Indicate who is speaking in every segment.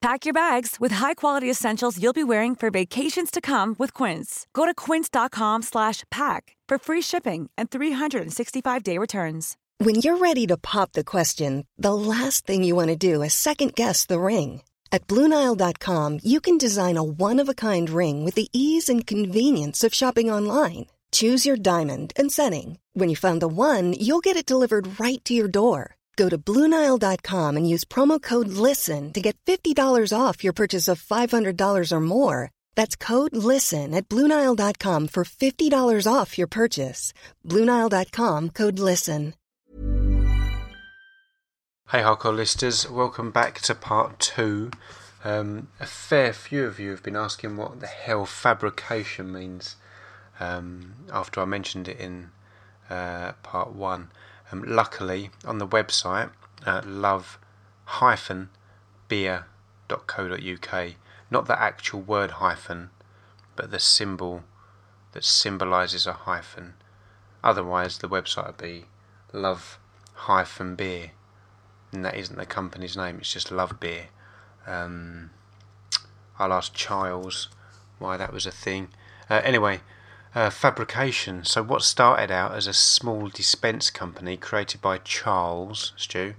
Speaker 1: Pack your bags with high-quality essentials you'll be wearing for vacations to come with Quince. Go to quince.com/pack for free shipping and 365-day returns.
Speaker 2: When you're ready to pop the question, the last thing you want to do is second guess the ring. At BlueNile.com, you can design a one-of-a-kind ring with the ease and convenience of shopping online. Choose your diamond and setting. When you find the one, you'll get it delivered right to your door. Go to Bluenile.com and use promo code LISTEN to get $50 off your purchase of $500 or more. That's code LISTEN at Bluenile.com for $50 off your purchase. Bluenile.com code LISTEN.
Speaker 3: Hey, hardcore listers, welcome back to part two. Um, a fair few of you have been asking what the hell fabrication means um, after I mentioned it in uh, part one. Um, luckily, on the website uh, love-beer.co.uk, not the actual word hyphen, but the symbol that symbolises a hyphen. Otherwise, the website would be love-beer, and that isn't the company's name. It's just Love Beer. Um, I'll ask Charles why that was a thing. Uh, anyway. Uh, fabrication. So, what started out as a small dispense company created by Charles Stew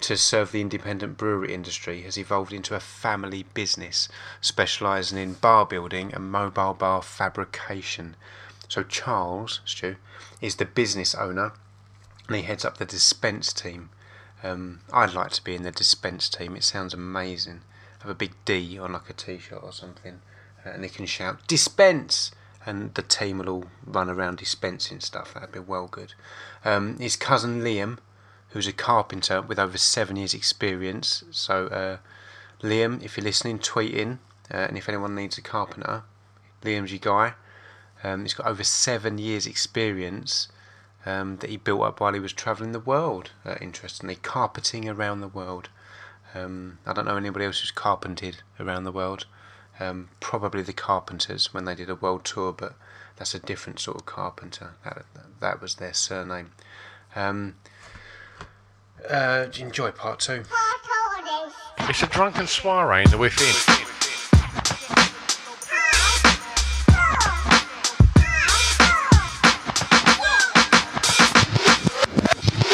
Speaker 3: to serve the independent brewery industry has evolved into a family business specialising in bar building and mobile bar fabrication. So, Charles Stew is the business owner and he heads up the dispense team. Um, I'd like to be in the dispense team, it sounds amazing. Have a big D on like a t shirt or something, uh, and they can shout, Dispense! and the team will all run around dispensing stuff. That'd be well good. Um, his cousin Liam, who's a carpenter with over seven years' experience. So, uh, Liam, if you're listening, tweet in. Uh, and if anyone needs a carpenter, Liam's your guy. Um, he's got over seven years' experience um, that he built up while he was travelling the world, uh, interestingly, carpeting around the world. Um, I don't know anybody else who's carpented around the world. Um, probably the Carpenters when they did a world tour, but that's a different sort of carpenter. That, that was their surname. Um, uh, enjoy part two.
Speaker 4: It's a drunken soiree in the within.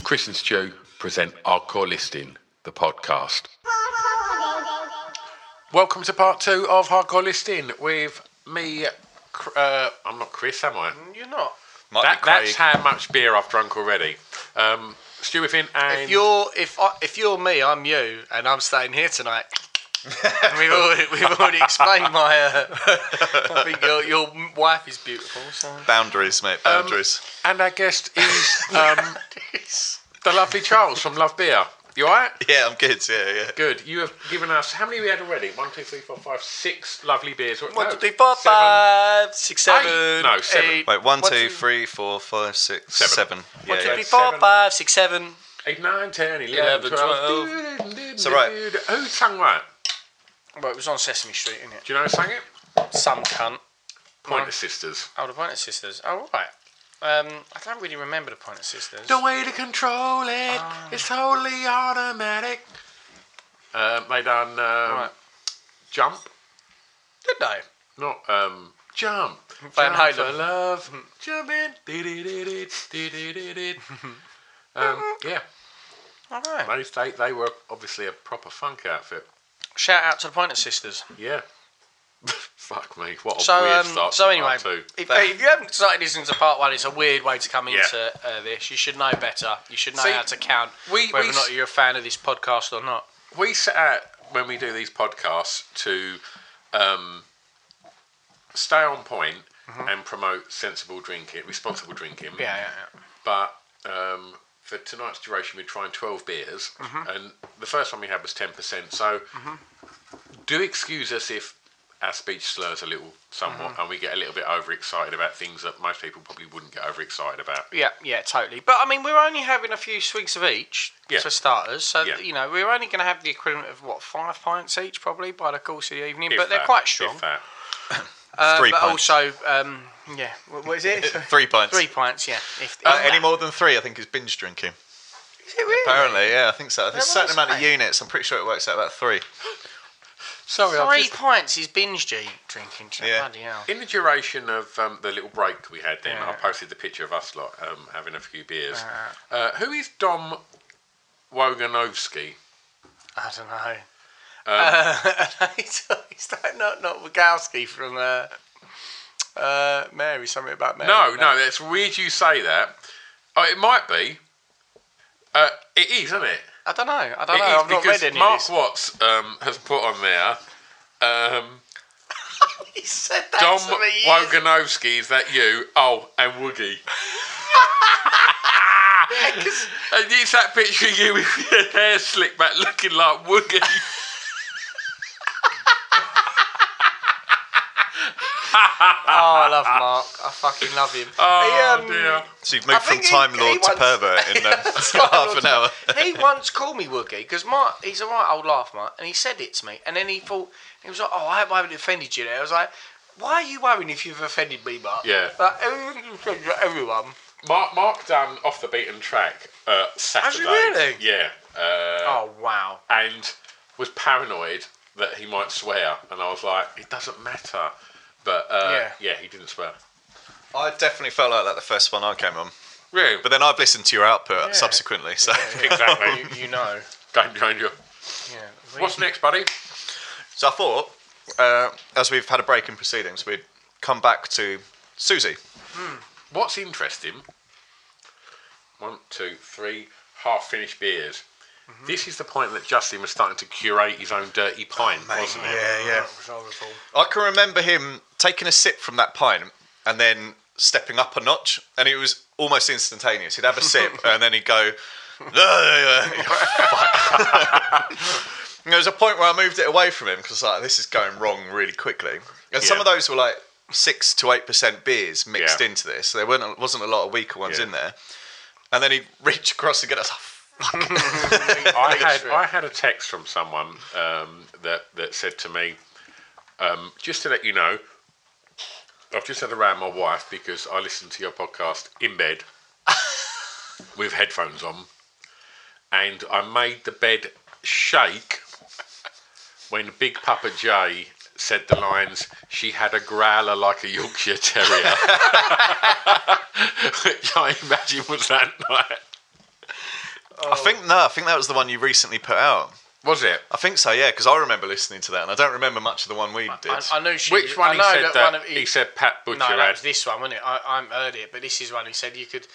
Speaker 5: Chris and Stu present Our Core Listing, the podcast.
Speaker 4: Welcome to part two of Hardcore Listing with me. Cr- Uh, I'm not Chris, am I?
Speaker 6: Mm,
Speaker 4: You're not.
Speaker 7: Might
Speaker 4: That,
Speaker 7: be Craig.
Speaker 4: that's how much beer I've drunk already. Um, Stu within and
Speaker 6: If you're if I, if you're me, I'm you, and I'm staying here tonight. And we've already we've already explained my. Uh, I think your your wife is beautiful. So Um,
Speaker 7: Boundaries, mate. Boundaries.
Speaker 4: and our guest is um, the lovely Charles from Love Beer. You alright?
Speaker 7: yeah, I'm good. Yeah, yeah.
Speaker 4: Good. You have given us how many we had already? One, two, three, four, five, six lovely beers. What-
Speaker 6: One,
Speaker 4: no,
Speaker 6: two, three, four,
Speaker 4: seven.
Speaker 6: five, six,
Speaker 4: Eight.
Speaker 6: seven,
Speaker 4: No, seven.
Speaker 6: eight.
Speaker 7: Wait, one,
Speaker 6: One,
Speaker 7: two,
Speaker 6: two-
Speaker 7: three, four, five, six,
Speaker 4: Seven.
Speaker 7: seven.
Speaker 6: One,
Speaker 7: Yeah,
Speaker 6: two,
Speaker 7: yeah.
Speaker 6: three, four,
Speaker 4: Seven.
Speaker 6: five, six, seven.
Speaker 4: Eight, nine, ten, eleven,
Speaker 6: Eleven,
Speaker 4: twelve.
Speaker 7: So, right.
Speaker 4: Who Oh, sang that?
Speaker 6: Well, it was on Sesame Street, isn't
Speaker 4: Do you know who sang it?
Speaker 6: it? Some cunt.
Speaker 4: Pointer Sisters.
Speaker 6: Oh, the Pointer Sisters. Oh, right. Um, I don't really remember the Pointer Sisters.
Speaker 4: The way to control it
Speaker 6: Ah.
Speaker 4: is totally automatic. Um, they done um,
Speaker 6: Right.
Speaker 4: jump,
Speaker 6: Did they?
Speaker 4: not um, jump.
Speaker 6: Van
Speaker 4: Jump
Speaker 6: Halen. Hmm.
Speaker 4: for love, jumping. um, yeah,
Speaker 6: All right.
Speaker 4: they, they they were obviously a proper funk outfit.
Speaker 6: Shout out to the Pointer Sisters.
Speaker 4: Yeah. Fuck me! What a
Speaker 6: So,
Speaker 4: weird
Speaker 6: um,
Speaker 4: start.
Speaker 6: so
Speaker 4: to
Speaker 6: anyway,
Speaker 4: part two.
Speaker 6: if, if you haven't started listening to part one, it's a weird way to come
Speaker 4: Yeah.
Speaker 6: into uh, this. You should know better. You should know
Speaker 4: See,
Speaker 6: how to count
Speaker 4: we-
Speaker 6: whether
Speaker 4: we
Speaker 6: or
Speaker 4: s-
Speaker 6: not you're a fan of this podcast or not.
Speaker 4: we set out when we do these podcasts to um, stay on point and promote sensible drinking, responsible drinking.
Speaker 6: Mm-hmm. yeah.
Speaker 4: But um, for tonight's duration, we're trying 12 beers,
Speaker 6: Mm-hmm. Mm-hmm.
Speaker 4: and the first one we had was 10%. So do excuse us if our speech slurs a little somewhat,
Speaker 6: Mm-hmm.
Speaker 4: and we get a little bit overexcited about things that most people probably wouldn't get overexcited about.
Speaker 6: Yeah, yeah, totally. But I mean, we're only having a few swigs of each
Speaker 4: Yeah.
Speaker 6: for starters, so
Speaker 4: Yeah.
Speaker 6: you know we're only going to have the equivalent of what five pints each, probably by the course of the evening.
Speaker 4: If
Speaker 6: but they're
Speaker 4: that-
Speaker 6: quite strong.
Speaker 4: If that.
Speaker 6: Uh,
Speaker 8: Three
Speaker 6: but
Speaker 8: pints.
Speaker 6: also, um, yeah, what, what is it?
Speaker 8: Three pints.
Speaker 6: Three pints, yeah. If, if
Speaker 8: Uh, any
Speaker 6: that.
Speaker 8: more than three, I think, is binge drinking.
Speaker 6: Is it really?
Speaker 8: Apparently, yeah, I think so. There's a certain
Speaker 6: was
Speaker 8: amount of
Speaker 6: eight.
Speaker 8: units. I'm pretty sure it works out about three.
Speaker 4: Sorry, I've
Speaker 6: Three
Speaker 4: just-
Speaker 6: pints is binge G drinking.
Speaker 8: Yeah.
Speaker 6: Bloody hell.
Speaker 4: In the duration of um, the little break we had, then
Speaker 6: Yeah.
Speaker 4: I posted the picture of us lot um, having a few beers. Uh, who is Dom Woganovsky?
Speaker 6: I don't know. uh, is that not, not Wagowski from uh, uh, Mary? Something about Mary?
Speaker 4: No, no, that's weird. You say that. Oh, it might be. Uh, it is, isn't it?
Speaker 6: I don't know. I don't
Speaker 4: It
Speaker 6: know.
Speaker 4: is,
Speaker 6: I've not
Speaker 4: because
Speaker 6: read any
Speaker 4: Mark
Speaker 6: of this.
Speaker 4: Watts um, has put on there. Um,
Speaker 6: He said that
Speaker 4: Dom
Speaker 6: to me. years-
Speaker 4: Woganowski, is that you? Oh, and Woogie. and it's that picture of you with your hair slicked back looking like Woogie.
Speaker 6: Oh, I love Mark. I fucking love him.
Speaker 4: Oh,
Speaker 6: He, um,
Speaker 4: dear.
Speaker 8: So you've
Speaker 6: I
Speaker 8: moved from
Speaker 6: think he-
Speaker 8: Time
Speaker 6: he
Speaker 8: Lord to
Speaker 6: wants-
Speaker 8: pervert in um, half an hour.
Speaker 6: he once called me Woogie because Mark, he's a right old laugh, Mark, and he said it to me. And then he thought, he was like, "Oh, I hope I haven't offended you." There, I was like, "Why are you worrying if you've offended me, Mark?"
Speaker 4: Yeah.
Speaker 6: like, everyone, everyone.
Speaker 4: Mark, Mark done Off the Beaten Track uh, Saturday.
Speaker 6: really?
Speaker 4: Yeah. Uh,
Speaker 6: Oh wow.
Speaker 4: and was paranoid that he might swear. And I was like, it doesn't matter. But uh,
Speaker 6: Yeah.
Speaker 4: yeah. he didn't swear.
Speaker 8: I definitely felt like that the first one I came on.
Speaker 4: Really?
Speaker 8: But then I've listened to your output subsequently, so
Speaker 4: exactly.
Speaker 6: you, you know.
Speaker 4: Game changer.
Speaker 6: Yeah.
Speaker 4: What's next, buddy?
Speaker 8: So I thought, uh, as we've had a break in proceedings, we'd come back to Susie.
Speaker 4: What's interesting? One, two, three, half finished beers. This is the point that Justin was starting to curate his own dirty pint, wasn't it?
Speaker 6: That
Speaker 8: yeah.
Speaker 6: was horrible.
Speaker 8: I can remember him taking a sip from that pint and then stepping up a notch, and it was almost instantaneous. He'd have a sip and then he'd go, "Ugh, ugh, ugh." Fuck. And there was a point where I moved it away from him because like this is going wrong really quickly. And some
Speaker 4: Yeah.
Speaker 8: of those were like six to eight percent beers mixed
Speaker 4: Yeah.
Speaker 8: into this. So there weren't wasn't a lot of weaker ones
Speaker 4: Yeah.
Speaker 8: in there. And then he'd reach across and get us.
Speaker 4: I had I had a text from someone um, that that said to me, um, just to let you know, I've just had a round my wife because I listened to your podcast in bed with headphones on, and I made the bed shake when Big Papa Jay said the lines. She had a growler like a Yorkshire Terrier, which I imagine was that night.
Speaker 8: I think no, I think that was the one you recently put out.
Speaker 4: Was it?
Speaker 8: I think so, yeah, because I remember listening to that, and I don't remember much of the one we did.
Speaker 6: I, I know she.
Speaker 4: Which one
Speaker 6: I
Speaker 4: he
Speaker 6: know
Speaker 4: said that?
Speaker 6: One of,
Speaker 4: he, said Pat Butcher
Speaker 6: No, that
Speaker 4: had.
Speaker 6: was this one, wasn't it? I, I haven't heard it, but this is one who said you could,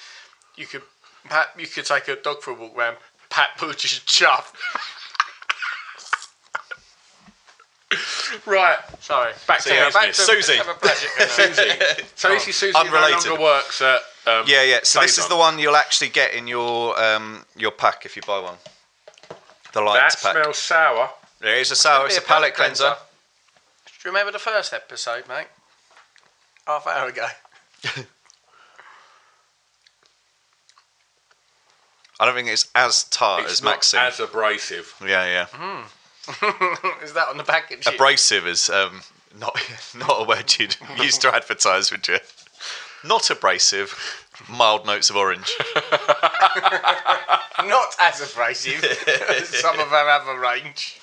Speaker 6: you could, pat, you could take a dog for a walk round. Pat Butcher's chuff.
Speaker 4: Right,
Speaker 6: Sorry,
Speaker 4: back to
Speaker 8: yeah,
Speaker 4: business.
Speaker 8: back to- Susie.
Speaker 6: Have a pleasure, you know.
Speaker 4: Susie. so this is Susie who no
Speaker 8: Unrelated.
Speaker 4: longer works at. Um,
Speaker 8: Yeah, yeah. So this
Speaker 4: Save
Speaker 8: is
Speaker 4: On.
Speaker 8: the one you'll actually get in your um, your pack if you buy one. The
Speaker 4: That
Speaker 8: lights pack.
Speaker 4: smells sour.
Speaker 8: There is a sour. It's a palate cleanser.
Speaker 6: Do you remember the first episode, mate? Half hour ago.
Speaker 8: I don't think it's as tart
Speaker 4: It's
Speaker 8: as
Speaker 4: not
Speaker 8: Maxim.
Speaker 4: as Mm-hmm. abrasive.
Speaker 8: yeah, yeah.
Speaker 6: is that on the package?
Speaker 8: Abrasive is um, not not a word you'd used to advertise, would you? Not abrasive. Mild notes of orange.
Speaker 6: Not as abrasive as some of our other range.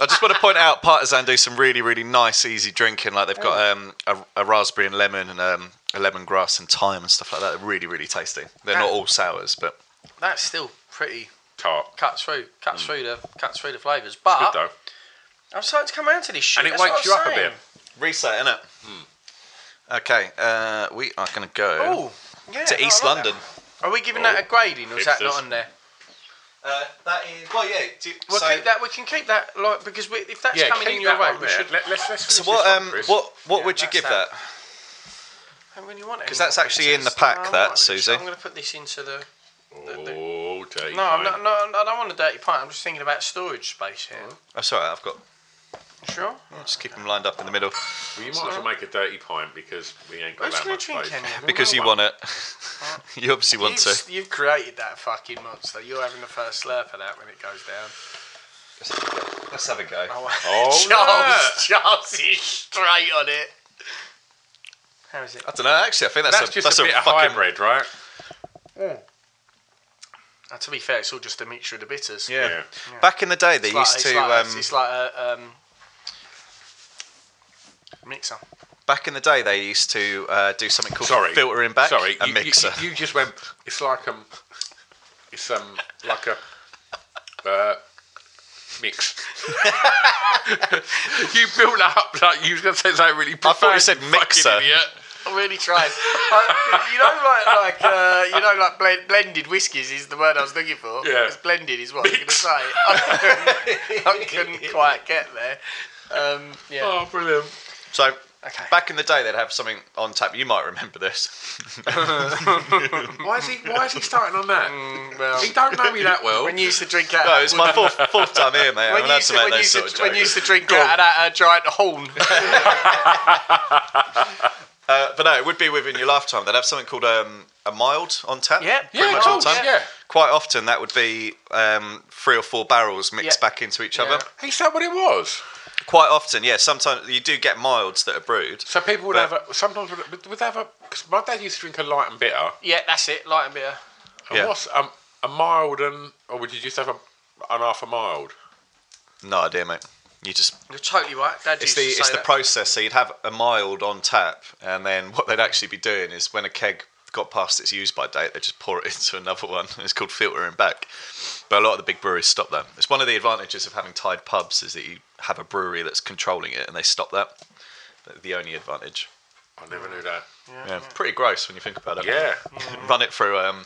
Speaker 8: I just want to point out, Partisan do some really, really nice, easy drinking. Like they've
Speaker 6: Oh.
Speaker 8: got um, a, a raspberry and lemon and um, a lemongrass and thyme and stuff like that. They're really, really tasty. They're
Speaker 6: Ah.
Speaker 8: not all sours, but
Speaker 6: That's still pretty
Speaker 4: Tart.
Speaker 6: cut through, cuts through the cuts through the flavours.
Speaker 4: Good
Speaker 6: But
Speaker 4: though.
Speaker 6: I'm starting to come around to this shit.
Speaker 4: And it
Speaker 6: That's what
Speaker 4: wakes
Speaker 6: I'm
Speaker 4: you up a
Speaker 6: saying.
Speaker 4: bit.
Speaker 8: Reset, innit? Okay, uh, we are going to go
Speaker 6: Oh, yeah.
Speaker 8: to
Speaker 6: no, I
Speaker 8: East
Speaker 6: like that.
Speaker 8: London.
Speaker 6: Are we giving that a grading, or is that
Speaker 4: Hipsters.
Speaker 6: not on there?
Speaker 8: Uh, that is. Well, yeah. Do you,
Speaker 6: We'll
Speaker 8: so,
Speaker 6: keep that. We can keep that, like, because we, if that's
Speaker 4: Yeah,
Speaker 6: coming
Speaker 4: keep
Speaker 6: in your
Speaker 4: that
Speaker 6: way,
Speaker 4: on
Speaker 6: we
Speaker 4: there.
Speaker 6: should.
Speaker 4: Let, let's let's
Speaker 8: so
Speaker 4: finish
Speaker 8: what?
Speaker 4: this one,
Speaker 8: Um,
Speaker 4: Chris.
Speaker 8: what? What would you
Speaker 6: that's
Speaker 8: give that?
Speaker 6: that. And when you want it,
Speaker 8: 'Cause that's actually in the pack, that, Susie.
Speaker 6: I'm going to put this into the.
Speaker 4: Oh, dirty
Speaker 6: No, I'm
Speaker 4: pint.
Speaker 6: not, no, I don't want a dirty pint. I'm just thinking about storage space here.
Speaker 8: That's all right. Oh, I've got
Speaker 6: Sure.
Speaker 8: Yeah, just keep them lined up in the middle
Speaker 9: Well, you might as well make a dirty pint because we ain't got
Speaker 6: Who's
Speaker 9: that
Speaker 6: gonna
Speaker 9: much
Speaker 6: drink
Speaker 9: space.
Speaker 6: any of it?
Speaker 8: because you want it. you obviously want
Speaker 6: You've,
Speaker 8: to.
Speaker 6: you've created that fucking monster. You're having the first slurp of that when it goes down.
Speaker 8: Let's have a go.
Speaker 9: Oh,
Speaker 6: Charles, Charles is straight on it. How is it?
Speaker 8: I don't know. Actually, I think that's,
Speaker 9: that's,
Speaker 8: a
Speaker 9: just
Speaker 8: that's
Speaker 9: a, bit of
Speaker 8: fucking
Speaker 9: hybrid, right?
Speaker 6: Uh, to be fair, it's all just a mixture of the bitters.
Speaker 8: Yeah.
Speaker 9: Yeah.
Speaker 8: Back in the day, they
Speaker 6: It's like,
Speaker 8: used
Speaker 6: it's
Speaker 8: to.
Speaker 6: like,
Speaker 8: um,
Speaker 6: it's like a um, mixer.
Speaker 8: back in the day, they used to uh, do something called
Speaker 9: Sorry,
Speaker 8: filtering back.
Speaker 9: Sorry,
Speaker 8: a
Speaker 9: you, you-
Speaker 8: mixer.
Speaker 9: You, just went. It's like um, it's um, like a uh, mix. you built up like you was gonna say something really.
Speaker 8: thought you
Speaker 9: profound,
Speaker 8: said
Speaker 9: fucking
Speaker 8: mixer.
Speaker 9: idiot.
Speaker 6: I'm really trying. I, you know, like like uh, you know, like blend, blended whiskies is the word I was looking for.
Speaker 9: Yeah.
Speaker 6: It's blended is what you're gonna say. I couldn't, I couldn't quite get there. Um, yeah.
Speaker 9: Oh, brilliant!
Speaker 8: So back in the day, they'd have something on tap. You might remember this.
Speaker 9: Why is he? Why is he starting on that?
Speaker 6: Mm, well,
Speaker 9: He don't know me that well.
Speaker 6: when you used to drink out.
Speaker 8: No, it's my fourth, fourth time here, mate.
Speaker 6: when you
Speaker 8: I'm allowed
Speaker 6: used
Speaker 8: to
Speaker 6: to,
Speaker 8: make
Speaker 6: when you
Speaker 8: those
Speaker 6: used
Speaker 8: sort of
Speaker 6: to,
Speaker 8: jokes.
Speaker 6: when you used to drink out of that uh, giant horn.
Speaker 8: Uh, but no, it would be within your lifetime. They'd have something called um, a mild on tap.
Speaker 6: Yeah,
Speaker 8: pretty
Speaker 6: yeah,
Speaker 8: much all the
Speaker 9: mild,
Speaker 8: time.
Speaker 9: yeah.
Speaker 8: Quite often, that would be um, three or four barrels mixed
Speaker 6: Yeah.
Speaker 8: back into each
Speaker 6: Yeah.
Speaker 8: other.
Speaker 9: Is that what it was?
Speaker 8: Quite often, yeah. Sometimes you do get milds that are brewed.
Speaker 9: So people would
Speaker 8: But-
Speaker 9: have a, sometimes would, would they have a because my dad used to drink a light and bitter.
Speaker 6: yeah, that's it. Light and bitter.
Speaker 9: And
Speaker 8: Yeah.
Speaker 9: what's um, a mild and or would you just have a an half a mild?
Speaker 8: No idea, mate. You just
Speaker 6: You're totally right. Dad
Speaker 8: It's
Speaker 6: used
Speaker 8: the
Speaker 6: to say
Speaker 8: it's the
Speaker 6: that.
Speaker 8: process. So you'd have a mild on tap, and then what they'd actually be doing is when a keg got past its use by date, they just pour it into another one. It's called filtering back. But a lot of the big breweries stop that. It's one of the advantages of having tied pubs is that you have a brewery that's controlling it, and they stop that. That's the only advantage.
Speaker 9: I never knew that.
Speaker 8: Yeah, pretty gross when you think about it.
Speaker 9: Yeah.
Speaker 8: run it through um,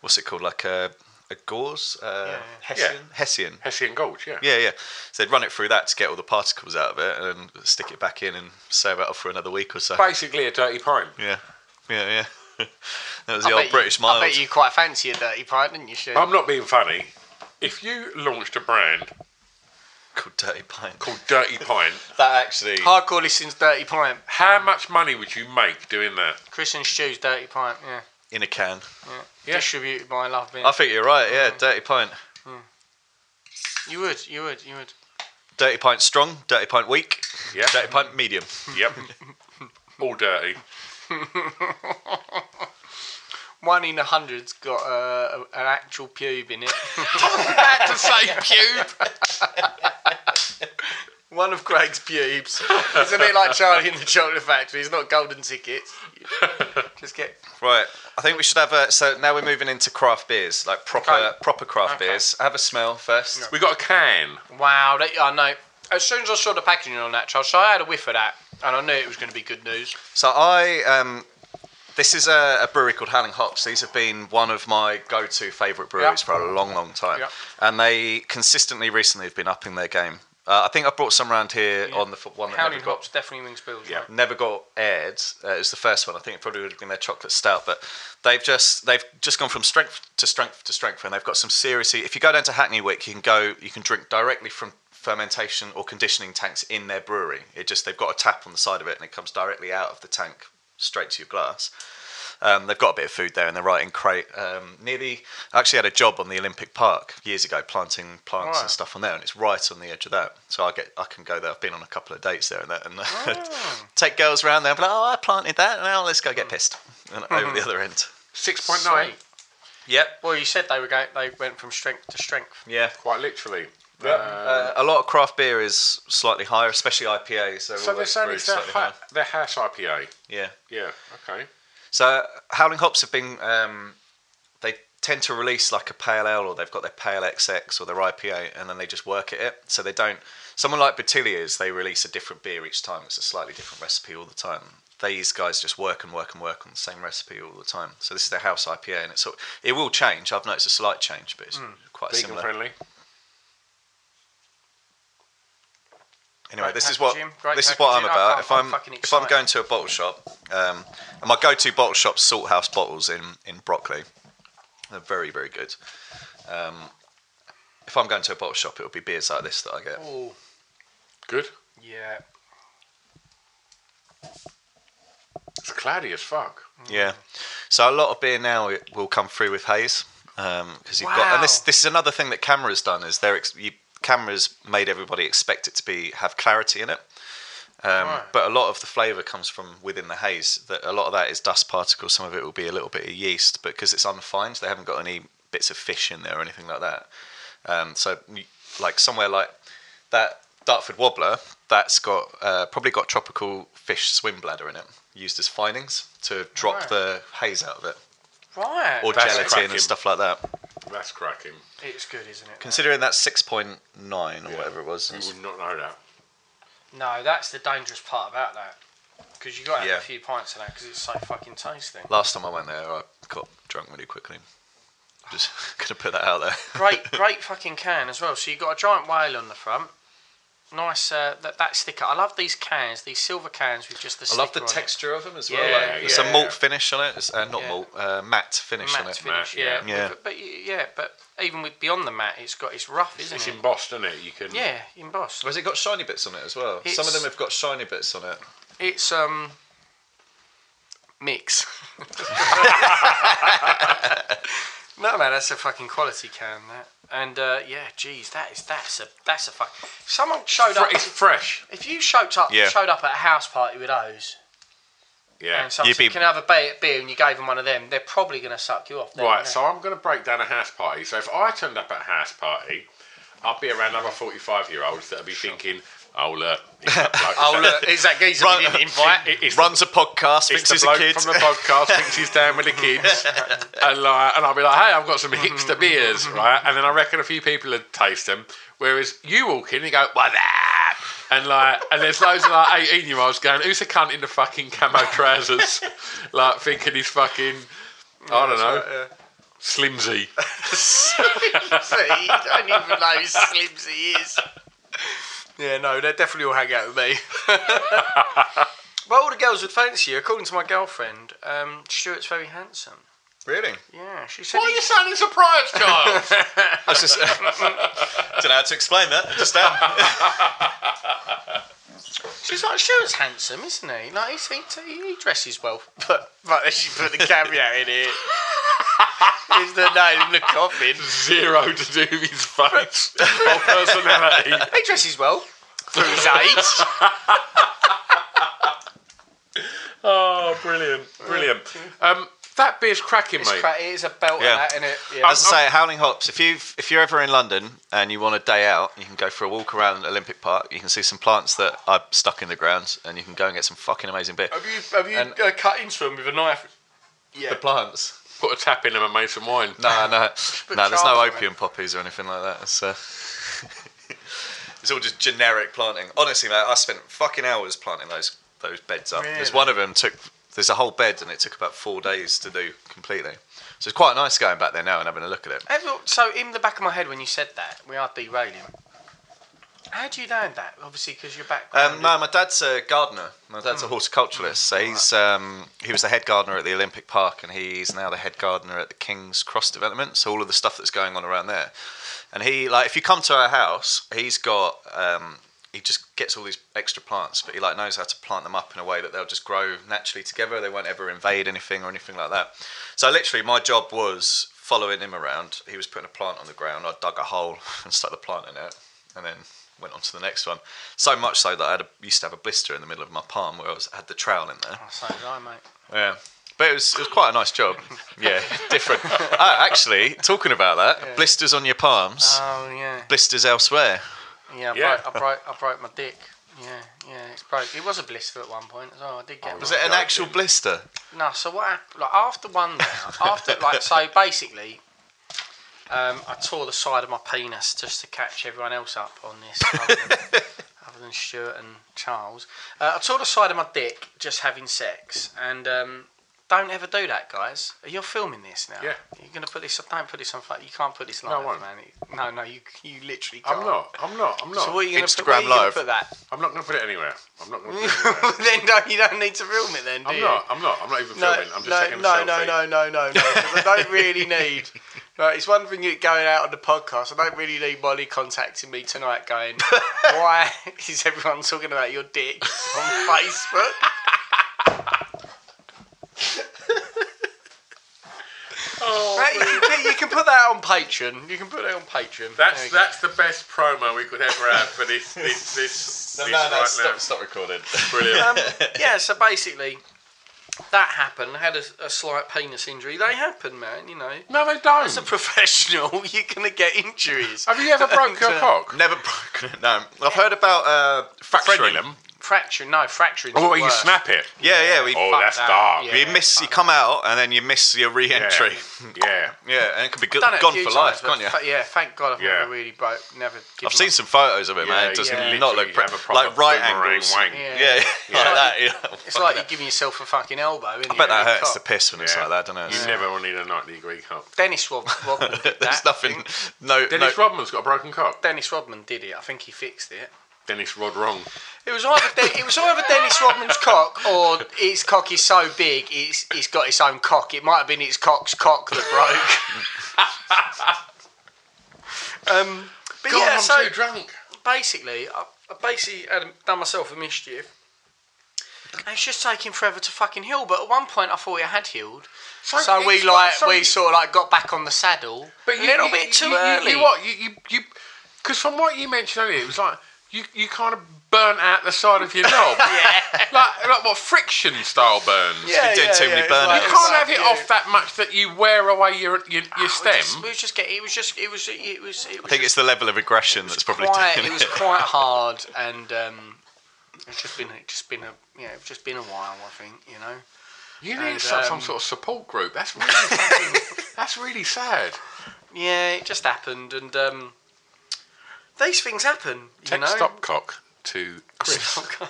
Speaker 8: what's it called? Like a a gauze, uh, Hessian,
Speaker 9: Yeah.
Speaker 8: Hessian.
Speaker 9: Hessian Gulch, yeah.
Speaker 8: Yeah, yeah. So they'd run it through that to get all the particles out of it and then stick it back in and serve it up for another week or so.
Speaker 9: Basically a dirty pint.
Speaker 8: Yeah. Yeah, yeah. that was
Speaker 6: I
Speaker 8: the old
Speaker 6: bet
Speaker 8: British
Speaker 6: you,
Speaker 8: mild.
Speaker 6: I bet you quite fancy a dirty pint, didn't you, Stu?
Speaker 9: I'm not being funny. If you launched a brand
Speaker 8: Called Dirty Pint.
Speaker 9: called Dirty Pint,
Speaker 8: That actually.
Speaker 6: Hardcore listens dirty pint.
Speaker 9: how much money would you make doing that?
Speaker 6: Chris and Stu's dirty pint. Yeah.
Speaker 8: In a can.
Speaker 6: yeah.
Speaker 9: Yeah.
Speaker 6: Distributed by Love Beer.
Speaker 8: I think you're right, yeah.
Speaker 6: Mm.
Speaker 8: Dirty Pint.
Speaker 6: you would, you would, you would.
Speaker 8: Dirty Pint strong, Dirty Pint weak,
Speaker 9: Yeah.
Speaker 8: Dirty Pint medium.
Speaker 9: Yep. All dirty.
Speaker 6: One in a hundred's got uh, a- an actual pube in it.
Speaker 9: Had to say pube.
Speaker 6: One of Craig's pubes. It's a bit like Charlie in the Chocolate Factory. It's not golden tickets. Just get
Speaker 8: Right. I think we should have a. So now we're moving into craft beers, like proper
Speaker 6: Okay.
Speaker 8: proper craft
Speaker 6: Okay.
Speaker 8: beers. Have a smell first.
Speaker 9: We got a can.
Speaker 6: Wow, that, I know. As soon as I saw the packaging on that, Charles, so I had a whiff of that, and I knew it was going to be good news.
Speaker 8: So I, um, this is a, a brewery called Howling Hops. These have been one of my go-to favourite breweries
Speaker 6: Yeah.
Speaker 8: for a long, long time,
Speaker 6: Yeah.
Speaker 8: and they consistently recently have been upping their game. Uh, I think I brought some around here on the f- one that
Speaker 6: Howling
Speaker 8: never got
Speaker 6: hops definitely rings bells.
Speaker 9: Yeah.
Speaker 6: right?
Speaker 8: never got aired. Uh, it was the first one. I think it probably would have been their chocolate stout, but they've just they've just gone from strength to strength to strength, and they've got some seriously. If you go down to Hackney Wick, you can go, you can drink directly from fermentation or conditioning tanks in their brewery. It just they've got a tap on the side of it, and it comes directly out of the tank straight to your glass. Um, they've got a bit of food there, and they're right in crate um, near the. I actually had a job on the Olympic Park years ago, planting plants and stuff on there, and it's right on the edge of that. So I get, I can go there. I've been on a couple of dates there, and that, and
Speaker 9: Ah.
Speaker 8: take girls around there. And be like, oh, I planted that. Now let's go get pissed. And over the other end.
Speaker 9: Hmm. Six point nine.
Speaker 6: Sweet.
Speaker 8: Yep.
Speaker 6: Well, you said they were going. They went from strength to strength.
Speaker 8: Yeah.
Speaker 9: Quite literally.
Speaker 8: Uh, a lot of craft beer is slightly higher, especially IPAs.
Speaker 9: So they're
Speaker 8: always
Speaker 9: saying
Speaker 8: brewed
Speaker 9: it's their,
Speaker 8: slightly
Speaker 9: ha-
Speaker 8: higher.
Speaker 9: their house IPA.
Speaker 8: Yeah.
Speaker 9: Yeah, okay.
Speaker 8: So Howling Hops have been um, they tend to release like a pale ale or they've got their pale XX or their IPA and then they just work at it. So they don't someone like Bertilliers, they release a different beer each time. It's a slightly different recipe all the time. These guys just work and work and work on the same recipe all the time. So this is their house IPA and it's sort of, it will change. I've noticed a slight change, but it's quite
Speaker 9: Hmm. Vegan
Speaker 8: similar.
Speaker 9: friendly.
Speaker 8: Anyway,
Speaker 6: Great
Speaker 8: this is what
Speaker 6: packaging, great
Speaker 8: this is what I'm
Speaker 6: packaging. I
Speaker 8: about.
Speaker 6: can't-
Speaker 8: If I'm
Speaker 6: I'm fucking
Speaker 8: if I'm
Speaker 6: excited.
Speaker 8: going to a bottle shop, um, and my go-to bottle shop's Salthouse Bottles in in Broccoli. They're very very good. Um, if I'm going to a bottle shop, it'll be beers like this that I get.
Speaker 6: Oh,
Speaker 4: Good.
Speaker 6: Yeah.
Speaker 4: It's cloudy as fuck.
Speaker 8: Yeah. So a lot of beer now it will come through with haze because you've got.
Speaker 6: Wow.
Speaker 8: And this this is another thing that cameras done is they're ex- you, cameras made everybody expect it to be have clarity in it. Um, But a lot of the flavour comes from within the haze. That a lot of that is dust particles. Some of it will be a little bit of yeast, but because it's unfined, they haven't got any bits of fish in there or anything like that. Um, so, you- like somewhere like that Dartford Wobbler, that's got uh, probably got tropical fish swim bladder in it, used as finings to drop
Speaker 6: Right.
Speaker 8: the haze out of it,
Speaker 6: Right.
Speaker 8: or
Speaker 4: That's
Speaker 8: gelatin
Speaker 4: cracking.
Speaker 8: and stuff like that.
Speaker 4: That's cracking.
Speaker 6: it's good, isn't it?
Speaker 8: Considering that's six point nine or whatever it was,
Speaker 4: You
Speaker 8: it's-
Speaker 4: would not know that.
Speaker 6: No, that's the dangerous part about that. Because you got to have
Speaker 8: Yeah.
Speaker 6: a few pints of that because it's so fucking tasty.
Speaker 8: last time I went there, I got drunk really quickly. I'm just gonna put that out there.
Speaker 6: great, great fucking can as well. So you got a giant whale on the front. Nice uh, that that sticker. I love these cans, these silver cans with just the.
Speaker 8: I love the
Speaker 6: sticker on it.
Speaker 8: texture of them as well.
Speaker 6: well, Yeah,
Speaker 4: like-
Speaker 8: There's
Speaker 4: yeah.
Speaker 8: a malt finish on it. It's, uh, not
Speaker 6: Yeah.
Speaker 8: malt, uh, matte finish on it.
Speaker 6: matte
Speaker 4: Matte,
Speaker 6: finish,
Speaker 4: yeah.
Speaker 6: yeah.
Speaker 8: Yeah.
Speaker 6: But, but y- yeah, but even with beyond the matte, it's got it's rough, isn't
Speaker 4: It's
Speaker 6: it?
Speaker 4: embossed, isn't it? You can.
Speaker 6: yeah, embossed.
Speaker 8: Whereas it got shiny bits on it as well. Some of
Speaker 6: It's-
Speaker 8: them have got shiny bits on it.
Speaker 6: It's um mix. no man, that's a fucking quality can that. And uh, yeah, geez, that is that's a that's a fuck. Someone showed
Speaker 4: Fre-
Speaker 6: up.
Speaker 4: It's fresh.
Speaker 6: If you showed up
Speaker 8: Yeah.
Speaker 6: showed up at a house party with those
Speaker 4: Yeah.
Speaker 6: and someone
Speaker 8: You'd
Speaker 6: said,
Speaker 8: be-
Speaker 6: "Can I have a beer, beer?" and you gave them one of them, they're probably gonna suck you off. then,
Speaker 4: Right,
Speaker 6: aren't
Speaker 4: so I'm going to break down a house party. So if I turned up at a house party, I'd be around other 45 year olds that would be thinking, oh, look. it's that bloke-
Speaker 6: they? oh look, is that geezer we didn't invite?
Speaker 4: It- it's
Speaker 8: Runs a podcast,
Speaker 4: It's
Speaker 8: thinks
Speaker 4: the
Speaker 8: he's a
Speaker 4: bloke
Speaker 8: kid.
Speaker 4: from the podcast thinks he's down with the kids, and like, and I'll be like, "Hey, I've got some hipster beers, right?" And then I reckon a few people would taste them. Whereas you walk in and you go, "What that?" And like, and there's loads of like eighteen year olds going, "Who's the cunt in the fucking camo trousers?" like thinking he's fucking, I don't know, Slimsy.
Speaker 6: you don't even know how slims he is. Yeah, no, they definitely all hang out with me. well, all the girls would fancy you. According to my girlfriend, um, Stuart's very handsome.
Speaker 8: Really?
Speaker 6: Yeah, she said.
Speaker 4: Why are you sounding surprised, Charles?
Speaker 8: I was just. don't know how to explain that. Just now.
Speaker 6: She's like, Stuart's handsome, isn't he? Like, he's, he, he dresses well. But, but she put the caveat in it. Is the name in the coffin?
Speaker 4: Zero to do with his face or personality.
Speaker 6: He dresses well. For his age.
Speaker 4: Oh, brilliant, brilliant. Um, that beer's cracking,
Speaker 6: It's
Speaker 4: mate.
Speaker 6: cra- it is a belt
Speaker 8: Yeah.
Speaker 6: of that, innit? Yeah.
Speaker 8: As I say, Howling Hops. If you have if you're ever in London and you want a day out, you can go for a walk around Olympic Park. You can see some plants that are stuck in the ground, and you can go and get some fucking amazing beer.
Speaker 6: Have you, have you
Speaker 8: And-
Speaker 6: uh, cut into him with a knife? Yeah.
Speaker 8: The plants.
Speaker 4: Put a tap in them and made some wine.
Speaker 8: No, no, no. There's no
Speaker 6: Charles on
Speaker 8: opium poppies or anything like that. It's, uh, it's all just generic planting. Honestly, mate, I spent fucking hours planting those those beds up. There's one of them took. There's a whole bed, and it took about four days to do completely. So it's quite nice going back there now and having a look at it.
Speaker 6: Hey, well, So, in the back of my head, when you said that, we are derailing. How do you learn that? Obviously, because your background.
Speaker 8: Um, no, my dad's a gardener. My dad's a horticulturist. So he's um, he was the head gardener at the Olympic Park, and he's now the head gardener at the King's Cross development. So all of the stuff that's going on around there. And he like if you come to our house, he's got um, he just gets all these extra plants, but he like knows how to plant them up in a way that they'll just grow naturally together. They won't ever invade anything or anything like that. So literally, my job was following him around. He was putting a plant on the ground. I dug a hole and stuck the plant in it, and then went on to the next one. So much so that I had a, used to have a blister in the middle of my palm where I was, had the trowel in there.
Speaker 6: So did I, mate.
Speaker 8: Yeah. But it was, it was quite a nice job. Yeah, different. Ah, actually, talking about that, blisters on your palms,
Speaker 6: Oh yeah,
Speaker 8: blisters elsewhere.
Speaker 6: yeah. I,
Speaker 4: Yeah.
Speaker 6: Broke, I broke, I broke my dick. Yeah, yeah. It's broke. It was a blister at one point as well. I did get. one.
Speaker 8: Was it an actual blister?
Speaker 6: No, so what happened? Like after one, day, after like so basically, um, I tore the side of my penis just to catch everyone else up on this, other than, other than Stuart and Charles. Uh, I tore the side of my dick just having sex, and um, don't ever do that, guys. You're filming this now.
Speaker 4: Yeah.
Speaker 6: You're gonna put this. Don't put this on. fa- You can't put this live,
Speaker 4: I won't.
Speaker 6: man. It- No, no, you you literally. Can't.
Speaker 4: I'm not. I'm not. I'm not.
Speaker 6: So what are you gonna put,
Speaker 8: Instagram
Speaker 6: where are you
Speaker 8: live.
Speaker 6: Gonna put that?
Speaker 4: I'm not going to put it anywhere. I'm not going to put it anywhere.
Speaker 6: then don't, you don't need to film it. Then do
Speaker 4: I'm
Speaker 6: you?
Speaker 4: not. I'm not. I'm not even filming. I'm just
Speaker 6: no,
Speaker 4: taking a
Speaker 6: no,
Speaker 4: selfie.
Speaker 6: no, no, no, no, no, 'cause I don't really need Right, it's one thing it going out on the podcast. I don't really need Molly contacting me tonight going, why is everyone talking about your dick on Facebook? Right, you, can, you can put that on Patreon. You can put that on Patreon.
Speaker 9: That's
Speaker 6: There
Speaker 9: that's the best promo we could ever have for this this this, this right now.
Speaker 8: recording.
Speaker 9: Brilliant.
Speaker 6: you go. Yeah, so basically, that happened. I had a, a slight penis injury. They happen, man, you know.
Speaker 9: no, they don't.
Speaker 6: As a professional, you're going to get injuries.
Speaker 9: have you ever broken your cock?
Speaker 8: Never broken. No, I've heard about uh, fracturing.
Speaker 9: Frenulum.
Speaker 6: Fracture, no, fracturing.
Speaker 9: Oh, well, you snap it.
Speaker 8: Yeah, yeah. We,
Speaker 9: Oh, that's
Speaker 6: that.
Speaker 9: dark.
Speaker 6: Yeah.
Speaker 9: Yeah.
Speaker 8: you miss. You come out and then you miss your re-entry.
Speaker 9: yeah.
Speaker 8: Yeah, and it could be go-
Speaker 6: Done it a
Speaker 8: gone
Speaker 6: few
Speaker 8: for
Speaker 6: times,
Speaker 8: life,
Speaker 6: but
Speaker 8: can't you?
Speaker 6: fa- yeah, thank God I've
Speaker 9: Yeah.
Speaker 6: never really broke, never given
Speaker 8: I've seen
Speaker 6: up.
Speaker 8: some photos of it, man.
Speaker 9: Yeah,
Speaker 8: It does
Speaker 6: you
Speaker 8: not
Speaker 9: literally
Speaker 8: look pretty.
Speaker 9: have a proper
Speaker 8: Like right
Speaker 9: boomerang
Speaker 8: angles.
Speaker 9: wank.
Speaker 8: Yeah,
Speaker 6: Yeah.
Speaker 8: yeah, like that. Yeah.
Speaker 6: It's like you're giving yourself a fucking elbow, isn't
Speaker 8: I bet
Speaker 6: it?
Speaker 8: that
Speaker 6: Your
Speaker 8: hurts
Speaker 6: cock.
Speaker 8: to piss when it's
Speaker 9: Yeah.
Speaker 8: like that, doesn't it?
Speaker 9: You never will need a nightly Greek hug.
Speaker 6: Dennis Rod- Rodman did that.
Speaker 8: There's
Speaker 6: I
Speaker 8: nothing.
Speaker 6: think.
Speaker 8: No, no.
Speaker 9: Dennis Rodman's got a broken cock.
Speaker 6: Dennis Rodman did it. I think he fixed it.
Speaker 9: Dennis Rod wrong.
Speaker 6: It was either De- it was either Dennis Rodman's cock or his cock is so big it's it's got its own cock. It might have been its cock's cock that broke. um, but
Speaker 9: God,
Speaker 6: yeah,
Speaker 9: I'm
Speaker 6: so
Speaker 9: too drunk.
Speaker 6: basically, I, I basically had done myself a mischief. And it's just taking forever to fucking heal. But at one point, I thought it had healed. So, we
Speaker 9: it's
Speaker 6: like
Speaker 9: like- so
Speaker 6: we
Speaker 9: you-
Speaker 6: sort of like got back on the saddle, a little bit too
Speaker 9: you, you-
Speaker 6: early.
Speaker 9: You, what? You you you because from what you mentioned earlier, it was like you you kind of burnt out the side of your knob. yeah. Like like what friction style burns.
Speaker 6: Yeah,
Speaker 8: doing too many
Speaker 6: it's
Speaker 8: burnouts.
Speaker 6: like-
Speaker 9: You
Speaker 8: it's
Speaker 9: can't have it
Speaker 6: Yeah.
Speaker 9: off that much that you wear away your your, your
Speaker 6: We just-
Speaker 9: stem.
Speaker 6: We was just getting. It was just. It was. It was. It was
Speaker 8: I think it's the level of aggression that's probably
Speaker 6: quite,
Speaker 8: taken
Speaker 6: it was quite hard, and um, it's just been it's just been a yeah, it's just been a while. I think you know.
Speaker 9: You
Speaker 6: And,
Speaker 9: need some, some
Speaker 6: um,
Speaker 9: sort of support group. That's really fucking, that's really sad.
Speaker 6: Yeah, it just happened, and um, these things happen. You
Speaker 9: Text
Speaker 6: know.
Speaker 9: stopcock to Chris.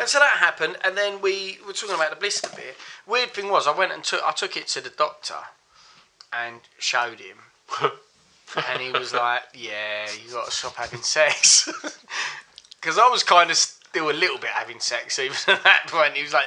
Speaker 6: And so that happened, and then we were talking about the blister bit. Weird thing was, I went and took I took it to the doctor, and showed him, and he was like, "Yeah, you got to stop having sex," because I was kind of still a little bit having sex even at that point. He was like,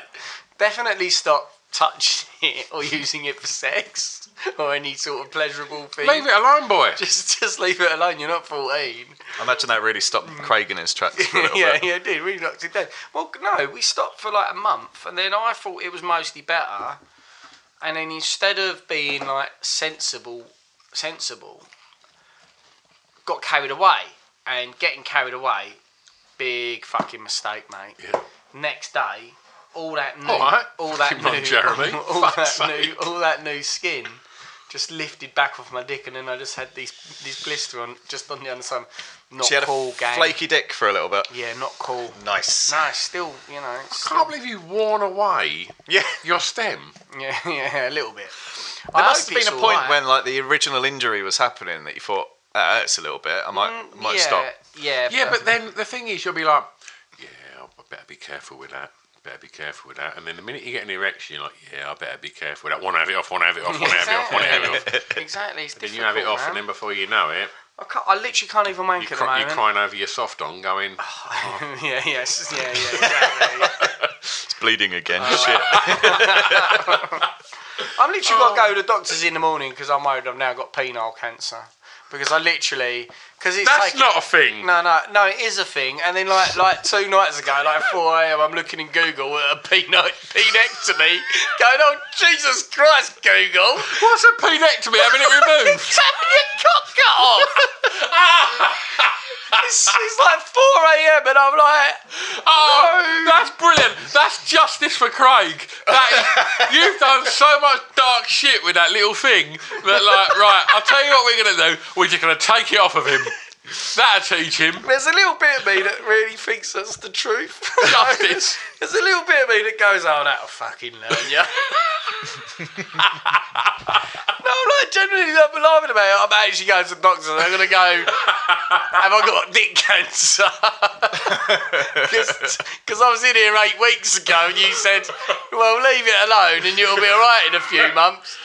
Speaker 6: "Definitely stop touching it or using it for sex or any sort of pleasurable thing.
Speaker 9: Leave it alone, boy.
Speaker 6: Just just leave it alone. You're not 14."
Speaker 8: I imagine that really stopped Craig in his tracks for a little
Speaker 6: Mm. yeah,
Speaker 8: bit.
Speaker 6: yeah, it did. Really knocked it down. Well, no, we stopped for like a month, and then I thought it was mostly better. And then instead of being like sensible, sensible, got carried away, and getting carried away, big fucking mistake, mate. Next day, all that new,
Speaker 9: All right.
Speaker 6: all that
Speaker 9: Come on,
Speaker 6: new,
Speaker 9: Jeremy.
Speaker 6: all that
Speaker 9: Fuck's
Speaker 6: new, all that new skin. Just lifted back off my dick, and then I just had these this blister on just on the underside. Not
Speaker 8: She had a
Speaker 6: cool, gang.
Speaker 8: flaky dick for a little bit.
Speaker 6: Yeah, not cool.
Speaker 8: Nice.
Speaker 6: No, it's still, you know. It's
Speaker 9: Can't believe you've worn away
Speaker 8: Yeah.
Speaker 9: your stem.
Speaker 6: yeah, yeah, a little bit.
Speaker 8: There must have been a point when like the original injury was happening that you thought that hurts a little bit. I might
Speaker 6: Mm,
Speaker 8: might
Speaker 6: yeah,
Speaker 8: stop.
Speaker 6: Yeah,
Speaker 9: Yeah, but then the thing is, you'll be like, yeah, I better be careful with that. Better be careful with that. And then the minute you get an erection, you're like, yeah, I better be careful with that. Want to have it off, want to have it off, want to have it off, want to have it off.
Speaker 6: exactly. It's
Speaker 9: Then you have it off, and then before you know it,
Speaker 6: I, can't, I literally can't even
Speaker 9: you
Speaker 6: wank at the
Speaker 9: cry, you're
Speaker 6: moment.
Speaker 9: crying over your soft on, going,
Speaker 6: yeah, yes, yeah, yeah, exactly.
Speaker 8: It's bleeding again. Shit.
Speaker 6: I'm literally got to go to the doctors in the morning because I'm worried I've now got penile cancer. Because I literally, because it's
Speaker 9: that's
Speaker 6: taken-
Speaker 9: not
Speaker 5: Oh,
Speaker 9: a thing.
Speaker 6: No, no, no, it is a thing. And then, like, like two nights ago, like 4 a.m., I'm looking in Google at a penile- penectomy, going, oh, Jesus Christ, Google.
Speaker 9: What's a penectomy? Having it removed?
Speaker 6: Having your cock cut off. it's, it's like 4 a.m. and I'm like,
Speaker 9: Oh, that's brilliant. That's justice for Craig. That is, you've done so much dark shit with that little thing that, like, right, I'll tell you what we're going to do. We're just going to take it off of him. That'll teach him.
Speaker 6: there's a little bit of me that really thinks that's the truth.
Speaker 9: Justice.
Speaker 6: there's a little bit of me that goes, oh, that'll fucking learn you. No, I'm not generally not laughing about it. I'm actually going to the doctor. and I'm going to go. Have I got dick cancer? Because I was in here eight weeks ago, and you said, "Well, leave it alone, and you'll be all right in a few months."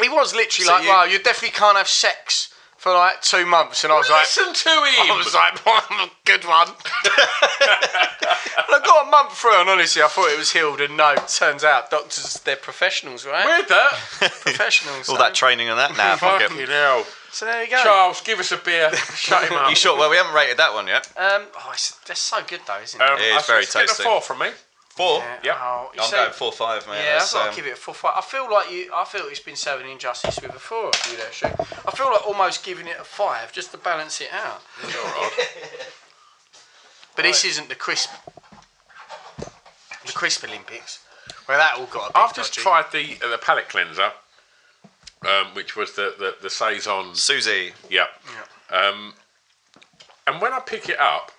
Speaker 6: he was literally
Speaker 8: So
Speaker 6: like,
Speaker 8: you-
Speaker 6: "Wow, you definitely can't have sex for like two months, and I was like,
Speaker 9: Listen to him.
Speaker 6: I was like, well, I'm a good one. and I got a month through, and honestly, I thought it was healed, and no, turns out doctors, they're professionals, right?
Speaker 9: Weird that.
Speaker 6: professionals.
Speaker 8: All
Speaker 6: so-
Speaker 8: that training and that now.
Speaker 9: Fucking hell.
Speaker 6: So there you go.
Speaker 9: Charles, give us a beer. Shut him up.
Speaker 8: You sure? Well, we haven't rated that one yet.
Speaker 6: Um, oh, it's, they're so good though, isn't it?
Speaker 9: Um,
Speaker 8: It is
Speaker 9: I think
Speaker 8: very
Speaker 9: it's getting
Speaker 8: tasty.
Speaker 9: a four from me.
Speaker 8: Four.
Speaker 9: yep.
Speaker 6: Oh, you
Speaker 8: I'm
Speaker 6: see-
Speaker 8: going four five, man.
Speaker 6: Yeah, I've
Speaker 8: That's,
Speaker 6: got
Speaker 8: um,
Speaker 6: to give it a full five. I feel like you. I feel it's been serving injustice with a four of you there, Stu. I feel like almost giving it a five just to balance it out. but this isn't the crisp. The crisp Olympics. Well, that all got. A bit
Speaker 9: I've just
Speaker 6: dodgy.
Speaker 9: tried the uh, the palate cleanser, um, which was the the, the saison.
Speaker 8: Susie.
Speaker 9: Yeah. Um, and when I pick it up,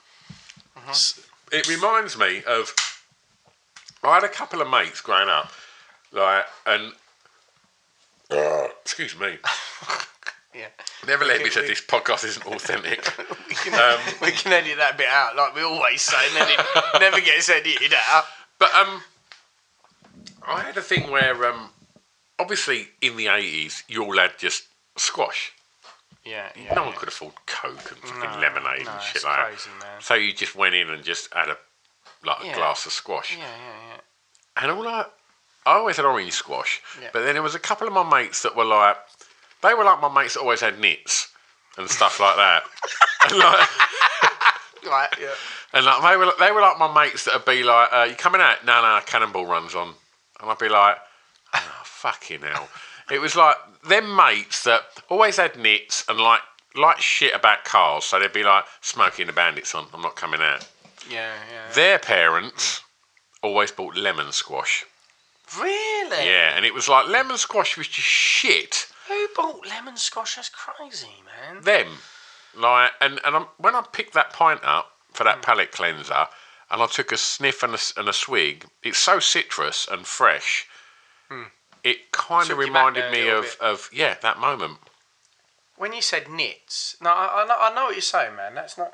Speaker 9: s- it reminds me of I had a couple of mates growing up, like and excuse me,
Speaker 6: Yeah.
Speaker 9: never let me say this podcast isn't authentic.
Speaker 6: We can, we can edit that bit out, like we always say, and then it never gets edited out.
Speaker 9: But um, I had a thing where um, obviously in the eighties you all had just squash.
Speaker 6: Yeah.
Speaker 9: no one could afford coke and fucking lemonade
Speaker 6: no,
Speaker 9: and shit
Speaker 6: it's
Speaker 9: like
Speaker 6: crazy,
Speaker 9: that.
Speaker 6: man.
Speaker 9: So you just went in and just had a like a
Speaker 6: Yeah.
Speaker 9: glass of squash.
Speaker 6: Yeah, yeah,
Speaker 9: And all I, I always had orange squash.
Speaker 6: Yeah.
Speaker 9: But then there was a couple of my mates that were like, they were like my mates that always had nits and stuff like that. and like,
Speaker 6: yeah. Right. Yeah.
Speaker 9: and like they were they were like my mates that'd be like, uh, "You coming out? No, no, Cannonball runs on," and I'd be like, oh, "Fucking hell!" It was like them mates that always had nits and like like shit about cars, so they'd be like, "Smoking the bandits on, I'm not coming out."
Speaker 6: Yeah, yeah.
Speaker 9: Their parents always bought lemon squash.
Speaker 6: Really?
Speaker 9: Yeah, and it was like lemon squash was just shit.
Speaker 6: Who bought lemon squash? That's crazy, man.
Speaker 9: them, like, and and i when I picked that pint up for
Speaker 6: Mm.
Speaker 9: that palate cleanser, and I took a sniff and a, s- and a swig, it's so citrus and fresh. It kind of
Speaker 6: Mm. Took you back
Speaker 9: reminded
Speaker 6: there a
Speaker 9: me
Speaker 6: little
Speaker 9: of,
Speaker 6: bit.
Speaker 9: of yeah that moment.
Speaker 6: When you said knits, no, I, I, know, I know what you're saying, man. That's not.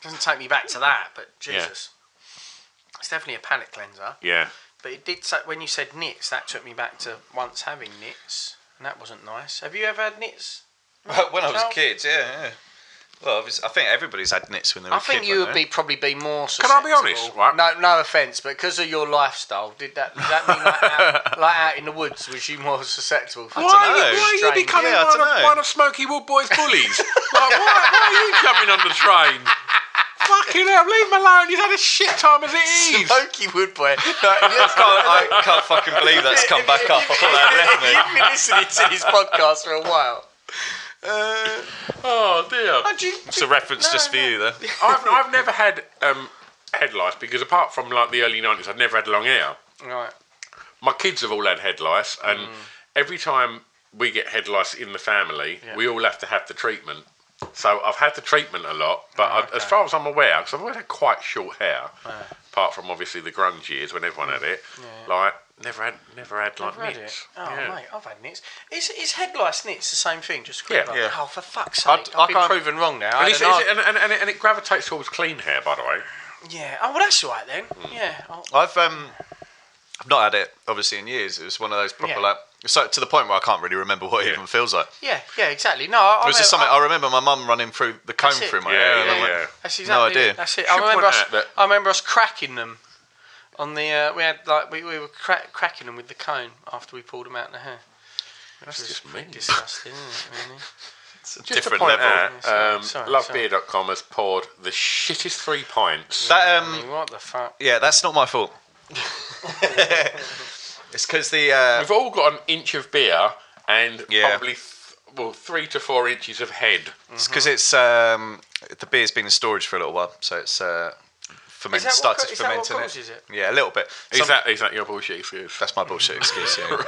Speaker 6: it doesn't take me back to that, but Jesus, it's definitely a panic cleanser.
Speaker 9: Yeah,
Speaker 6: But it did. Say, when you said knits, that took me back to once having knits, and that wasn't nice. Have you ever had knits?
Speaker 8: Well, when I was a
Speaker 6: Well-
Speaker 8: kid, yeah. yeah. Well, obviously, I think everybody's had nits when they were
Speaker 6: I
Speaker 8: a kid,
Speaker 6: think you would
Speaker 8: haven't they?
Speaker 6: be probably be more.
Speaker 9: Can I be honest,
Speaker 6: susceptible.
Speaker 9: right?
Speaker 6: No, no offense, but because of your lifestyle, did that? Did that mean like, out, like out in the woods, was you more susceptible? For
Speaker 9: why,
Speaker 8: don't
Speaker 9: are you-
Speaker 8: know.
Speaker 9: why are
Speaker 6: Strange.
Speaker 9: you becoming
Speaker 8: Yeah, I
Speaker 9: one,
Speaker 8: don't
Speaker 9: of,
Speaker 8: know.
Speaker 9: one of Smokey Woodboy's bullies? like, why, why are you jumping on the train? Fucking hell, leave him alone. He's had a shit time as it is.
Speaker 6: Smokey Woodboy. Like, yes,
Speaker 8: I can't, I can't fucking believe that's come back up. I thought that had left
Speaker 6: You've
Speaker 8: me.
Speaker 6: been listening to his podcast for a while.
Speaker 9: Oh dear.
Speaker 6: How'd you-
Speaker 8: It's a reference just for you, though.
Speaker 9: I've, I've never had um, head lice because apart from like the early nineties, I've never had long hair.
Speaker 6: Right.
Speaker 9: My kids have all had head lice, and
Speaker 6: Mm.
Speaker 9: every time we get head lice in the family, we all have to have the treatment. So I've had the treatment a lot, but
Speaker 6: Ah,
Speaker 9: I, as far as I'm aware, because I've always had quite short hair, apart from obviously the grunge years when everyone had it, like never had never had like
Speaker 6: Read it.
Speaker 9: nits.
Speaker 6: Oh,
Speaker 9: Yeah.
Speaker 6: mate, I've had nits. Is, is head lice nits the same thing? Just quick.
Speaker 9: Yeah,
Speaker 6: like,
Speaker 9: yeah.
Speaker 6: Oh, for fuck's
Speaker 9: I-
Speaker 6: sake.
Speaker 9: I
Speaker 6: I've been
Speaker 9: can't-
Speaker 6: proven wrong now. I
Speaker 9: And,
Speaker 6: don't
Speaker 9: it's- it's-
Speaker 6: know.
Speaker 9: and, and, and it- and it gravitates towards clean hair, by the way.
Speaker 6: Yeah. Oh, well, that's all right then.
Speaker 9: Mm.
Speaker 6: Yeah. oh, I'll-
Speaker 8: I've um, I've not had it obviously in years. It was one of those proper
Speaker 6: Yeah.
Speaker 8: like so to the point where I can't really remember what it even feels like.
Speaker 6: yeah. Yeah. Exactly. No. I,
Speaker 8: it was just
Speaker 6: I,
Speaker 8: something I, remember my mum running through the comb
Speaker 6: That's it.
Speaker 8: through my
Speaker 6: Yeah,
Speaker 8: hair. and
Speaker 6: yeah,
Speaker 8: I'm like,
Speaker 6: yeah. That's exactly
Speaker 8: No idea.
Speaker 6: it. That's it.
Speaker 8: Should
Speaker 6: I remember
Speaker 8: point
Speaker 6: us.
Speaker 8: out that-
Speaker 6: I remember us cracking them on the. Uh, we had like we, we were crack, cracking them with the cone after we pulled them out in the hair. Which
Speaker 9: That's
Speaker 6: was
Speaker 9: just
Speaker 6: pretty
Speaker 9: mean.
Speaker 6: Disgusting, isn't it? Really.
Speaker 8: It's a
Speaker 9: Just
Speaker 8: different
Speaker 9: to point
Speaker 8: level.
Speaker 9: out, um,
Speaker 6: Sorry, sorry.
Speaker 9: lovebeer.com has poured the shittest three pints.
Speaker 8: That um,
Speaker 6: I mean, what the fuck?
Speaker 8: yeah, that's not my fault. it's because the uh,
Speaker 6: Mm-hmm.
Speaker 9: We've all got an inch of beer and
Speaker 8: Yeah.
Speaker 9: probably th- well three to four inches of head.
Speaker 8: it's because it's um, the beer's been in storage for a little while, so it's uh, ferment,
Speaker 6: Is that what
Speaker 8: started
Speaker 6: ca- is that what
Speaker 8: fermenting
Speaker 6: causes it?
Speaker 8: Yeah, a little bit.
Speaker 9: Is
Speaker 8: Some-
Speaker 9: that is that your bullshit excuse?
Speaker 8: That's my bullshit excuse. Yeah.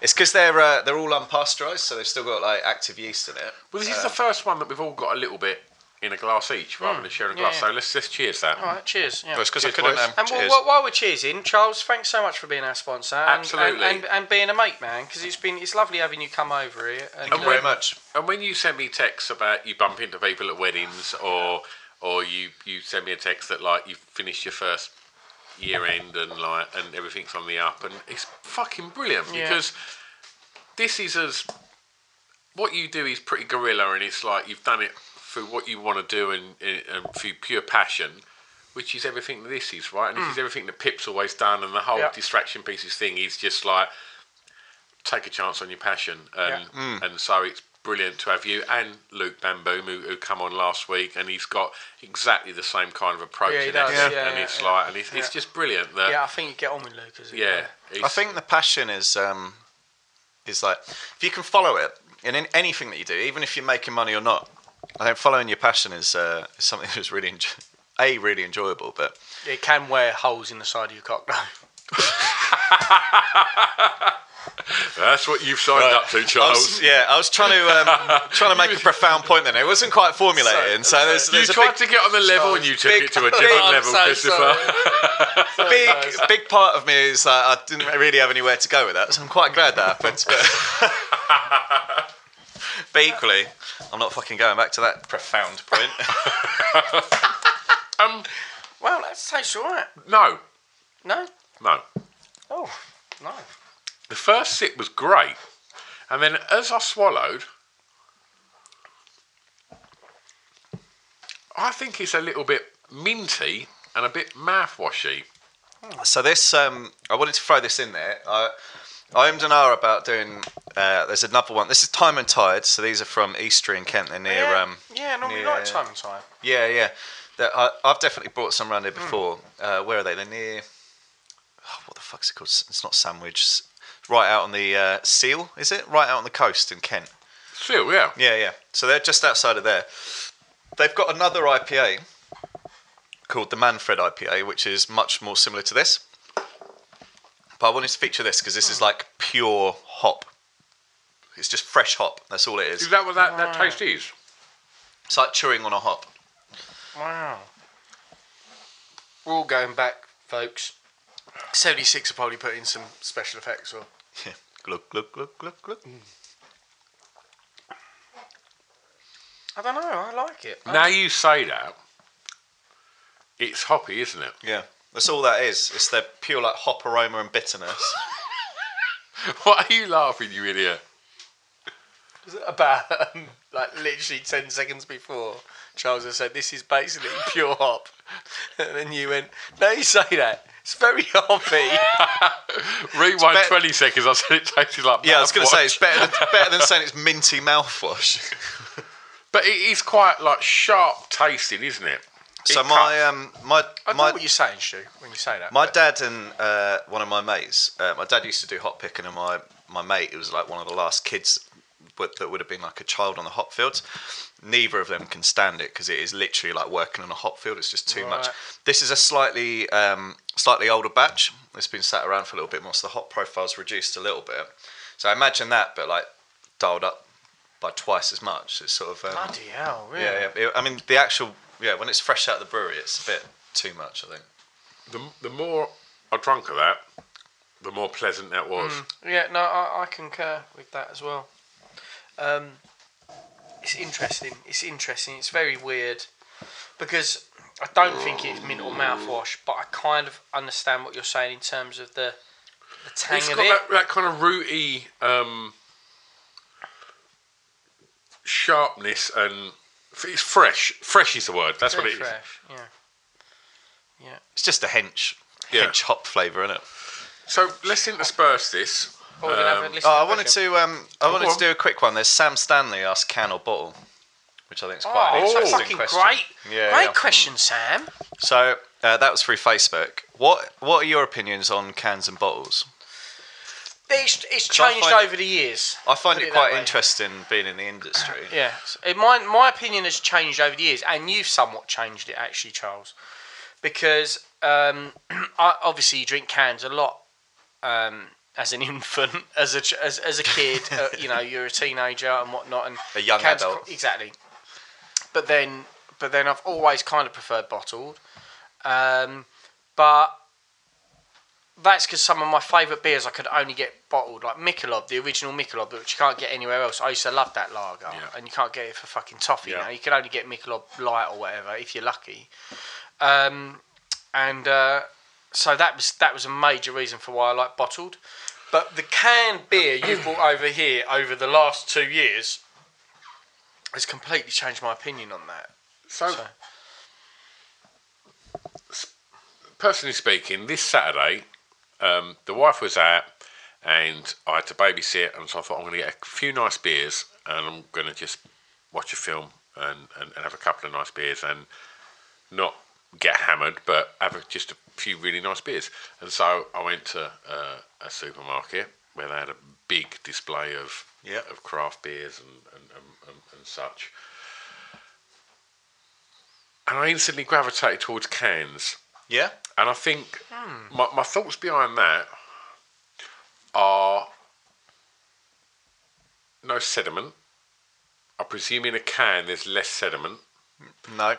Speaker 8: It's because they're uh, they're all unpasteurised, so they've still got like active yeast in it.
Speaker 9: Well, this is the first one that we've all got a little bit in a glass each, rather than sharing a glass.
Speaker 6: Hmm. yeah.
Speaker 9: So let's let's cheers that.
Speaker 6: All right. Cheers. Yeah.
Speaker 8: Well, it's 'cause I
Speaker 9: Cheers,
Speaker 8: couldn't.
Speaker 9: boys.
Speaker 8: Um,
Speaker 6: And well,
Speaker 8: cheers.
Speaker 6: while- while we're cheersing, Charles, thanks so much for being our sponsor. and-
Speaker 9: Absolutely.
Speaker 6: And, and, and being a mate, man, because it's been it's lovely having you come over here. And,
Speaker 8: Thank you
Speaker 6: uh,
Speaker 8: very much.
Speaker 9: And when you send me texts about you bump into people at weddings, or or you you send me a text that like you've finished your first year end and like and everything's on the up, and it's fucking brilliant
Speaker 6: Yeah.
Speaker 9: because this is as what you do is pretty guerrilla, and it's like you've done it for what you want to do and, and and for pure passion. Which is everything that this is, right? And
Speaker 6: Mm.
Speaker 9: this is everything that Pip's always done, and the whole
Speaker 6: Yeah.
Speaker 9: distraction pieces thing is just like take a chance on your passion, and
Speaker 8: Mm.
Speaker 9: and so it's brilliant to have you and Luke Bamboom who, who come on last week, and he's got exactly the same kind of approach.
Speaker 6: Yeah, he
Speaker 9: in
Speaker 6: does.
Speaker 9: essence,
Speaker 6: Yeah,
Speaker 9: and
Speaker 6: yeah,
Speaker 9: it's
Speaker 6: yeah.
Speaker 9: like, and it's, it's just brilliant that
Speaker 6: Yeah,
Speaker 9: yeah,
Speaker 6: I think you get on with Lucas.
Speaker 9: it's-
Speaker 8: I think the passion is um, is like if you can follow it and in anything that you do, even if you're making money or not. I think following your passion is, uh, is something that's really enjoy- a really enjoyable, but
Speaker 6: It can wear holes in the side of your cock, though.
Speaker 9: that's what you've signed up to,
Speaker 8: I
Speaker 9: Charles.
Speaker 8: was, yeah, I was trying to um, trying to make a profound point. Then it wasn't quite formulating, so, there's,
Speaker 9: uh, you
Speaker 8: there's a
Speaker 9: tried to
Speaker 8: big,
Speaker 9: get on the level, and you took
Speaker 8: big-
Speaker 9: it to a
Speaker 8: big-
Speaker 9: different
Speaker 8: I'm
Speaker 9: level,
Speaker 8: so
Speaker 9: Christopher.
Speaker 8: big, big part of me is that I didn't really have anywhere to go with that, so I'm quite glad that happened. But, but equally, I'm not fucking going back to that profound point.
Speaker 9: um,
Speaker 6: Well, that tastes all right.
Speaker 9: no,
Speaker 6: No?
Speaker 9: no.
Speaker 6: Oh, no.
Speaker 9: The first sip was great, and then as I swallowed, I think it's a little bit minty and a bit mouthwashy.
Speaker 8: so this, um, I wanted to throw this in there. I, I owned an hour about doing. Uh, there's another one. This is Time and Tide. So these are from Eastry in Kent. They're near.
Speaker 6: yeah,
Speaker 8: Um,
Speaker 6: yeah, normally
Speaker 8: near-
Speaker 6: like time and time.
Speaker 8: Yeah, yeah. That- I, I've definitely brought some around here before. Uh, where are they? They're near. oh, what the fuck's it called? S- It's not sandwich. S- Right out on the uh, seal, is it? Right out on the coast in Kent.
Speaker 9: Still, yeah.
Speaker 8: Yeah, yeah. So they're just outside of there. They've got another IPA called the Manfred IPA, which is much more similar to this. But I wanted to feature this because this is like pure hop. It's just fresh hop. That's all it
Speaker 9: Is
Speaker 8: is.
Speaker 9: that what that, that taste is?
Speaker 8: It's like chewing on a hop.
Speaker 6: Wow. We're all going back, folks. 76 will probably put in some special effects or.
Speaker 8: Glug, glug, glug, glug, glug.
Speaker 6: I don't know, I like it. I-
Speaker 9: Now you say that, it's hoppy, isn't it?
Speaker 8: Yeah, that's all that is. It's their pure like hop aroma and bitterness.
Speaker 9: What are you laughing, you idiot?
Speaker 6: about um, like literally 10 seconds before Charles has said this is basically pure hop and then you went no you say that it's very hoppy
Speaker 9: Rewind
Speaker 8: bet-
Speaker 9: 20 seconds, I said it tasted like
Speaker 8: yeah, I was going to
Speaker 9: mouthwash.
Speaker 8: say it's better than, better than saying it's minty mouthwash.
Speaker 9: But it is quite like sharp tasting, isn't it?
Speaker 8: so
Speaker 9: It
Speaker 8: my
Speaker 9: cuts-
Speaker 8: um my
Speaker 6: I know
Speaker 8: my
Speaker 6: what you're saying Stu when you say that
Speaker 8: my dad and uh, one of my mates. Uh, my dad used to do hop picking, and my my mate who was like one of the last kids wi- that would have been like a child on the hop fields. Neither of them can stand it because it is literally like working on a hop field. It's just too much.
Speaker 6: Right.
Speaker 8: This is a slightly um, slightly older batch. It's been sat around for a little bit more, so the hop profile's reduced a little bit. So imagine that, but like dialed up by twice as much. It's sort of um,
Speaker 6: bloody hell really
Speaker 8: yeah, yeah. It- I mean the actual yeah when it's fresh out of the brewery, it's a bit too much. I think.
Speaker 9: the, the more I drunk of that, the more pleasant that was.
Speaker 6: Mm, Yeah, no I, I concur with that as well um, it's interesting it's interesting it's very weird because I don't think it's mint or mouthwash, but I kind of understand what you're saying in terms of the, the tang
Speaker 9: It's
Speaker 6: of
Speaker 9: got
Speaker 6: it.
Speaker 9: That, that kind of rooty um, sharpness and f- it's fresh. Fresh is the word. That's
Speaker 6: Very
Speaker 9: what it is.
Speaker 6: fresh, Yeah. Yeah.
Speaker 8: It's just a hench, hench hop flavour, isn't it?
Speaker 9: So let's intersperse this.
Speaker 6: Oh, we're gonna have a listen
Speaker 8: I
Speaker 6: to
Speaker 8: wanted
Speaker 6: Christian.
Speaker 8: to. Um, I
Speaker 9: Oh,
Speaker 8: wanted
Speaker 9: go
Speaker 8: to do a quick one. There's Sam Stanley asked can or bottle, which I think is quite
Speaker 6: Oh,
Speaker 8: an
Speaker 6: that's
Speaker 8: interesting
Speaker 6: fucking
Speaker 8: question.
Speaker 6: great.
Speaker 8: Yeah,
Speaker 6: great
Speaker 8: yeah.
Speaker 6: question, Sam.
Speaker 8: So uh, that was through Facebook. What What are your opinions on cans and bottles?
Speaker 6: It's, it's
Speaker 8: 'Cause I
Speaker 6: changed
Speaker 8: find-
Speaker 6: over the years.
Speaker 8: I find
Speaker 6: Put
Speaker 8: it,
Speaker 6: it that
Speaker 8: quite
Speaker 6: way.
Speaker 8: interesting being in the industry.
Speaker 6: Yeah, it, my my opinion has changed over the years, and you've somewhat changed it actually, Charles, because um, I, obviously you drink cans a lot um, as an infant, as a ch- as, as a kid, uh, you know, you're a teenager and whatnot, and
Speaker 8: A young
Speaker 6: cans-
Speaker 8: adult.
Speaker 6: exactly. But then, but then I've always kind of preferred bottled, um, but that's because some of my favourite beers I could only get bottled, like Michelob, the original Michelob, which you can't get anywhere else. I used to love that lager, and you can't get it for fucking toffee
Speaker 9: Yeah.
Speaker 6: now. You can only get Michelob Light or whatever if you're lucky. Um, and uh, so that was that was a major reason for why I like bottled. But the canned beer you've brought over here over the last two years has completely changed my opinion on that.
Speaker 9: So,
Speaker 6: So-
Speaker 9: s- personally speaking, this Saturday, um, the wife was out and I had to babysit, and so I thought I'm going to get a few nice beers and I'm going to just watch a film and, and, and have a couple of nice beers and not get hammered, but have a, just a few really nice beers. And so I went to uh, a supermarket where they had a big display of
Speaker 8: Yeah.
Speaker 9: of craft beers and, and, and, and, and such. And I instantly gravitated towards cans.
Speaker 8: Yeah.
Speaker 9: And I think hmm, my, my thoughts behind that are no sediment. I presume in a can there's less sediment.
Speaker 8: No.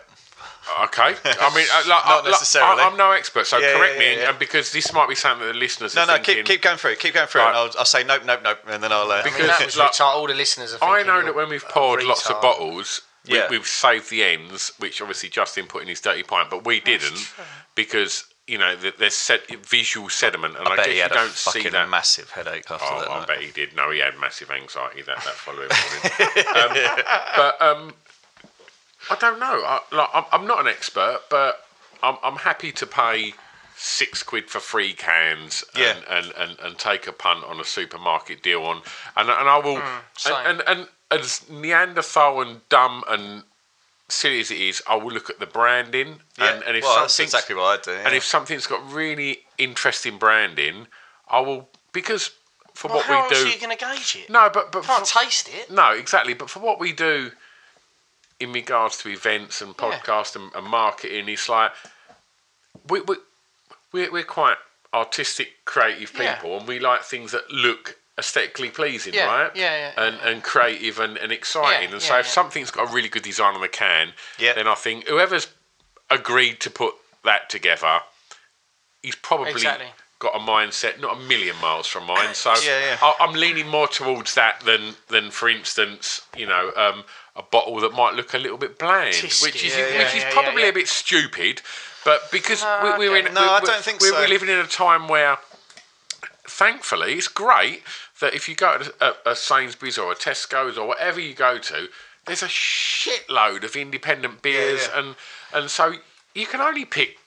Speaker 9: Okay. I mean, uh, like,
Speaker 8: Not
Speaker 9: I- like,
Speaker 8: necessarily.
Speaker 9: I, am no expert, so
Speaker 8: Yeah,
Speaker 9: correct
Speaker 8: yeah,
Speaker 9: me.
Speaker 8: yeah,
Speaker 9: and-
Speaker 8: yeah.
Speaker 9: And because this might be something that the listeners
Speaker 8: No,
Speaker 9: are
Speaker 8: no.
Speaker 9: thinking.
Speaker 8: Keep keep going through. Keep going through,
Speaker 9: Right.
Speaker 8: and I'll, I'll say nope, nope, nope, and then I'll. Uh,
Speaker 6: I mean,
Speaker 9: Because,
Speaker 6: that was
Speaker 9: like,
Speaker 6: retard- all the listeners are.
Speaker 9: I
Speaker 6: thinking
Speaker 9: know
Speaker 6: you're
Speaker 9: that when we've
Speaker 6: a
Speaker 9: poured lots of
Speaker 6: retard.
Speaker 9: bottles, we,
Speaker 8: Yeah.
Speaker 9: we've saved the ends, which obviously Justin put in his dirty pint, but we didn't because you know th- there's set, visual sediment, and I,
Speaker 8: I bet
Speaker 9: guess
Speaker 8: he had
Speaker 9: you
Speaker 8: a
Speaker 9: don't see
Speaker 8: fucking
Speaker 9: that.
Speaker 8: massive headache after
Speaker 9: Oh,
Speaker 8: that.
Speaker 9: I
Speaker 8: night.
Speaker 9: bet he did. No, he had massive anxiety that that following morning. um, but um, I don't know. I, like, I'm, I'm not an expert, but I'm, I'm happy to pay six quid for three cans and,
Speaker 8: Yeah.
Speaker 9: and, and, and take a punt on a supermarket deal on and and I will
Speaker 6: same.
Speaker 9: and, and and as Neanderthal and dumb and silly as it is, I will look at the branding
Speaker 8: Yeah,
Speaker 9: and, and if
Speaker 8: well, that's
Speaker 9: something's-
Speaker 8: exactly what I do,
Speaker 9: And
Speaker 8: yeah.
Speaker 9: if something's got really interesting branding, I will because for
Speaker 6: Well,
Speaker 9: what
Speaker 6: how
Speaker 9: we
Speaker 6: else
Speaker 9: do
Speaker 6: are you going to gauge it?
Speaker 9: no, but but
Speaker 6: Can't
Speaker 9: for-
Speaker 6: taste it.
Speaker 9: No, exactly. But for what we do in regards to events and podcast and, and marketing, it's like we we we're, we're quite artistic, creative people,
Speaker 6: Yeah.
Speaker 9: and we like things that look aesthetically pleasing,
Speaker 6: Yeah,
Speaker 9: right?
Speaker 6: yeah, yeah,
Speaker 9: and and creative and, and exciting.
Speaker 6: Yeah,
Speaker 9: and
Speaker 6: yeah,
Speaker 9: so if
Speaker 6: yeah.
Speaker 9: something's got a really good design on the can,
Speaker 8: Yeah.
Speaker 9: then I think whoever's agreed to put that together, he's probably
Speaker 6: Exactly.
Speaker 9: got a mindset not a million miles from mine. So
Speaker 8: Uh, Yeah, yeah.
Speaker 9: I, I'm leaning more towards that than than for instance, you know, um, a bottle that might look a little bit bland,
Speaker 6: Tisky.
Speaker 9: which is
Speaker 6: Yeah, yeah,
Speaker 9: which is
Speaker 6: yeah,
Speaker 9: probably
Speaker 6: yeah.
Speaker 9: a bit stupid. But because
Speaker 6: No, I
Speaker 9: we, we're
Speaker 6: get
Speaker 9: in,
Speaker 8: it. Ah, No,
Speaker 9: we
Speaker 8: I don't think
Speaker 9: we're,
Speaker 8: so.
Speaker 9: We're living in a time where, thankfully, it's great that if you go to a, a Sainsbury's or a Tesco's or whatever you go to, there's a shitload of independent beers,
Speaker 8: yeah.
Speaker 9: and and so you can only pick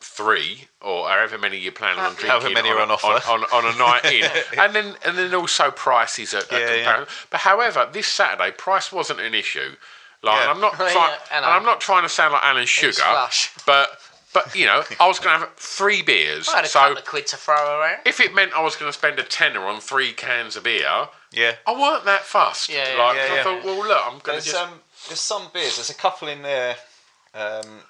Speaker 9: three or however many you're planning on drinking,
Speaker 8: However many are on offer.
Speaker 9: on, on, on a night in, and then and then also prices are, are
Speaker 8: Yeah, yeah.
Speaker 9: comparable. But however, this Saturday price wasn't an issue. Like
Speaker 8: Yeah.
Speaker 9: and I'm not
Speaker 6: Yeah,
Speaker 9: try- and
Speaker 6: Alan.
Speaker 9: I'm not trying to sound like Alan Sugar,
Speaker 6: flush.
Speaker 9: but but you know I was going to have three beers,
Speaker 6: I had a
Speaker 9: so
Speaker 6: couple of quid to throw around.
Speaker 9: if it meant I was going to spend a tenner on three cans of beer,
Speaker 8: Yeah.
Speaker 9: I weren't that fussed.
Speaker 6: Yeah, yeah,
Speaker 9: like,
Speaker 8: yeah,
Speaker 9: I
Speaker 8: yeah.
Speaker 9: thought, well, look, I'm going to
Speaker 8: There's
Speaker 9: just
Speaker 8: um, there's some beers. There's a couple in there, um,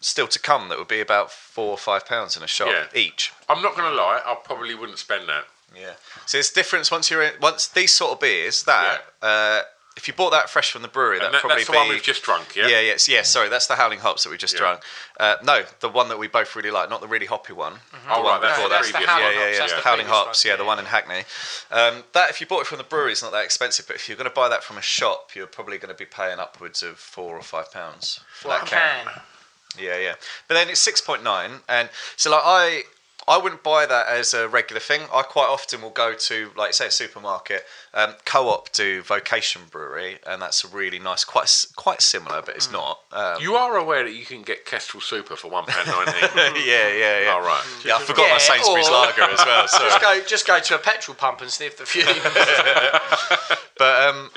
Speaker 8: still to come that would be about four or five pounds in a shop
Speaker 9: Yeah.
Speaker 8: each.
Speaker 9: I'm not going to lie, I probably wouldn't spend that.
Speaker 8: Yeah. So it's different once you're in, once these sort of beers that uh, if you bought that fresh from the brewery,
Speaker 9: And
Speaker 8: that'd
Speaker 9: that,
Speaker 8: probably
Speaker 9: that's the
Speaker 8: be
Speaker 9: one we've just drunk, yeah.
Speaker 8: yeah, yeah, s- yeah. Sorry, that's the Howling Hops that we just
Speaker 9: Yeah.
Speaker 8: drunk. Uh, no, the one that we both really like, not the really hoppy one. The
Speaker 9: Oh,
Speaker 8: one
Speaker 9: right, that's
Speaker 8: before
Speaker 9: the
Speaker 8: that.
Speaker 9: previous
Speaker 8: yeah,
Speaker 9: one.
Speaker 8: yeah, yeah.
Speaker 9: That's the
Speaker 8: Howling
Speaker 6: previous one,
Speaker 8: Hops, yeah, the
Speaker 6: yeah,
Speaker 8: one in Hackney. Um, that if you bought it from the brewery, it's not that expensive. But if you're going to buy that from a shop, you're probably going to be paying upwards of four or five pounds for
Speaker 6: Well,
Speaker 8: that
Speaker 6: can.
Speaker 8: can. Yeah, yeah. But then it's six point nine, and so like I, I wouldn't buy that as a regular thing. I quite often will go to like say a supermarket. Um, Co-op do Vocation Brewery, and that's a really nice, quite s- quite similar, but
Speaker 9: Mm.
Speaker 8: it's not. Um,
Speaker 9: You are aware that you can get Kestrel Super for one pound nineteen.
Speaker 8: yeah, yeah, yeah.
Speaker 9: All right.
Speaker 8: Yeah, I forgot my Sainsbury's
Speaker 6: or-
Speaker 8: lager as well. So.
Speaker 6: Just go, just go to a petrol pump and sniff the fumes.
Speaker 8: but um,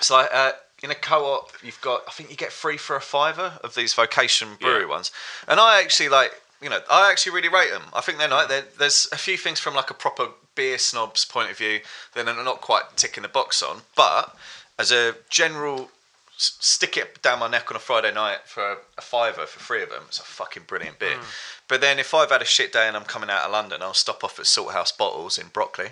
Speaker 8: so like uh, in a co-op, you've got I think you get three for a fiver of these vocation brewery
Speaker 9: Yeah.
Speaker 8: ones, and I actually like you know I actually really rate them. I think they're
Speaker 9: Mm.
Speaker 8: nice. There- There's a few things from like a proper beer snob's point of view that are not quite ticking the box on, but as a general. s- Stick it down my neck on a Friday night for a fiver for three of them. It's a fucking brilliant beer.
Speaker 9: Mm.
Speaker 8: But then if I've had a shit day and I'm coming out of London, I'll stop off at Salthouse Bottles in Broccoli.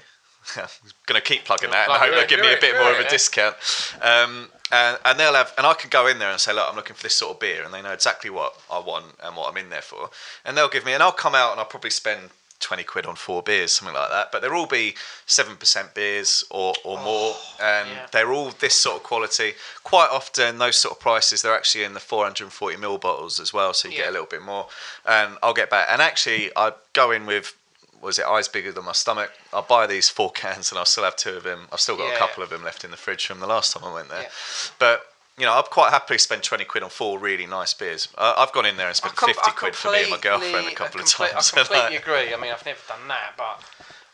Speaker 8: Gonna keep plugging that and
Speaker 9: Like,
Speaker 8: I hope
Speaker 9: do
Speaker 8: they'll
Speaker 9: it,
Speaker 8: give
Speaker 9: do
Speaker 8: me a
Speaker 9: it,
Speaker 8: bit
Speaker 9: do
Speaker 8: more
Speaker 9: it,
Speaker 8: of a
Speaker 9: yeah.
Speaker 8: discount. Um, and, and they'll have, and I can go in there and say, look, I'm looking for this sort of beer, and they know exactly what I want and what I'm in there for, and they'll give me, and I'll come out and I'll probably spend. 20 quid on four beers, something like that. But they'll all be 7% beers or, or more. And they're all this sort of quality. Quite often, those sort of prices, they're actually in the 440ml bottles as well. So you get a little bit more. And I'll get back. And actually, I go in with was it eyes bigger than my stomach? I'll buy these four cans and I'll still have two of them. I've still got
Speaker 6: Yeah.
Speaker 8: a couple of them left in the fridge from the last time I went there. But you know, I'd quite happily spend twenty quid on four really nice beers. Uh, I've gone in there and spent
Speaker 6: Com- I
Speaker 8: fifty quid for me and my girlfriend
Speaker 6: completely-
Speaker 8: a couple
Speaker 6: I
Speaker 8: of
Speaker 6: comple-
Speaker 8: times.
Speaker 6: I completely agree. I mean, I've never done that, but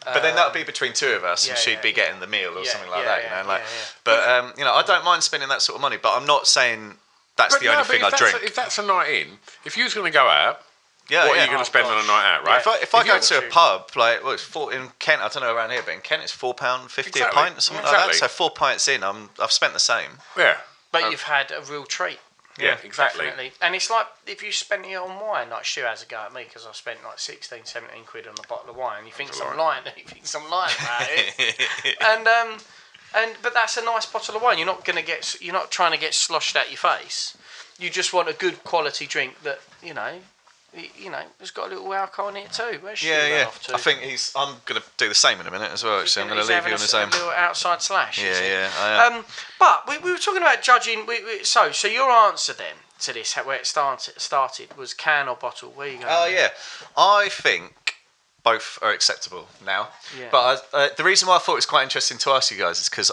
Speaker 8: But then that'd be between two of us, and
Speaker 6: yeah,
Speaker 8: she'd
Speaker 6: yeah,
Speaker 8: be getting the meal or
Speaker 6: Yeah,
Speaker 8: something like
Speaker 6: yeah,
Speaker 8: that, you
Speaker 6: yeah,
Speaker 8: know. and Like,
Speaker 6: yeah, yeah.
Speaker 8: but um, you know, I don't mind spending that sort of money. But I'm not saying that's
Speaker 9: But
Speaker 8: the
Speaker 9: no,
Speaker 8: only
Speaker 9: but
Speaker 8: thing
Speaker 9: if
Speaker 8: I
Speaker 9: that's-
Speaker 8: drink.
Speaker 9: if that's a night in, if you was going to go out,
Speaker 8: yeah,
Speaker 9: what are
Speaker 8: yeah.
Speaker 6: Oh,
Speaker 9: you going to spend on a night out, right?
Speaker 8: If I, if I go
Speaker 9: you're-
Speaker 8: to a pub, like well, it's four, in Kent, I don't know around here, but in Kent it's four pound fifty
Speaker 9: Exactly.
Speaker 8: a pint or something like
Speaker 9: Exactly.
Speaker 8: that. So four pints in, I'm I've spent the same.
Speaker 9: yeah,
Speaker 6: but
Speaker 8: Oh.
Speaker 6: you've had a real treat.
Speaker 9: yeah, exactly.
Speaker 6: Definitely. And it's like if you spend it on wine, like Stu has a go at me because I spent like 16, 17 quid on a bottle of wine. He thinks I'm lying. He thinks I'm lying about it. and um, and but that's a nice bottle of wine. You're not gonna get. You're not trying to get sloshed at your face. You just want a good quality drink that you know. y- You know, it's got a little alcohol in it too. Where's Stu
Speaker 8: Yeah,
Speaker 6: run
Speaker 8: yeah.
Speaker 6: Off to?
Speaker 8: I think he's. I'm gonna do the same in a minute as well. Actually, I'm gonna
Speaker 6: He's
Speaker 8: leave
Speaker 6: having
Speaker 8: you
Speaker 6: a
Speaker 8: on his
Speaker 6: s- a
Speaker 8: own.
Speaker 6: little outside slash. is
Speaker 8: Yeah,
Speaker 6: he?
Speaker 8: yeah. I am.
Speaker 6: Um, but we, we were talking about judging. We, we, so, so your answer then to this, how- where it started, started was can or bottle. Where you going?
Speaker 8: Oh yeah, I think both are acceptable now.
Speaker 6: Yeah.
Speaker 8: But I, uh, the reason why I thought it was quite interesting to ask you guys is because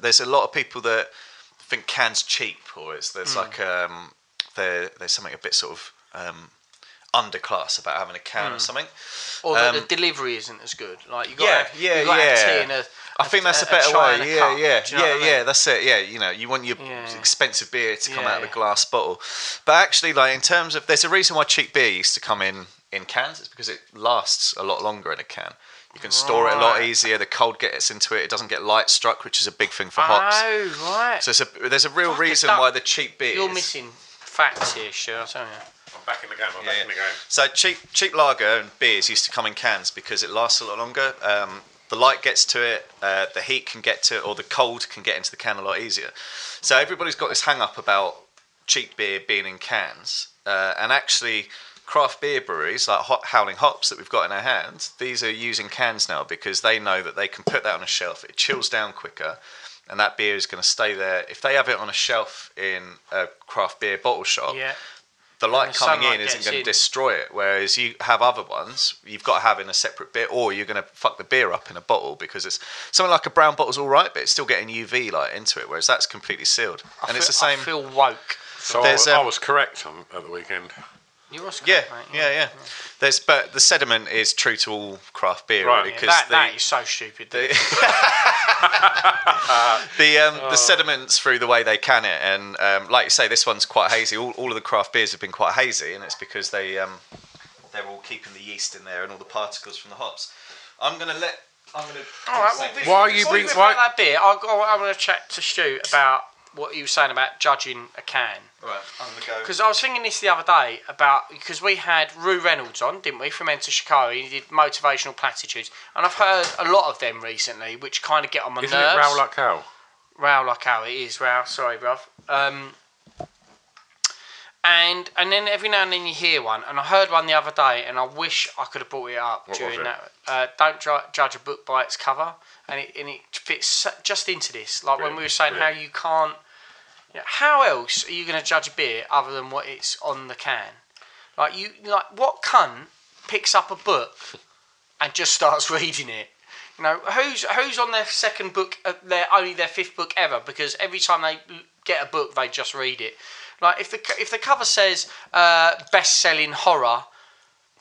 Speaker 8: there's a lot of people that think cans cheap or it's
Speaker 6: Hmm.
Speaker 8: there's like um there there's something a bit sort of um underclass about having a can or something.
Speaker 6: Hmm. Or that
Speaker 8: um,
Speaker 6: the delivery isn't as good. Like you got,
Speaker 8: Yeah,
Speaker 6: to have,
Speaker 8: yeah,
Speaker 6: you got to have
Speaker 8: yeah.
Speaker 6: tea in a.
Speaker 8: I think that's a,
Speaker 6: a
Speaker 8: better
Speaker 6: China
Speaker 8: way. Yeah,
Speaker 6: cup,
Speaker 8: yeah,
Speaker 6: do you know
Speaker 8: yeah,
Speaker 6: what I
Speaker 8: yeah.
Speaker 6: mean?
Speaker 8: That's it. Yeah, you know, you want your
Speaker 6: Yeah.
Speaker 8: expensive beer to come
Speaker 6: Yeah,
Speaker 8: out of
Speaker 6: yeah.
Speaker 8: a glass bottle, but actually, like in terms of, there's a reason why cheap beer used to come in in cans. It's because it lasts a lot longer in a can. You can store it a lot
Speaker 6: Right.
Speaker 8: easier. The cold gets into it. It doesn't get light struck, which is a big thing for hops.
Speaker 6: Oh right.
Speaker 8: So it's a, there's a real
Speaker 6: Fucking
Speaker 8: reason
Speaker 6: duck.
Speaker 8: why the cheap beer.
Speaker 6: You're missing facts here, sure. I tell you.
Speaker 9: I'm back in the game. I'm
Speaker 8: Yeah,
Speaker 9: back in the
Speaker 8: yeah.
Speaker 9: game.
Speaker 8: So cheap cheap lager and beers used to come in cans because it lasts a lot longer. Um, the light gets to it, uh, the heat can get to it, or the cold can get into the can a lot easier. So everybody's got this hang up about cheap beer being in cans, uh, and actually. Craft beer breweries like Hot Howling Hops that we've got in our hands, these are using cans now because they know that they can put that on a shelf. It chills down quicker, and that beer is going to stay there. If they have it on a shelf in a craft beer bottle shop,
Speaker 6: Yeah.
Speaker 8: the light
Speaker 6: the
Speaker 8: coming in
Speaker 6: sunlight
Speaker 8: isn't
Speaker 6: gets
Speaker 8: going to
Speaker 6: in.
Speaker 8: destroy it. Whereas you have other ones, you've got to have in a separate bit, or you're going to fuck the beer up in a bottle because it's something like a brown bottle's all right, but it's still getting UV light into it. Whereas that's completely sealed,
Speaker 6: I
Speaker 8: and it's the
Speaker 6: feel-
Speaker 8: same.
Speaker 6: I feel woke.
Speaker 9: So I
Speaker 8: There's,
Speaker 9: was, I
Speaker 8: um,
Speaker 9: was correct on, at the weekend.
Speaker 6: You was
Speaker 8: yeah,
Speaker 6: correct, mate,
Speaker 8: yeah, yeah. There's but the sediment is true to all craft beer
Speaker 9: Right.
Speaker 8: because
Speaker 9: Yeah,
Speaker 6: Yeah, that,
Speaker 8: the,
Speaker 6: that is so stupid.
Speaker 8: the the, um,
Speaker 9: Oh.
Speaker 8: the sediments through the way they can it, and um, like you say, this one's quite hazy. All, all of the craft beers have been quite hazy, and it's because they um, they're all keeping the yeast in there and all the particles from the hops. I'm gonna let. I'm gonna.
Speaker 6: All right, well, this-
Speaker 9: Why are you
Speaker 6: before
Speaker 9: bring-
Speaker 6: go
Speaker 9: why-
Speaker 6: about that beer? I'll go, I want to chat to Stu about what you were saying about judging a can.
Speaker 8: All right, I'm gonna go.
Speaker 6: Because I was thinking this the other day about because we had Rue Reynolds on, didn't we, from Enter Shikari? He did motivational platitudes, and I've heard a lot of them recently, which kind of get on my
Speaker 9: Isn't
Speaker 6: nerves.
Speaker 9: it row like hell?
Speaker 6: Row like how it is, Row. Sorry, bruv. Um, and and then every now and then you hear one, and I heard one the other day, and I wish I could have brought it up
Speaker 9: What
Speaker 6: during
Speaker 9: was it?
Speaker 6: that. Uh, don't ju- judge a book by its cover, and it and it fits so- just into this. Like when we were saying how you can't Yeah, How else are you going to judge beer other than what it's on the can? Like you, like what cunt picks up a book and just starts reading it? You know, who's who's on their second book, uh, their only their fifth book ever? Because every time they get a book, they just read it. Like if the co- if the cover says uh, best selling horror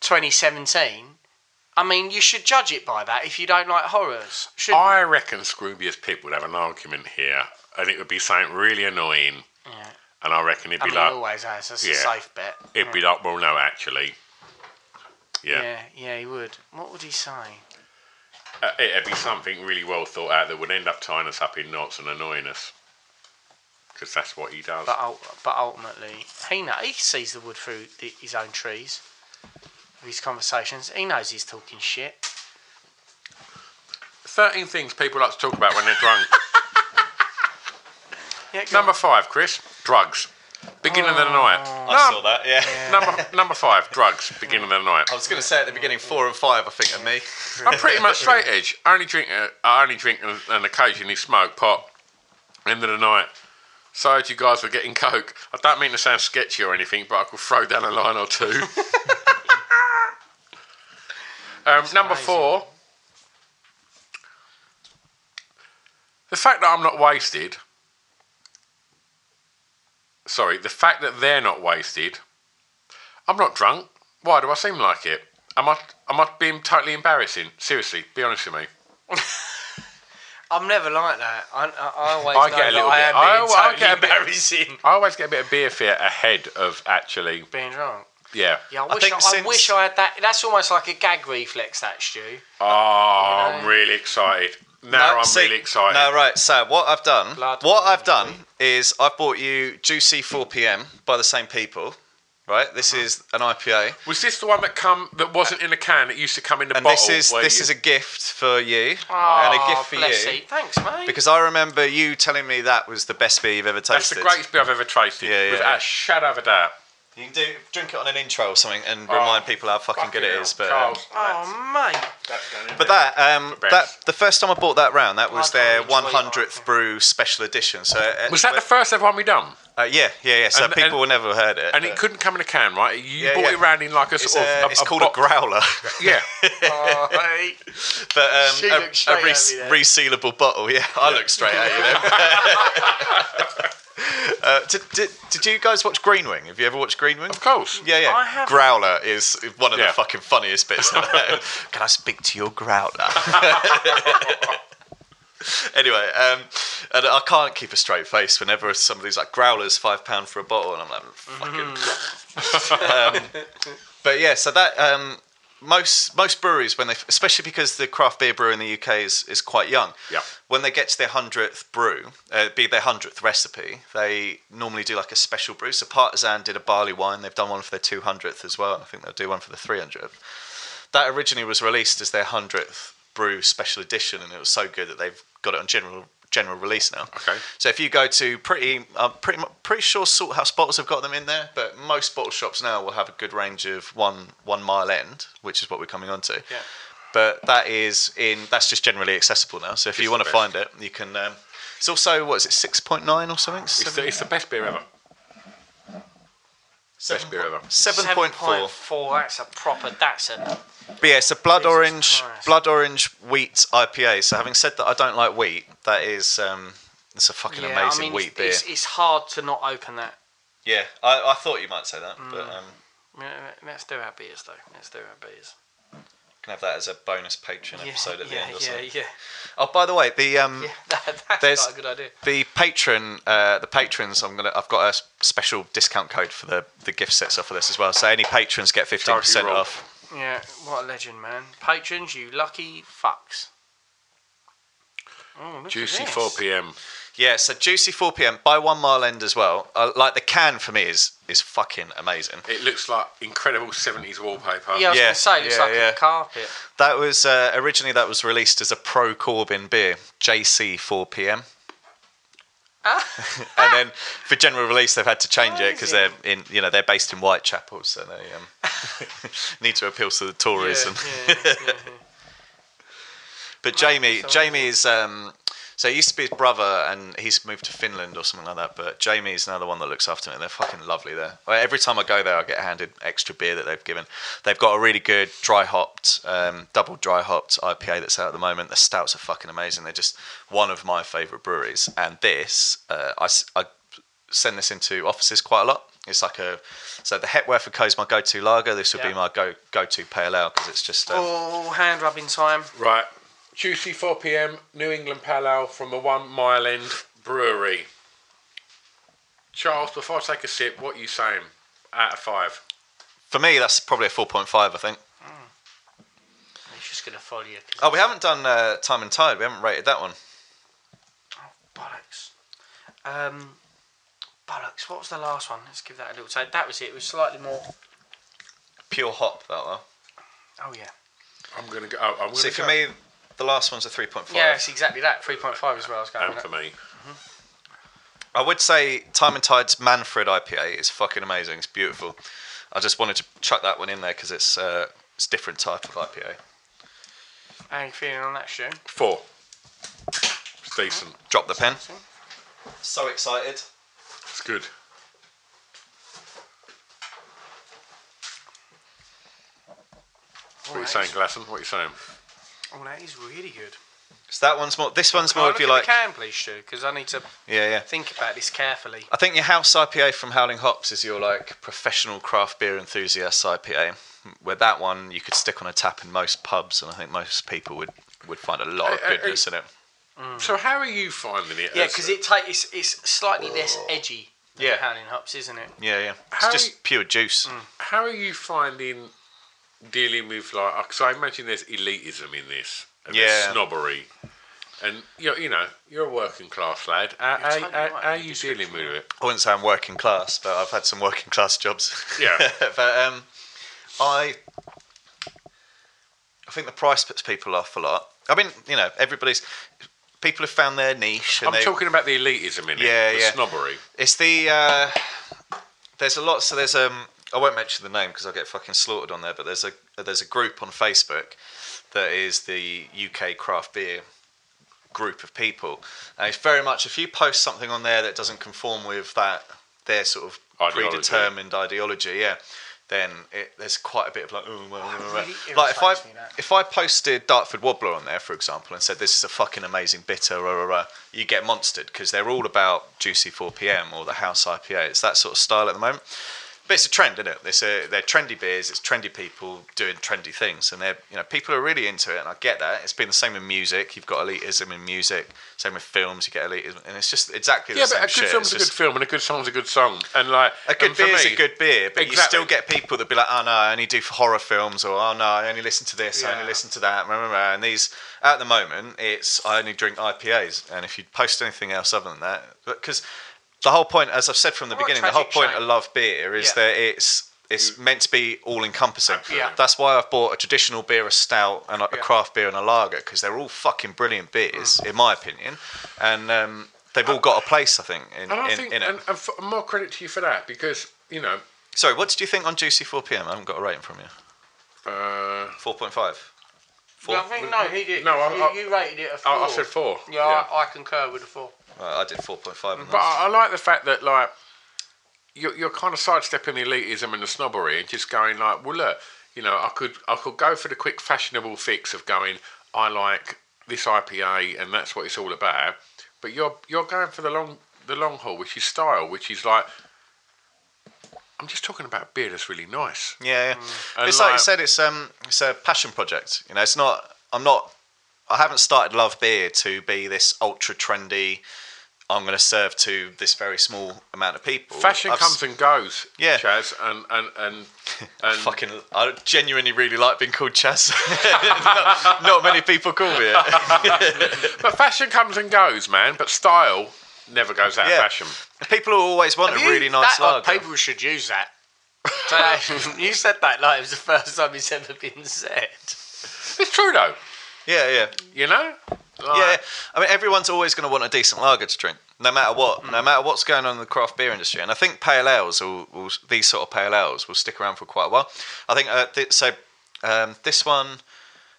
Speaker 6: 2017, I mean you should judge it by that. If you don't like horrors, should
Speaker 9: I reckon Scroobius Pip would have an argument here, and it would be something really annoying.
Speaker 6: Yeah.
Speaker 9: And I reckon he'd
Speaker 6: I
Speaker 9: be
Speaker 6: mean,
Speaker 9: like,
Speaker 6: he always has. That's a safe bet.
Speaker 9: It'd be
Speaker 6: Yeah.
Speaker 9: like, well, no, actually, yeah,
Speaker 6: yeah, yeah, he would. What would he say?
Speaker 9: Uh, it'd be something really well thought out that would end up tying us up in knots and annoying us, because that's what he does.
Speaker 6: But ul- but ultimately, he know, he sees the wood through the, his own trees. Of his conversations, he knows he's talking shit.
Speaker 9: Thirteen things people like to talk about when they're drunk.
Speaker 6: Yeah, go
Speaker 9: number five, Chris, drugs. Beginning of the night.
Speaker 8: I saw that. Yeah.
Speaker 9: Number number five, drugs. Beginning of the night.
Speaker 8: I was going to say at the beginning four and five. I think of me.
Speaker 9: I'm pretty much straight edge. I only drink, uh, I only drink and, and occasionally smoke pot. End of the night. Sorry to you guys for getting coke. I don't mean to sound sketchy or anything, but I could throw down a line or two. um, number four. The fact that I'm not wasted. Sorry, the fact that they're not wasted. I'm not drunk. Why do I seem like it? Am I am I being totally embarrassing? Seriously, be honest with me.
Speaker 6: I'm never like that. I, I, I always
Speaker 9: I
Speaker 6: know
Speaker 9: get a little
Speaker 6: that
Speaker 9: bit.
Speaker 6: I
Speaker 9: I
Speaker 6: am
Speaker 9: al-
Speaker 6: being
Speaker 9: I
Speaker 6: totally
Speaker 9: get a bit-
Speaker 6: embarrassing.
Speaker 9: I always get a bit of beer fear ahead of actually.
Speaker 6: Being drunk.
Speaker 9: Yeah.
Speaker 6: Yeah, I,
Speaker 8: I
Speaker 6: wish I,
Speaker 8: think
Speaker 6: I
Speaker 8: since-
Speaker 6: wish I had that. That's almost like a gag reflex, that Stu.
Speaker 9: Oh, I'm really excited. Now I'm
Speaker 8: see-
Speaker 9: really excited.
Speaker 8: No, right. So what I've done,
Speaker 6: Blood
Speaker 8: what I've done is I've bought you Juicy 4 p.m. by the same people. Right. This
Speaker 9: Uh-huh.
Speaker 8: is an IPA,
Speaker 9: Was this the one that come that wasn't in a can that used to come in the
Speaker 8: and
Speaker 9: bottle?
Speaker 8: this is
Speaker 9: where
Speaker 8: this
Speaker 9: you-
Speaker 8: is a gift for you,
Speaker 6: Oh,
Speaker 8: and a gift Uh, for
Speaker 6: bless
Speaker 8: you.
Speaker 6: you. Thanks, mate.
Speaker 8: Because I remember you telling me that was the best beer you've ever tasted.
Speaker 9: that's the greatest beer I've ever tasted.
Speaker 8: Yeah, yeah,
Speaker 9: Without
Speaker 8: yeah.
Speaker 9: a shadow of a doubt.
Speaker 8: You can do drink it on an intro or something and remind people how fucking good it
Speaker 9: Oh, hell,
Speaker 8: is. But um,
Speaker 9: Charles,
Speaker 6: oh, mate.
Speaker 9: that's going in
Speaker 8: But
Speaker 9: there.
Speaker 8: that, um,
Speaker 9: The
Speaker 8: that
Speaker 9: best.
Speaker 8: the first time I bought that round, that was
Speaker 6: Blood
Speaker 8: their
Speaker 6: orange sweetheart.
Speaker 8: 100th brew special edition. So uh,
Speaker 9: was that the first ever one we done,
Speaker 8: uh, yeah, yeah, yeah. So
Speaker 9: And-
Speaker 8: people
Speaker 9: and-
Speaker 8: will never heard it.
Speaker 9: and it
Speaker 8: but
Speaker 9: couldn't come in a can, right? You
Speaker 8: Uh, Yeah,
Speaker 9: bought
Speaker 8: yeah.
Speaker 9: it round in like a
Speaker 8: It's,
Speaker 9: sort
Speaker 8: uh,
Speaker 9: of.
Speaker 8: it's called a
Speaker 9: box-
Speaker 8: growler,
Speaker 9: Yeah.
Speaker 6: Oh, mate.
Speaker 8: but
Speaker 6: She
Speaker 8: um, a,
Speaker 6: looked
Speaker 8: a
Speaker 6: straight at me
Speaker 8: re-
Speaker 6: there.
Speaker 8: resealable bottle. Yeah, I look straight at you. Then. uh, did, did, did you guys watch Green Wing? Have you ever watched Green Wing?
Speaker 9: Of course.
Speaker 8: Yeah, yeah.
Speaker 6: I haven't.
Speaker 8: Growler is one of
Speaker 9: Yeah.
Speaker 8: the fucking funniest bits. Of that. Can I speak to your growler? anyway, um, and I can't keep a straight face whenever somebody's like, "Growler's five pound for a bottle," and I'm like, "Fucking." um, but yeah, so that um, most most breweries when they, especially because the craft beer brew in the UK is is quite young.
Speaker 9: Yeah.
Speaker 8: When they get to their hundredth brew, uh, be their hundredth recipe, they normally do like a special brew. So Partisan did a barley wine. They've done one for their two hundredth as well. I think they'll do one for the three hundredth. That originally was released as their hundredth brew special edition, and it was so good that they've got it on general general release now.
Speaker 9: Okay.
Speaker 8: So if you go to pretty, I'm pretty mu- pretty sure Salthouse bottles have got them in there, but most bottle shops now will have a good range of one one mile end, which is what we're coming on to. Yeah. But that is in that's just generally accessible now. So if you
Speaker 9: the
Speaker 8: want to
Speaker 9: best.
Speaker 8: find it, you can. Um, it's also what is it, six point nine or something?
Speaker 9: It's the, it's the best beer ever. Best beer ever.
Speaker 8: Seven point four.
Speaker 6: 7.4, That's a proper. That's a.
Speaker 8: But yeah, it's a blood
Speaker 6: Jesus
Speaker 8: orange,
Speaker 6: Christ.
Speaker 8: blood orange wheat IPA. So having said that, I don't like wheat. That is, um, it's a fucking
Speaker 6: Yeah, I
Speaker 8: amazing
Speaker 6: mean,
Speaker 8: wheat
Speaker 6: it's,
Speaker 8: beer.
Speaker 6: It's, it's hard to not open that.
Speaker 8: yeah, I, I thought you might say that, but
Speaker 6: Mm.
Speaker 8: um,
Speaker 6: I mean, Let's do our beers, though. Let's do our beers.
Speaker 8: can have that as a bonus patron
Speaker 6: Yeah,
Speaker 8: episode at the
Speaker 6: yeah,
Speaker 8: end or
Speaker 6: yeah,
Speaker 8: something.
Speaker 6: yeah,
Speaker 8: Oh, by the way, the um,
Speaker 6: yeah. That, that's
Speaker 8: There's-
Speaker 6: not a good idea.
Speaker 8: the patron, uh, the patrons. I'm gonna, I've got a s- special discount code for the the gift sets off for this as well. So any patrons get fifteen percent
Speaker 9: Rob.
Speaker 8: off.
Speaker 6: Yeah, what a legend, man. Patrons, you lucky fucks. Oh, look at
Speaker 9: Juicy
Speaker 6: this.
Speaker 9: 4 p.m.
Speaker 8: Yeah, so juicy 4 p.m. by one mile end as well. Uh, like the can for me is is fucking amazing.
Speaker 9: It looks like incredible 70s wallpaper.
Speaker 6: Yeah, I was
Speaker 8: Yeah,
Speaker 6: going to say, it looks
Speaker 8: yeah,
Speaker 6: like
Speaker 8: yeah.
Speaker 6: a carpet.
Speaker 8: That was uh, originally that was released as a pro Corbyn beer, JC 4 p.m. and then for general release, they've had to change it because they're in, you know, they're based in Whitechapel, so they um, need to appeal to the Tories. and-
Speaker 6: Yeah, yeah, yeah, yeah.
Speaker 8: but Jamie, Jamie is um, So it used to be his brother, and he's moved to Finland or something like that. But Jamie is now the one that looks after me. They're fucking lovely there. Like, every time I go there, I get handed extra beer that they've given. They've got a really good dry hopped, um, double dry hopped IPA that's out at the moment. The stouts are fucking amazing. They're just one of my favourite breweries. And this, uh, I, s- I send this into offices quite a lot. It's like a so the Hetworth Co is my go-to lager. This would be
Speaker 6: Yeah.
Speaker 8: my go go-to pale ale because it's just um,
Speaker 6: Oh, hand rubbing time.
Speaker 9: Right. Tuesday, 4 pm, New England Pale Ale from the One Mile End Brewery. Charles, before I take a sip, what are you saying? Out of five.
Speaker 8: for me that's probably a four point five. I think.
Speaker 6: He's just going to follow you.
Speaker 8: Oh, we haven't done uh, Time and Tide. We haven't rated that one.
Speaker 6: Bollocks. Um, bollocks. What was the last one? Let's give that a little take. That was it. It was slightly more.
Speaker 8: Pure hop that one.
Speaker 6: Oh yeah.
Speaker 9: I'm gonna go. I'm gonna
Speaker 8: See, for
Speaker 9: go-
Speaker 8: me, the last one's a three point five.
Speaker 6: Yeah, it's exactly that. Three point five is where I was going.
Speaker 8: And
Speaker 6: with
Speaker 9: for
Speaker 6: it.
Speaker 9: me.
Speaker 8: I would say Time and Tide's Manfred IPA is fucking amazing. It's beautiful. I just wanted to chuck that one in there because it's uh, it's a different type of IPA.
Speaker 6: How you feeling on that, Stu?
Speaker 9: Four. It's decent.
Speaker 8: Drop the pen. So excited.
Speaker 9: It's good. What are you
Speaker 6: Alright.
Speaker 9: saying, Glasson? What are you saying?
Speaker 6: Oh, that is really good.
Speaker 8: So that one's more. This one's
Speaker 6: Can I
Speaker 8: more
Speaker 6: Oh, look
Speaker 8: if you
Speaker 6: at
Speaker 8: like.
Speaker 6: the can, please, Stu, because I need to
Speaker 8: Yeah, yeah.
Speaker 6: think about this carefully.
Speaker 8: I think your house IPA from Howling Hops is your like professional craft beer enthusiast IPA. Where that one you could stick on a tap in most pubs, and I think most people would would find a lot of
Speaker 9: Hey, hey,
Speaker 8: goodness in it.
Speaker 9: So, how are you finding it?
Speaker 6: Hmm. Yeah,
Speaker 9: as-
Speaker 6: because it ta- it's it's slightly less edgy. Than
Speaker 8: Yeah.
Speaker 6: Howling hops, isn't it?
Speaker 8: Yeah, yeah. It's
Speaker 9: How
Speaker 8: just
Speaker 9: you- Mm.
Speaker 8: pure juice.
Speaker 9: How are you finding dealing with like? Because I imagine there's elitism in this, and there's
Speaker 8: Yeah.
Speaker 9: snobbery, and you you know you're a working class lad. Uh, How, how,
Speaker 6: totally
Speaker 9: how-
Speaker 6: right
Speaker 9: how
Speaker 6: in
Speaker 9: are
Speaker 6: your
Speaker 9: you dealing with it?
Speaker 8: I wouldn't say I'm working class, but I've had some working class jobs.
Speaker 9: Yeah.
Speaker 8: but um, I I think the price puts people off a lot. I mean, you know, everybody's people have found their niche. And
Speaker 9: I'm
Speaker 8: they,
Speaker 9: talking about the elitism in it.
Speaker 8: Yeah,
Speaker 9: the
Speaker 8: yeah.
Speaker 9: Snobbery.
Speaker 8: It's the uh, there's a lot. So there's um I won't mention the name because I get fucking slaughtered on there. But there's a there's a group on Facebook that is the UK craft beer group of people, and it's very much if you post something on there that doesn't conform with that their sort of
Speaker 9: Ideology.
Speaker 8: predetermined ideology, yeah. Then it, there's quite a bit of like, oh, well, well, well.
Speaker 6: really
Speaker 8: like if I
Speaker 6: irritates me, that.
Speaker 8: if I posted Dartford Wobbler on there, for example, and said this is a fucking amazing bitter, rah, rah, rah, you get monstered because they're all about juicy 4pm or the house IPA. It's that sort of style at the moment. But it's a trend, isn't it? It's a, they're trendy beers. It's trendy people doing trendy things, and they're you know people are really into it, and I get that. It's been the same in music. You've got elitism in music. Same with films. You get elitism, and it's just exactly the
Speaker 9: Yeah, but
Speaker 8: same
Speaker 9: a good
Speaker 8: shit.
Speaker 9: film's
Speaker 8: It's
Speaker 9: a
Speaker 8: just-
Speaker 9: good film, and a good song's a good song, and like
Speaker 8: a good
Speaker 9: and for
Speaker 8: beer is
Speaker 9: me-
Speaker 8: a good beer, but you
Speaker 9: Exactly.
Speaker 8: still get people that be like, "Oh no, I only do horror films," or "Oh no, I only listen to this, I
Speaker 6: Yeah.
Speaker 8: only listen to that." Blah, blah, blah. And these, at the moment, it's I only drink IPAs, and if you post anything else other than that, because the whole point, as I've said from the
Speaker 6: What a
Speaker 8: beginning, the whole
Speaker 6: tragic
Speaker 8: point
Speaker 6: shame.
Speaker 8: of love beer is
Speaker 6: Yeah.
Speaker 8: that it's it's meant to be all encompassing.
Speaker 6: Yeah.
Speaker 8: That's why I've bought a traditional beer, a stout, and like a
Speaker 6: Yeah.
Speaker 8: craft beer and a lager because they're all fucking brilliant beers, in my opinion, and um, they've all got a place, I think, in,
Speaker 9: And I
Speaker 8: in,
Speaker 9: think,
Speaker 8: in it.
Speaker 9: and, and f more credit to you for that because you know,
Speaker 8: Sorry, what did you think on Juicy 4pm? I haven't got a rating from you.
Speaker 9: uh,
Speaker 8: 4.5. Four?
Speaker 6: Well, I think no, he did.
Speaker 9: No,
Speaker 6: No,
Speaker 9: I-
Speaker 6: you,
Speaker 9: I-
Speaker 6: you rated it a four.
Speaker 9: I, I said four.
Speaker 6: Yeah, I, I concur with the four.
Speaker 8: Right, I did 4.5 on
Speaker 9: But
Speaker 8: that.
Speaker 9: I, I like the fact that like you're, you're kind of sidestepping the elitism and the snobbery and just going like, well, look, you know, I could I could go for the quick fashionable fix of going, I like this IPA and that's what it's all about. But you're you're going for the long the long haul, which is style, which is like. I'm just talking about beer that's really nice.
Speaker 8: Yeah, yeah.
Speaker 9: Mm. And
Speaker 8: It's like you
Speaker 9: like-
Speaker 8: said, it's um, it's a passion project. You know, it's not. I'm not. I haven't started Love Beer to be this ultra trendy. I'm going to serve to this very small amount of people.
Speaker 9: Fashion
Speaker 8: I've s-
Speaker 9: comes and goes,
Speaker 8: Yeah.
Speaker 9: Chaz, and and and,
Speaker 8: I
Speaker 9: and
Speaker 8: fucking, I genuinely really like being called Chaz. not, not many people call me it.
Speaker 9: but fashion comes and goes, man. But style never goes out
Speaker 8: Yeah.
Speaker 9: of fashion.
Speaker 8: People always want a
Speaker 6: You-
Speaker 8: really nice
Speaker 6: that, like,
Speaker 8: lager.
Speaker 6: People should use that. So, you said that like it was the first time it's ever been said.
Speaker 9: It's true though,
Speaker 8: Yeah, yeah.
Speaker 9: you know. Like-
Speaker 8: Yeah, I mean, everyone's always going to want a decent lager to drink, no matter what, no matter what's going on in the craft beer industry. And I think pale ales, will, will, these sort of pale ales, will stick around for quite a while. I think uh, th- so. Um, this one,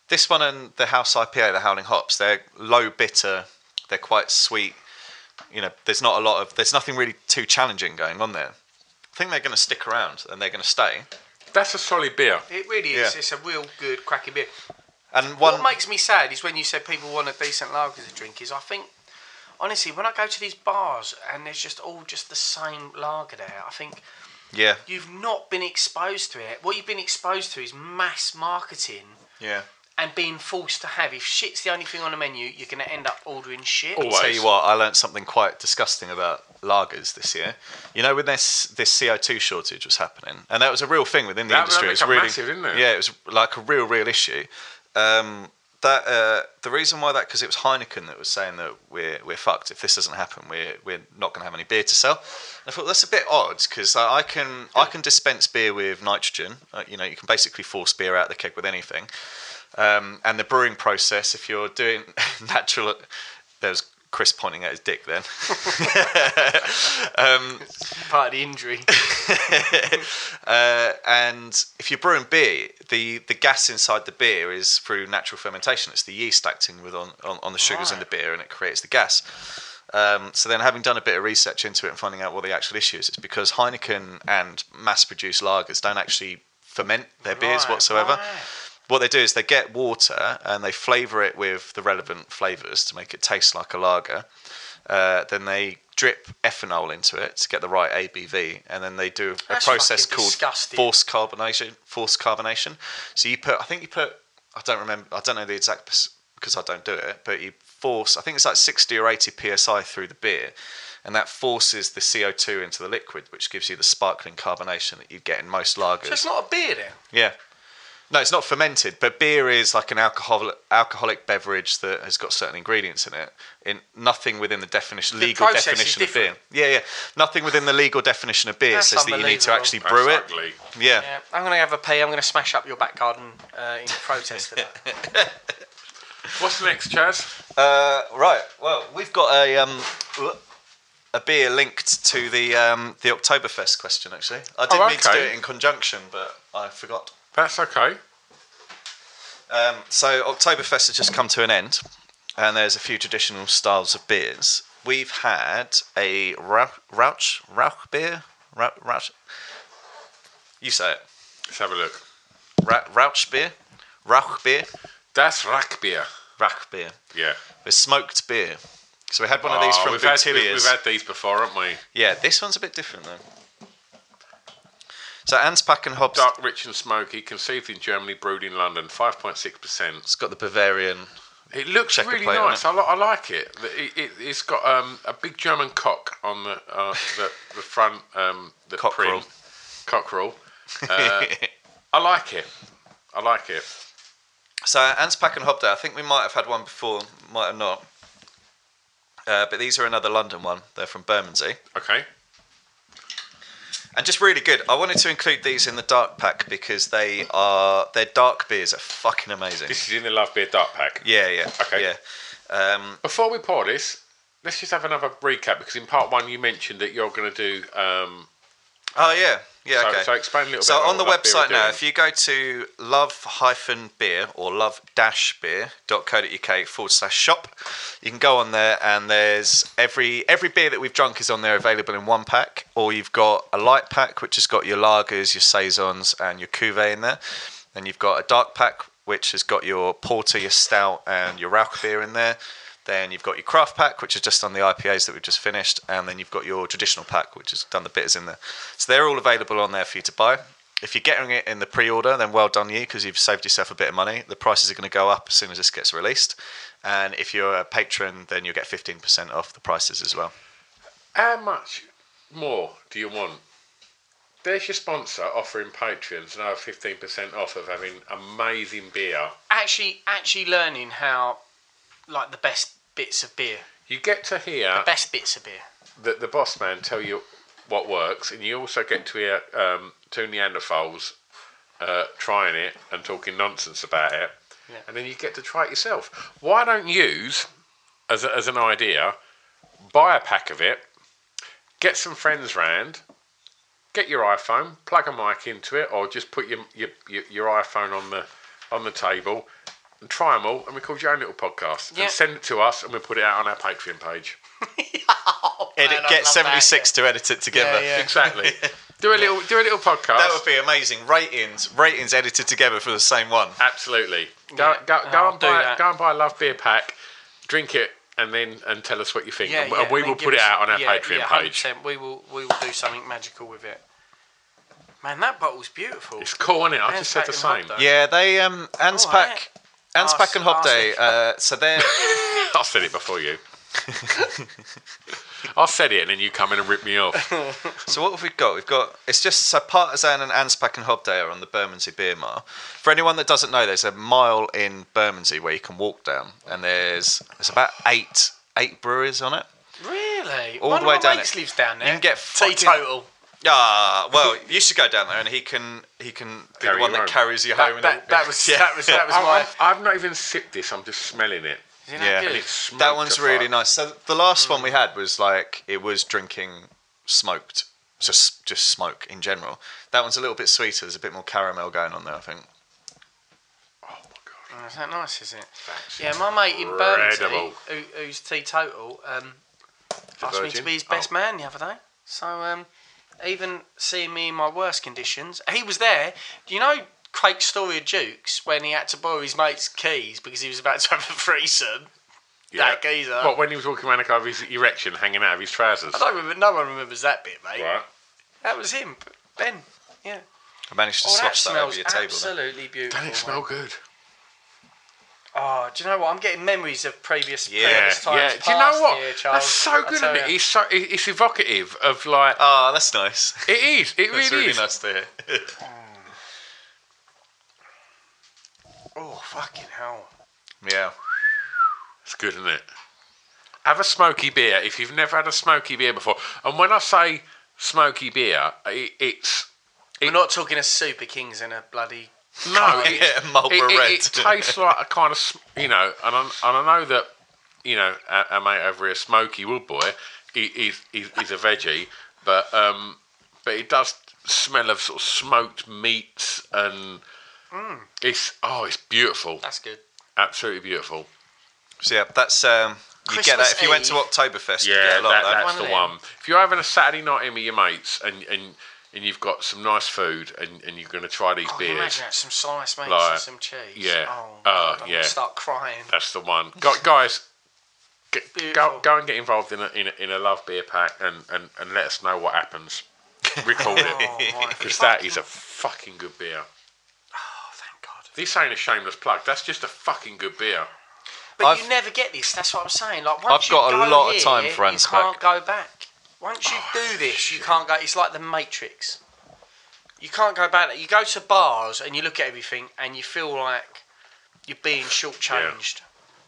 Speaker 8: this one, and the House IPA, the Howling Hops, they're low bitter. They're quite sweet. You know, there's not a lot of there's nothing really too challenging going on there. I think they're going to stick around and they're going to stay.
Speaker 9: That's a solid beer.
Speaker 6: It really is. It's a real good cracking beer.
Speaker 8: And one
Speaker 6: what makes me sad is when you said people want a decent lager to drink. Is I think honestly when I go to these bars and there's just all just the same lager there. I think
Speaker 8: yeah
Speaker 6: you've not been exposed to it. What you've been exposed to is mass marketing
Speaker 8: yeah.
Speaker 6: and being forced to have. If shit's the only thing on the menu, you're going to end up ordering shit.
Speaker 9: Oh,
Speaker 8: I'll tell you what, I learnt something quite disgusting about lagers this year. You know, when this this CO two shortage was happening, and that was a real thing within the
Speaker 9: That
Speaker 8: industry.
Speaker 9: became
Speaker 8: It was really
Speaker 9: massive, didn't it?
Speaker 8: yeah, it was like a real, real issue. Um, that uh, the reason why that because it was Heineken that was saying that we're we're fucked if this doesn't happen. We're we're not going to have any beer to sell. And I thought that's a bit odd because I, I can I can dispense beer with nitrogen. Uh, you know, you can basically force beer out of the keg with anything. Um, and the brewing process, if you're doing natural, there's Chris pointing at his dick then. um,
Speaker 6: Part of the injury.
Speaker 8: uh, and if you're brewing beer, the, the gas inside the beer is through natural fermentation. It's the yeast acting with on, on, on the sugars in the beer, and it creates the gas. Um, so then, having done a bit of research into it and finding out what the actual issue is, it's because Heineken and mass-produced lagers don't actually ferment their beers
Speaker 6: Right,
Speaker 8: whatsoever.
Speaker 6: right.
Speaker 8: What they do is they get water and they flavour it with the relevant flavours to make it taste like a lager. Uh, then they drip ethanol into it to get the right ABV, and then they do a
Speaker 6: That's
Speaker 8: process
Speaker 6: fucking
Speaker 8: called
Speaker 6: disgusting.
Speaker 8: forced carbonation. Forced carbonation. So you put, I think you put, I don't remember, I don't know the exact pers- because I don't do it, but you force, I think it's like 60 or 80 psi through the beer, and that forces the CO2 into the liquid, which gives you the sparkling carbonation that you get in most lagers.
Speaker 6: so it's not a beer then.
Speaker 8: Yeah. No, it's not fermented, but beer is like an alcohol alcoholic beverage that has got certain ingredients in it. In nothing within the definition,
Speaker 6: The
Speaker 8: legal
Speaker 6: process is
Speaker 8: definition of beer.
Speaker 6: different.
Speaker 8: Yeah, yeah. Nothing within the legal definition of beer
Speaker 6: That's
Speaker 8: says that you need
Speaker 6: unbelievable.
Speaker 8: to actually brew
Speaker 9: That's
Speaker 8: it.
Speaker 9: ugly.
Speaker 8: Yeah.
Speaker 6: Yeah, I'm going to have a pee. I'm going to smash up your back garden uh, in protest of that.
Speaker 9: What's next, Chaz?
Speaker 8: Uh, right. Well, we've got a um, a beer linked to the um, the Oktoberfest question. Actually, I did
Speaker 9: Oh,
Speaker 8: mean to do
Speaker 9: okay.
Speaker 8: it in conjunction, but I forgot.
Speaker 9: That's okay.
Speaker 8: Um, so Oktoberfest has just come to an end, and there's a few traditional styles of beers. We've had a Rauch, Rauch, Rauch beer. Rauch, Rauch. You say it.
Speaker 9: Let's have a look.
Speaker 8: Ra- Rauch beer. Rauch beer.
Speaker 9: That's rack beer.
Speaker 8: Rauch beer.
Speaker 9: Yeah.
Speaker 8: It's smoked beer. So we had one of these
Speaker 9: Ah,
Speaker 8: from
Speaker 9: we've had, we've,
Speaker 8: Bootilia's.
Speaker 9: we've had these before, haven't we?
Speaker 8: Yeah, this one's a bit different though. So Anspack and Hobbs.
Speaker 9: Dark, rich and smoky, conceived in Germany, brewed in London, 5.6%.
Speaker 8: It's got the Bavarian.
Speaker 9: It looks
Speaker 8: Checker
Speaker 9: really
Speaker 8: plate on
Speaker 9: nice.
Speaker 8: it.
Speaker 9: I, li- I like it. The- It, it. It's got um, a big German cock on the uh, the, the front. Um, the
Speaker 8: Cockerel.
Speaker 9: print. Cockerel. Uh, I like it. I like it.
Speaker 8: So Anspack and Hobday, I think we might have had one before, might have not. Uh, but these are another London one. They're from Bermondsey.
Speaker 9: Okay.
Speaker 8: And just really good. I wanted to include these in the dark pack because they are their dark beers are fucking amazing.
Speaker 9: This is in the Love Beer Dark Pack.
Speaker 8: Yeah, yeah.
Speaker 9: Okay.
Speaker 8: Yeah. Um,
Speaker 9: Before we pour this, let's just have another recap because in part one you mentioned that you're going to do. Um,
Speaker 8: oh yeah. Yeah,
Speaker 9: So-
Speaker 8: okay.
Speaker 9: so explain a little
Speaker 8: So
Speaker 9: bit about
Speaker 8: on the
Speaker 9: what Love Beer are
Speaker 8: website now,
Speaker 9: doing.
Speaker 8: if you go to love-beer or love-beer.co.uk forward slash shop, you can go on there and there's every every beer that we've drunk is on there available in one pack, or you've got a light pack which has got your lagers, your saisons, and your cuvee in there. Then you've got a dark pack which has got your porter, your stout, and your rauch beer in there. Then you've got your craft pack, which is just on the IPAs that we've just finished, and then you've got your traditional pack, which has done the bitters in there. So they're all available on there for you to buy. If you're getting it in the pre-order, then well done you, because you've saved yourself a bit of money. The prices are going to go up as soon as this gets released, and if you're a patron, then you'll get 15% off the prices as well.
Speaker 9: how much more do you want? There's your sponsor offering patrons another 15% off of having amazing beer.
Speaker 6: Actually, actually learning how, like the best bits of beer,
Speaker 9: You get to hear.
Speaker 6: the best bits of beer.
Speaker 9: the, the boss man tell you what works, and you also get to hear um, two Neanderthals uh, trying it and talking nonsense about it, and then you get to try it yourself. Why don't you, as, a, as an idea, buy a pack of it, get some friends round, get your iPhone, plug a mic into it, or just put your your, your, your iPhone on the on the table, and try them all and record your own little podcast
Speaker 6: Yeah.
Speaker 9: and send it to us and we'll put it out on our Patreon page. Oh.
Speaker 8: Edit,
Speaker 6: Man, I
Speaker 8: get
Speaker 6: love
Speaker 8: seventy six to edit it together.
Speaker 6: Yeah, yeah.
Speaker 9: Exactly. do a little do a little podcast.
Speaker 8: That would be amazing. Ratings, ratings edited together for the same one.
Speaker 9: Absolutely. Go go, go
Speaker 6: I'll
Speaker 9: and
Speaker 6: do
Speaker 9: buy
Speaker 6: that.
Speaker 9: go and buy a love beer pack, drink it, and then and tell us what you think.
Speaker 6: Yeah,
Speaker 9: and,
Speaker 6: yeah,
Speaker 9: and we
Speaker 6: then
Speaker 9: will
Speaker 6: give
Speaker 9: put it
Speaker 6: us-
Speaker 9: out on our
Speaker 6: yeah,
Speaker 9: Patreon
Speaker 6: yeah,
Speaker 9: page.
Speaker 6: 100%. We will we will do something magical with it. Man, that bottle's beautiful.
Speaker 9: It's cool, is it? I just said the
Speaker 6: Hands
Speaker 9: same.
Speaker 6: back in
Speaker 8: Yeah, they um Anspac
Speaker 6: Alright.
Speaker 8: Anspac and Hobday.
Speaker 6: Arsenic.
Speaker 8: Uh, so they're
Speaker 9: I said it before you. I said it, and then you come in and rip me off.
Speaker 8: so what have we got? We've got it's just so Partisan and Anspac and Hobday are on the Bermondsey Beer Mile. For anyone that doesn't know, there's a mile in Bermondsey where you can walk down, and there's there's about eight eight breweries on it.
Speaker 6: Really?
Speaker 8: All
Speaker 6: One
Speaker 8: the way
Speaker 6: of my
Speaker 8: down
Speaker 6: mates
Speaker 8: it.
Speaker 6: lives down there.
Speaker 8: You can get fucking-
Speaker 6: teetotal.
Speaker 8: Ah, well, you should go down there, and he can he can be
Speaker 9: Carry
Speaker 8: the one
Speaker 9: you home.
Speaker 8: that carries you home.
Speaker 6: That,
Speaker 8: and
Speaker 6: that,
Speaker 8: all-
Speaker 6: that was
Speaker 8: Yeah.
Speaker 6: that was that was
Speaker 9: I'm-
Speaker 6: my.
Speaker 9: I'm- I've not even sipped this. I'm just smelling it.
Speaker 6: Isn't that
Speaker 8: Yeah,
Speaker 6: good?
Speaker 9: And it's smoked
Speaker 8: that one's
Speaker 9: to
Speaker 8: really
Speaker 9: fuck.
Speaker 8: nice. So the last
Speaker 9: Mm.
Speaker 8: one we had was like it was drinking smoked, so s- just smoke in general. That one's a little bit sweeter. There's a bit more caramel going on there, I think.
Speaker 9: Oh my god!
Speaker 6: Oh, Is that nice? Is it?
Speaker 9: That's
Speaker 6: Yeah, my mate in
Speaker 9: incredible.
Speaker 6: Bermondsey, who, who's teetotal, um,
Speaker 9: a
Speaker 6: asked me to
Speaker 9: virgin?
Speaker 6: be his best
Speaker 9: Oh.
Speaker 6: man the other day. So um, even seeing me in my worst conditions, he was there. Do you know Craig Story of Jukes when he had to borrow his mate's keys because he was about to have a threesome? That geezer.
Speaker 9: What when he was walking around the car with his erection hanging out of his trousers?
Speaker 6: I don't remember. No one remembers that bit, mate.
Speaker 9: Right.
Speaker 6: That was him, Ben. Yeah.
Speaker 8: I managed to
Speaker 6: Oh, that
Speaker 8: slosh that, over
Speaker 6: smells
Speaker 8: your table. there.
Speaker 6: absolutely
Speaker 9: Doesn't
Speaker 6: beautiful.
Speaker 9: it
Speaker 6: mate.
Speaker 9: smell good?
Speaker 6: Oh, do you know what? I'm getting memories of previous
Speaker 8: Yeah.
Speaker 6: previous times.
Speaker 9: yeah. Do you
Speaker 6: past
Speaker 9: know what?
Speaker 6: Here, Charles.
Speaker 9: That's so
Speaker 6: I
Speaker 9: good,
Speaker 6: tell
Speaker 9: isn't it?
Speaker 6: ya.
Speaker 9: It's so it- it's evocative of like
Speaker 8: Ah, that's nice.
Speaker 9: it is. It
Speaker 8: that's
Speaker 9: really
Speaker 8: really
Speaker 9: is.
Speaker 8: nice to hear.
Speaker 6: Oh fucking hell!
Speaker 8: yeah.
Speaker 9: It's good, isn't it? Have a smoky beer if you've never had a smoky beer before. And when I say smoky beer, it, it's
Speaker 6: We're not talking a Super Kings and a bloody.
Speaker 9: no, it,
Speaker 8: Yeah, Marlboro
Speaker 9: it, it-
Speaker 8: Red.
Speaker 9: it tastes like a kind of sm- you know, and I, and I know that you know our, our mate over here, Smoky Woodboy, he, he's, he's he's a veggie, but um, but it does smell of sort of smoked meats and it's oh, it's beautiful,
Speaker 6: That's good.
Speaker 9: absolutely beautiful.
Speaker 8: So yeah, that's um. You get
Speaker 6: Christmas
Speaker 8: that if you went to
Speaker 6: Eve.
Speaker 8: Oktoberfest. you
Speaker 9: Yeah,
Speaker 8: get a lot
Speaker 9: that,
Speaker 8: of
Speaker 9: that's
Speaker 8: that.
Speaker 6: One of
Speaker 9: the
Speaker 6: them.
Speaker 9: one. If you're having a Saturday night in with your mates and and, and you've got some nice food and, and you're going to try these
Speaker 6: Oh, can you
Speaker 9: beers,
Speaker 6: imagine that? Some sliced meats
Speaker 9: Like,
Speaker 6: and some cheese.
Speaker 9: yeah.
Speaker 6: Oh,
Speaker 9: Oh,
Speaker 6: God, I'm
Speaker 9: yeah.
Speaker 6: gonna start crying.
Speaker 9: that's the one. Go, guys, g- go
Speaker 6: Beautiful.
Speaker 9: go and get involved in a, in a, in a love beer pack and, and, and let us know what happens. Record it
Speaker 6: Oh, my
Speaker 9: because that is a fucking good beer.
Speaker 6: Oh, thank God.
Speaker 9: This ain't a shameless plug. That's just a fucking good beer.
Speaker 6: But
Speaker 8: I've-
Speaker 6: you never get this. That's what I'm saying. Like once
Speaker 8: I've
Speaker 6: you
Speaker 8: got a
Speaker 6: go
Speaker 8: lot of
Speaker 6: here,
Speaker 8: time for
Speaker 6: You
Speaker 8: Anspac.
Speaker 6: can't go back. Once you do this, you can't go. It's like the Matrix. You can't go back. You go to bars and you look at everything and you feel like you're being shortchanged.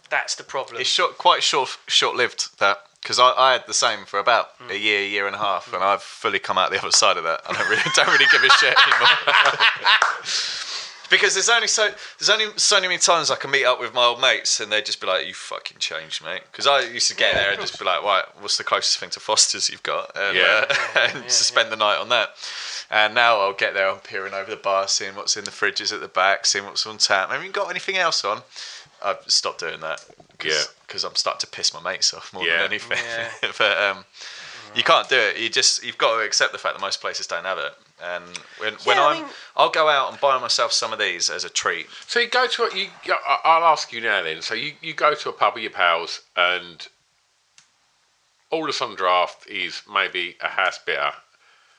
Speaker 6: That's the problem.
Speaker 8: It's short, quite short, short-lived that because I, I had the same for about a year, year and a half, and I've fully come out the other side of that. I don't really, don't really give a shit anymore. because there's only so there's only so many times I can meet up with my old mates, and they'd just be like, "You fucking changed, mate." Because I used to get there and just be like, "Right, what's the closest thing to Foster's you've got?" And,
Speaker 9: Yeah.
Speaker 8: uh, and to spend the night on that. And now I'll get there, I'm peering over the bar, seeing what's in the fridges at the back, seeing what's on tap. Have you got anything else on? I've stopped doing that. Cause,
Speaker 9: Yeah.
Speaker 8: Because I'm starting to piss my mates off more
Speaker 9: Yeah.
Speaker 8: than anything.
Speaker 6: Yeah.
Speaker 8: but um, you can't do it. You just you've got to accept the fact that most places don't have it. And when, when
Speaker 6: Yeah, I
Speaker 8: I'm, I
Speaker 6: mean-
Speaker 8: will go out and buy myself some of these as a treat.
Speaker 9: So you go to a, you. I- I'll ask you now then. So you, you go to a pub with your pals, and all that's on draft is maybe a house bitter.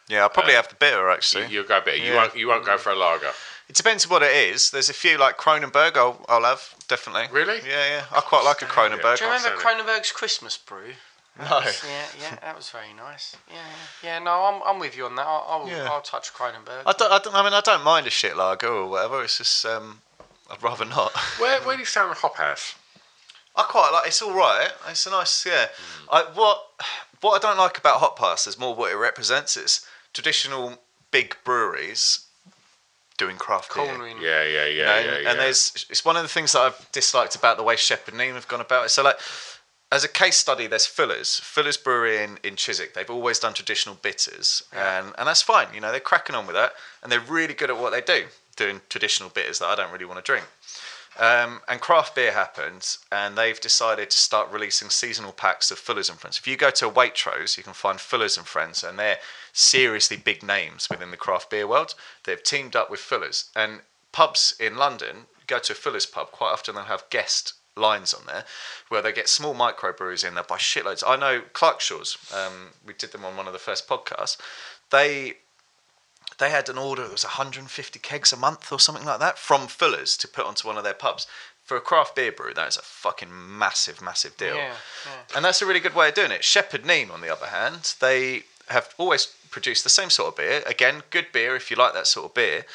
Speaker 8: Yeah, I'll probably have the bitter actually.
Speaker 9: You, you'll go bitter. You
Speaker 8: Yeah.
Speaker 9: won't. You won't go for a lager.
Speaker 8: It depends what it is. There's a few like Kronenberg I'll, I'll have definitely.
Speaker 9: Really?
Speaker 8: Yeah, yeah. I quite like a Kronenberg.
Speaker 6: do you remember
Speaker 9: Absolutely.
Speaker 6: Cronenberg's Christmas brew?
Speaker 8: No.
Speaker 6: Yeah, yeah, that was very nice. Yeah, yeah, yeah, no, I'm, I'm with you on that. I'll, I'll,
Speaker 8: Yeah.
Speaker 6: I'll touch Cronenberg.
Speaker 8: I don't, I don't. I mean, I don't mind a shit lager or whatever. It's just um, I'd rather not.
Speaker 9: Where Where do you sound hop house?
Speaker 8: I quite like. It's all right. It's a nice. Yeah. I what what I don't like about hot pass is more what it represents. It's traditional big breweries doing craft beer.
Speaker 6: Cornering.
Speaker 9: Yeah, yeah, yeah,
Speaker 8: you know,
Speaker 9: yeah,
Speaker 8: and,
Speaker 9: yeah.
Speaker 8: and there's it's one of the things that I've disliked about the way Shepherd Neame have gone about it. So like as a case study, there's Fuller's. Fuller's Brewery in, in Chiswick. They've always done traditional bitters, and and that's fine. You know, they're cracking on with that, and they're really good at what they do, doing traditional bitters that I don't really want to drink. Um, and craft beer happens, and they've decided to start releasing seasonal packs of Fuller's and Friends. If you go to Waitrose, you can find Fuller's and Friends, and they're seriously big names within the craft beer world. They've teamed up with Fuller's, and pubs in London go to a Fuller's pub quite often. They'll have guest lines on there where they get small microbreweries in there by shitloads. I know Clarkshaws. Um, we did them on one of the first podcasts. They they had an order that was 150 kegs a month or something like that from Fuller's to put onto one of their pubs. For a craft beer brew, that is a fucking massive, massive deal.
Speaker 6: Yeah,
Speaker 8: And that's a really good way of doing it. Shepherd Neame, on the other hand, they have always produced the same sort of beer. Again, good beer if you like that sort of beer.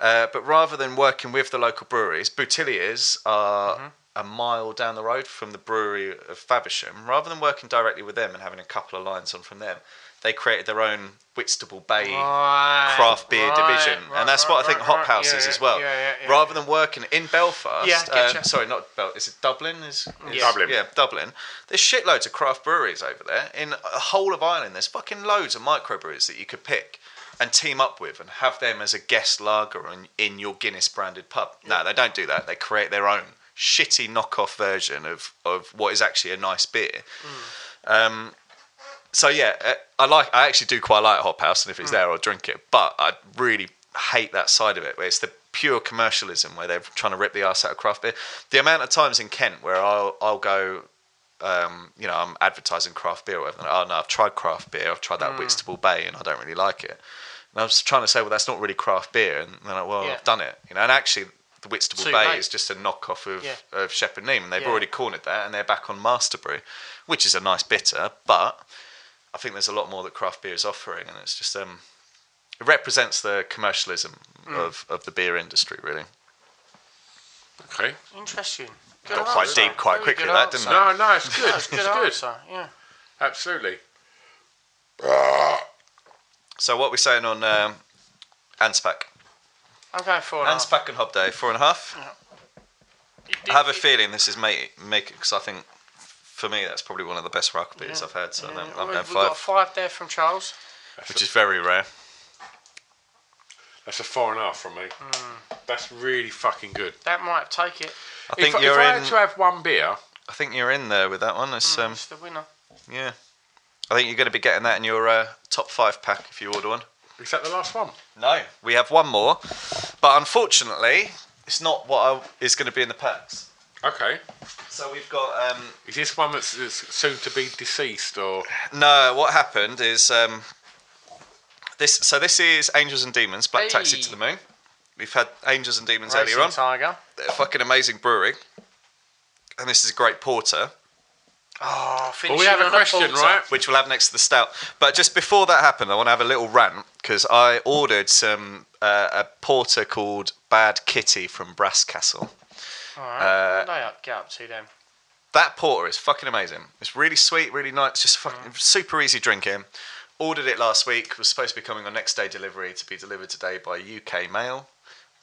Speaker 8: Uh, but rather than working with the local breweries, Boutilliers are
Speaker 6: Mm-hmm.
Speaker 8: a mile down the road from the brewery of Faversham. Rather than working directly with them and having a couple of lines on from them, they created their own Whitstable Bay
Speaker 6: Right,
Speaker 8: craft beer
Speaker 6: right,
Speaker 8: division.
Speaker 6: right,
Speaker 8: and that's what I
Speaker 6: right,
Speaker 8: think
Speaker 6: right,
Speaker 8: Hop
Speaker 6: right.
Speaker 8: House
Speaker 6: Yeah,
Speaker 8: is
Speaker 6: yeah,
Speaker 8: as well.
Speaker 6: yeah, yeah, yeah,
Speaker 8: Rather than working in Belfast,
Speaker 6: Yeah, getcha.
Speaker 8: um, sorry, not Bel. Is it Dublin? Is, is-
Speaker 9: Dublin.
Speaker 8: Yeah, Dublin. There's shitloads of craft breweries over there. In a whole of Ireland, there's fucking loads of microbreweries that you could pick and team up with and have them as a guest lager in, in your Guinness branded pub. No, they don't do that. They create their own shitty knockoff version of, of what is actually a nice beer.
Speaker 6: Mm.
Speaker 8: Um, so yeah, uh, I like. I actually do quite like Hop House, and
Speaker 6: Mm.
Speaker 8: if it's there, I'll drink it. But I really hate that side of it, where it's the pure commercialism, where they're trying to rip the arse out of craft beer. The amount of times in Kent where I'll I'll go, um, you know, I'm advertising craft beer or whatever. And, oh no, I've tried craft beer. I've tried that
Speaker 6: Mm.
Speaker 8: Whitstable Bay, and I don't really like it. And I was trying to say, well, that's not really craft beer, and they're like, well,
Speaker 6: Yeah.
Speaker 8: I've done it, you know. And actually, the Whitstable
Speaker 6: Too
Speaker 8: Bay
Speaker 6: late.
Speaker 8: is just a knockoff of
Speaker 6: Yeah.
Speaker 8: of Shepherd Neame, and they've
Speaker 6: Yeah.
Speaker 8: already cornered that, and they're back on Master Brew, which is a nice bitter, but I think there's a lot more that craft beer is offering, and it's just um, it represents the commercialism
Speaker 6: Mm.
Speaker 8: of, of the beer industry, really.
Speaker 9: Okay,
Speaker 6: Interesting.
Speaker 8: Got quite deep quite
Speaker 6: Very
Speaker 8: quickly
Speaker 6: good
Speaker 8: that, didn't
Speaker 6: answer.
Speaker 8: I?
Speaker 9: No, no, it's good,
Speaker 6: That's a
Speaker 9: it's
Speaker 6: good
Speaker 9: good.
Speaker 6: answer. Yeah.
Speaker 9: absolutely.
Speaker 8: So what we're saying on um, Anspac,
Speaker 6: I'm going for an
Speaker 8: Anspac and Hob Day, four and a half. I have a feeling this is make make because I think for me that's probably one of the best rock beers I've had. So I think I'm
Speaker 6: We've
Speaker 8: going
Speaker 6: we've got a
Speaker 8: five,
Speaker 6: five there from Charles.
Speaker 8: which is very rare.
Speaker 9: That's a four and a half from me. That's really fucking good.
Speaker 6: That might take it.
Speaker 8: I think
Speaker 9: if,
Speaker 8: you're
Speaker 9: if I
Speaker 8: in-
Speaker 9: had to Hmm. have one beer,
Speaker 8: I think you're in there with that one. It's um,
Speaker 6: It's the winner.
Speaker 8: yeah. I think you're going to be getting that in your uh, top five pack if you order one.
Speaker 9: is that the last one?
Speaker 8: No, we have one more, but unfortunately, it's not what I, is going to be in the packs.
Speaker 9: Okay.
Speaker 8: So we've got um,
Speaker 9: Is this one that's, that's soon to be deceased or
Speaker 8: no. What happened is um, this. So this is Angels and Demons, Black Taxi
Speaker 6: Hey.
Speaker 8: to the Moon. We've had Angels and Demons
Speaker 6: Racing
Speaker 8: earlier on.
Speaker 6: Tiger.
Speaker 8: They're fucking amazing brewing, and this is a great porter.
Speaker 6: Oh, finish
Speaker 9: Well, we have a question, right?
Speaker 8: which we'll have next to the stout. But just before that happened, I want to have a little rant because I ordered some uh, a porter called Bad Kitty from Brasscastle.
Speaker 6: All right.
Speaker 8: Uh,
Speaker 6: they up, get up to them.
Speaker 8: That porter is fucking amazing. It's really sweet, really nice, it's just fucking super easy drinking. Ordered it last week. Was supposed to be coming on next day delivery to be delivered today by UK Mail.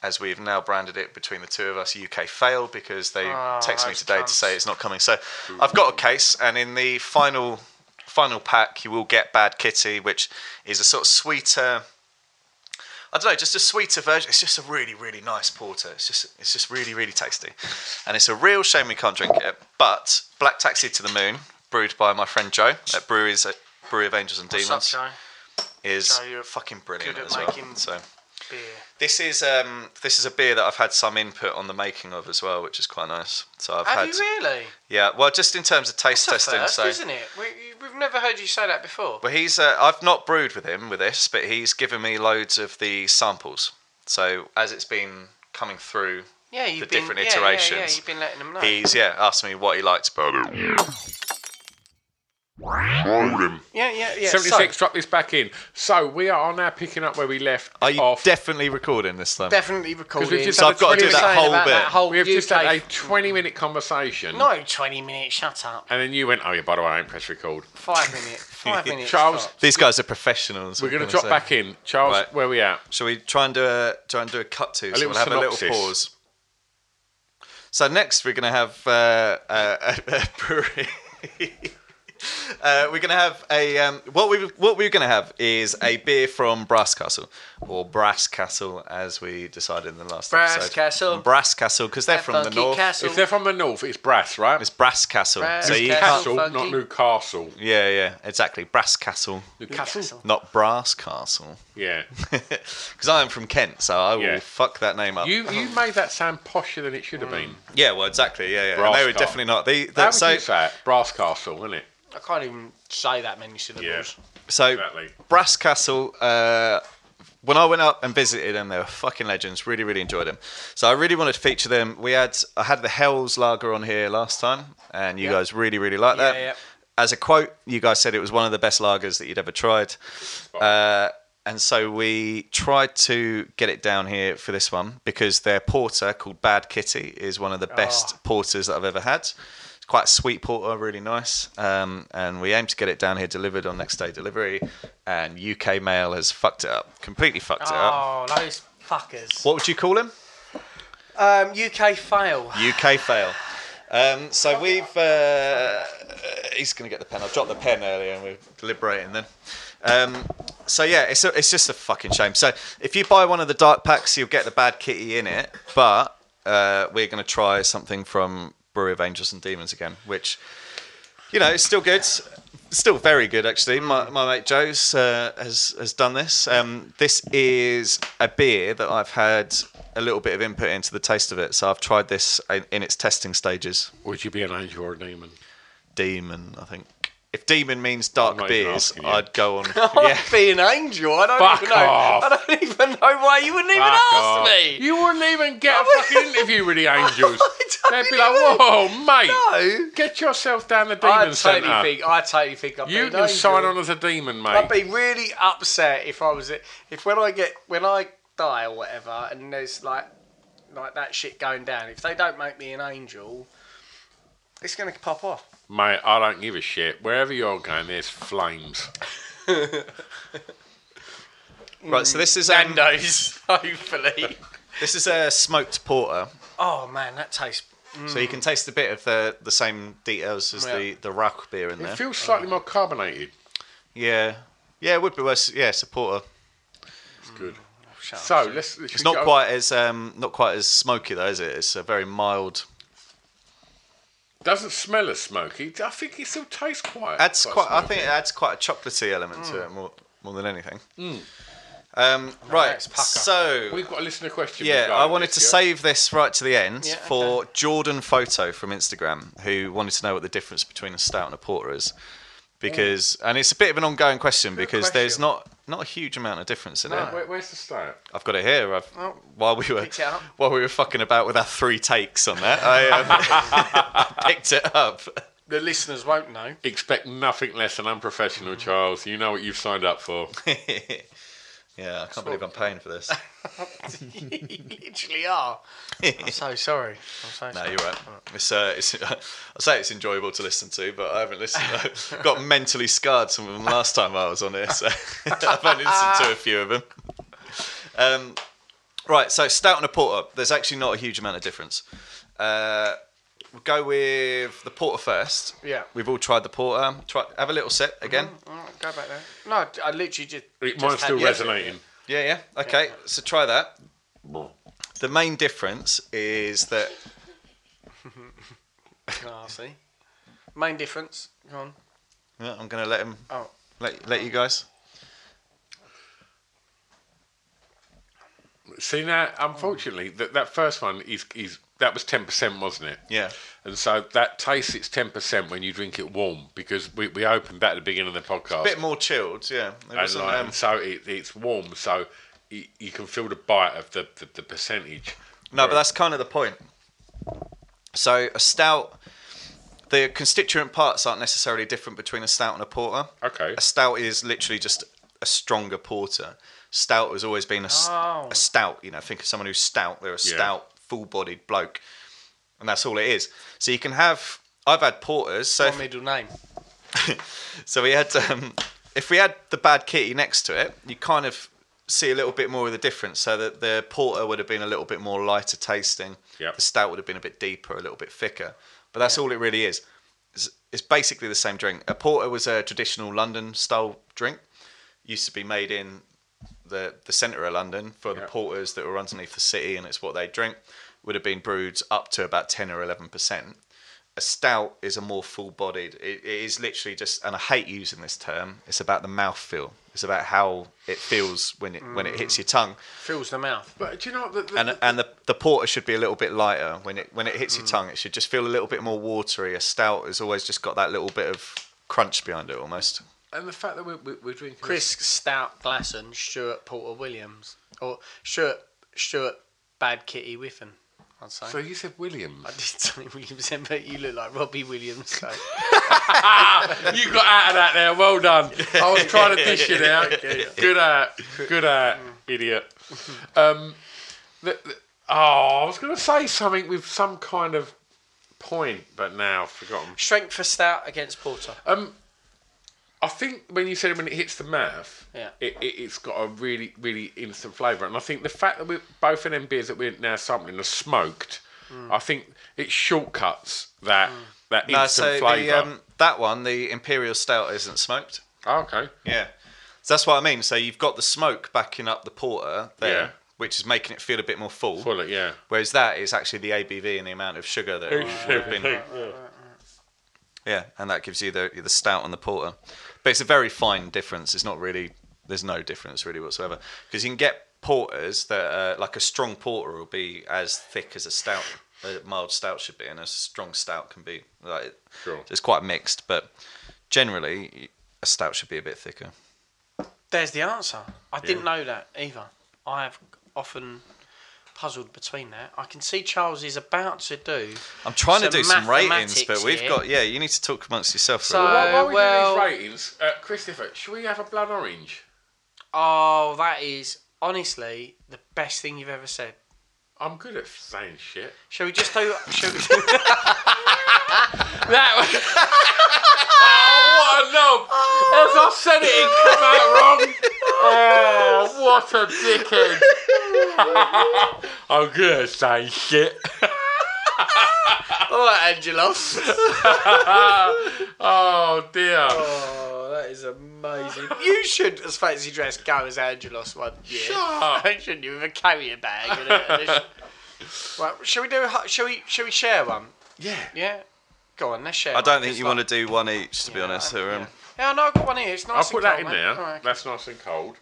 Speaker 8: As we've now branded it between the two of us, UK fail because they
Speaker 6: Oh,
Speaker 8: texted me
Speaker 6: those
Speaker 8: today to
Speaker 6: cunts.
Speaker 8: say it's not coming. So I've got a case, and in the final final pack, you will get Bad Kitty, which is a sort of sweeter. I don't know, just a sweeter version. It's just a really, really nice porter. It's just, it's just really, really tasty, and it's a real shame we can't drink it. But Black Taxi to the Moon, brewed by my friend Joe at Breweries at Brewery of Angels and
Speaker 6: What's
Speaker 8: Demons,
Speaker 6: up, Joe?
Speaker 8: is
Speaker 6: Joe, you're
Speaker 8: fucking brilliant
Speaker 6: good at
Speaker 8: as well.
Speaker 6: making-
Speaker 8: So
Speaker 6: Beer.
Speaker 8: this is um, this is a beer that I've had some input on the making of as well, which is quite nice. So I've
Speaker 6: have
Speaker 8: had
Speaker 6: you really?
Speaker 8: yeah, well, just in terms of taste
Speaker 6: It's a
Speaker 8: testing.
Speaker 6: first,
Speaker 8: so
Speaker 6: isn't it? We, you- we've never heard you say that before.
Speaker 8: Well, he's uh, I've not brewed with him with this, but he's given me loads of the samples. So as it's been coming through,
Speaker 6: Yeah, you've
Speaker 8: the
Speaker 6: been,
Speaker 8: different
Speaker 6: yeah, Yeah, yeah,
Speaker 8: iterations.
Speaker 6: you've been letting them know.
Speaker 8: he's yeah asked me what he likes about it.
Speaker 6: yeah, yeah, yeah.
Speaker 9: seventy
Speaker 6: so,
Speaker 9: six? Drop this back in. So we are now picking up where we left
Speaker 8: Are you
Speaker 9: off.
Speaker 8: definitely recording this then?
Speaker 6: definitely recording.
Speaker 9: we've just
Speaker 8: So
Speaker 9: had
Speaker 8: I've got to do
Speaker 9: We've been
Speaker 8: that
Speaker 9: saying
Speaker 8: whole
Speaker 6: about
Speaker 8: bit.
Speaker 6: that whole
Speaker 9: We've just
Speaker 6: UK
Speaker 9: had a twenty minute conversation.
Speaker 6: No, 20 minutes, shut up.
Speaker 9: And then you went, oh yeah, by the way, I ain't press record.
Speaker 6: Five minutes, five minutes.
Speaker 9: Charles,
Speaker 6: stop.
Speaker 8: These guys are professionals.
Speaker 9: We're
Speaker 8: what
Speaker 9: going to
Speaker 8: can I
Speaker 9: drop
Speaker 8: say?
Speaker 9: back in. Charles,
Speaker 8: Right.
Speaker 9: where we at?
Speaker 8: Shall we try and do a try and do a cut to? so
Speaker 9: little
Speaker 8: we'll have a little
Speaker 9: synopsis.
Speaker 8: pause. So next we're going to have uh, uh, a, a brewery. Uh, we're gonna have a um, what we what we're gonna have is a beer from Brass Castle or Brass Castle as we decided in the last
Speaker 6: Brass
Speaker 8: episode.
Speaker 6: Castle.
Speaker 8: Brass Castle because they're
Speaker 6: That
Speaker 8: from the
Speaker 6: funky
Speaker 8: north.
Speaker 6: castle. If
Speaker 9: they're from the north, it's Brass, right?
Speaker 8: It's Brass Castle.
Speaker 6: Brass
Speaker 8: so you
Speaker 6: Castle,
Speaker 8: can't.
Speaker 9: Not
Speaker 6: funky.
Speaker 9: Newcastle.
Speaker 8: Yeah, yeah, exactly. Brass Castle,
Speaker 9: Newcastle.
Speaker 8: not Brass Castle.
Speaker 9: Yeah.
Speaker 8: Because I am from Kent, so I will
Speaker 9: Yeah.
Speaker 8: fuck that name up.
Speaker 9: You you made that sound posher than it should have been.
Speaker 8: Yeah, well, exactly. Yeah, yeah. And
Speaker 9: Brass
Speaker 8: they were
Speaker 9: Castle.
Speaker 8: definitely not. They, they
Speaker 9: That was
Speaker 8: Mm. so,
Speaker 9: so, that Brass Castle, wasn't it?
Speaker 6: I can't even say that many syllables.
Speaker 8: So
Speaker 9: Exactly.
Speaker 8: Brass Castle. Uh, when I went up and visited them, they were fucking legends. Really, really enjoyed them. So I really wanted to feature them. We had I had the Hell's Lager on here last time, and you
Speaker 6: Yeah.
Speaker 8: guys really, really liked that.
Speaker 6: Yeah, yeah.
Speaker 8: As a quote, you guys said it was one of the best lagers that you'd ever tried. Uh, and so we tried to get it down here for this one because their porter called Bad Kitty is one of the best porters that I've ever had. It's quite a sweet porter, really nice. Um, and we aim to get it down here delivered on next day delivery. And UK Mail has fucked it up, completely fucked it up.
Speaker 6: Oh, those fuckers.
Speaker 8: What would you call him?
Speaker 6: Um, UK fail.
Speaker 8: UK fail. Um, so we've. Uh, he's going to get the pen. I dropped the pen earlier and we we're deliberating then. Um, so yeah, it's, a, it's just a fucking shame. So if you buy one of the dark packs, you'll get the bad kitty in it. But uh, we're going to try something from Brewery of Angels and Demons again, which you know, it's still good. Still very good, actually. My, my mate Joe's uh, has has done this. Um, this is a beer that I've had a little bit of input into the taste of it. So I've tried this in, in its testing stages.
Speaker 9: Would you be an angel or a demon?
Speaker 8: Demon, I think. If demon means dark
Speaker 9: not even
Speaker 8: beers,
Speaker 9: asking you.
Speaker 8: I'd go on.
Speaker 6: I'd
Speaker 8: yeah,
Speaker 6: be an angel. I don't
Speaker 9: Fuck
Speaker 6: even know. I don't even know why you wouldn't even
Speaker 9: Fuck
Speaker 6: ask
Speaker 9: off.
Speaker 6: me.
Speaker 9: You wouldn't even get a fucking interview with the angels.
Speaker 6: I
Speaker 9: They'd
Speaker 6: don't
Speaker 9: be like,
Speaker 6: even-
Speaker 9: whoa, mate,
Speaker 6: No.
Speaker 9: get yourself down the
Speaker 6: I
Speaker 9: demon
Speaker 6: totally
Speaker 9: centre.
Speaker 6: think. I totally think. I'd be
Speaker 9: you
Speaker 6: an
Speaker 9: can
Speaker 6: angel.
Speaker 9: sign on as a demon, mate.
Speaker 6: I'd be really upset if I was if when I get when I die or whatever, and there's like like that shit going down. If they don't make me an angel, it's gonna pop off.
Speaker 9: Mate, I don't give a shit. Wherever you're going, there's flames.
Speaker 8: right. So this is um,
Speaker 6: Nando's, hopefully.
Speaker 8: this is a smoked porter,
Speaker 6: oh man, that tastes.
Speaker 8: so you can taste a bit of the the same details as the the rack beer in
Speaker 9: It
Speaker 8: there.
Speaker 9: feels slightly more carbonated.
Speaker 8: Yeah, yeah, it would be worse. Yeah, it's a porter.
Speaker 9: It's good. So let's.
Speaker 8: It's not quite as um, not quite as smoky though, is it? It's a very mild.
Speaker 9: Doesn't smell as smoky. I think it still tastes quite.
Speaker 8: Adds quite. I
Speaker 9: smoky.
Speaker 8: think it adds quite a chocolatey element to it more more than anything. Um, right.
Speaker 6: it's pucker.
Speaker 8: So
Speaker 9: We've got a listener question.
Speaker 8: yeah, I
Speaker 9: regarding
Speaker 8: wanted
Speaker 9: this,
Speaker 8: to
Speaker 9: yeah?
Speaker 8: save this right to the end
Speaker 6: Yeah,
Speaker 8: for Jordan Photo from Instagram, who wanted to know what the difference between a stout and a porter is, because and it's a bit of an ongoing question because there's
Speaker 6: question.
Speaker 8: not not a huge amount of difference in it.
Speaker 9: Where, where's the start?
Speaker 8: I've got it here. I've, while we were
Speaker 6: picked it up.
Speaker 8: while we were fucking about with our three takes on that, I, um, I picked it up.
Speaker 6: The listeners won't know.
Speaker 9: Expect nothing less than unprofessional, Charles. You know what you've signed up for.
Speaker 8: Yeah, I can't believe I'm paying for this.
Speaker 6: you literally are. I'm so sorry. I'm so
Speaker 8: No,
Speaker 6: sorry.
Speaker 8: you're right. It's, uh, it's I say it's enjoyable to listen to, but I haven't listened. I got mentally scarred some of them last time I was on here, so I've only listened to a few of them. Um, right, so stout and a porter. There's actually not a huge amount of difference. Uh, we'll go with the porter first.
Speaker 6: Yeah. Mm-hmm.
Speaker 8: we've all tried the porter. Try have a little sip again.
Speaker 6: Alright, Go back there. No, I literally just.
Speaker 9: It, mine's
Speaker 6: just
Speaker 9: still
Speaker 6: had-
Speaker 9: resonating.
Speaker 8: Yeah, yeah. Okay, so try that. The main difference is that
Speaker 6: Ah, I see. Main difference. Go on.
Speaker 8: Yeah, I'm going to let him
Speaker 6: Oh.
Speaker 8: let let you guys.
Speaker 9: See now, unfortunately, that that first one is is that was ten percent, wasn't it?
Speaker 8: Yeah.
Speaker 9: And so that tastes its ten percent when you drink it warm because we, we opened that at the beginning of the podcast.
Speaker 8: bit more chilled, yeah. It
Speaker 9: and
Speaker 8: wasn't,
Speaker 9: like,
Speaker 8: um,
Speaker 9: and so it, it's warm, so y you can feel the bite of the, the, the percentage.
Speaker 8: no, but that's kind of the point. So a stout, the constituent parts aren't necessarily different between a stout and a porter.
Speaker 9: Okay.
Speaker 8: A stout is literally just a stronger porter. Stout has always been a, s- a stout. You know, think of someone who's stout. They're a
Speaker 9: Yeah.
Speaker 8: stout, full-bodied bloke, and that's all it is. So you can have. I've had porters. So
Speaker 6: My
Speaker 8: if-
Speaker 6: middle name.
Speaker 8: So we had, um, if we had the bad kitty next to it, you kind of see a little bit more of the difference. So that the porter would have been a little bit more lighter tasting.
Speaker 9: Yep.
Speaker 8: The stout would have been a bit deeper, a little bit thicker. But that's all it really is. It's, It's basically the same drink. A porter was a traditional London style drink. Used to be made in the the centre of London for the
Speaker 9: Yeah.
Speaker 8: porters that were underneath the city, and it's what they drink. Would have been brewed up to about ten or eleven percent. A stout is a more full bodied. It, it is literally just, and I hate using this term. It's about the mouthfeel. It's about how it feels when it when it hits your tongue.
Speaker 6: Fills the mouth.
Speaker 9: But do you know the, the,
Speaker 8: And and the, the porter should be a little bit lighter when it when it hits your tongue. It should just feel a little bit more watery. A stout has always just got that little bit of crunch behind it almost.
Speaker 9: and the fact that we're, we're, we're drinking
Speaker 6: Chris Stout Glasson, Stuart Porter Williams, or Stuart Stuart Bad Kitty Whiffen. I'd say.
Speaker 9: This, so you said Williams.
Speaker 6: I did Tony Williams then, but you look like Robbie Williams. So.
Speaker 9: you got out of that there. Well done. I was trying to dish it out. Good at, good at, idiot. Um, the, the- oh, I was going to say something with some kind of point, but now I've forgotten.
Speaker 6: Strength for Stout against Porter.
Speaker 9: Um, I think when you said when it hits the mouth,
Speaker 6: Yeah.
Speaker 9: it, it, it's got a really, really instant flavour. And I think the fact that we're, both of them beers that we're now sampling are smoked, I think it shortcuts that that
Speaker 8: No,
Speaker 9: instant
Speaker 8: so
Speaker 9: flavour.
Speaker 8: the, um, that one, the imperial stout, isn't smoked.
Speaker 9: oh, okay.
Speaker 8: Yeah, so that's what I mean. So you've got the smoke backing up the porter there,
Speaker 9: Yeah.
Speaker 8: which is making it feel a bit more full.
Speaker 9: Full it, yeah.
Speaker 8: Whereas that is actually the ABV and the amount of sugar that have been. Yeah, and that gives you the the stout and the porter, but it's a very fine difference. It's not really there's no difference really whatsoever because you can get porters that uh, like a strong porter will be as thick as a stout, a mild stout should be, and a strong stout can be like
Speaker 9: Sure.
Speaker 8: it's quite mixed, but generally a stout should be a bit thicker.
Speaker 6: There's the answer. I didn't know that either. I have often puzzled between that. I can see Charles is about to do.
Speaker 8: I'm trying to do some ratings,
Speaker 6: mathematics
Speaker 8: but we've
Speaker 6: here.
Speaker 8: got yeah. You need to talk amongst yourself. For
Speaker 6: So-
Speaker 8: a while.
Speaker 9: While, while we
Speaker 6: well-
Speaker 9: do these ratings, uh, Christopher, should we have a blood orange?
Speaker 6: Oh, that is honestly the best thing you've ever said.
Speaker 9: I'm good at saying shit.
Speaker 6: Shall we just do? Shall we, that was-
Speaker 9: What a knob! As I said it, it came out wrong. Oh, what a dickhead! I'm good at saying shit.
Speaker 6: All right, Angelos.
Speaker 9: Oh dear.
Speaker 6: Oh, that is amazing. You should, as fancy dress, go as Angelos one year.
Speaker 9: Shut up.
Speaker 6: Shouldn't you? With a carrier bag. And a- right, shall we do? a hu- Shall we? Shall we share one?
Speaker 9: Yeah.
Speaker 6: Yeah. Go on, let's share.
Speaker 8: I don't think you want to do one each, to be honest. so, um,
Speaker 6: Yeah, no, I've got one here. It's nice.
Speaker 9: I'll put
Speaker 6: and
Speaker 9: that
Speaker 6: cold,
Speaker 9: in
Speaker 6: mate.
Speaker 9: there.
Speaker 6: All right.
Speaker 9: That's nice and cold.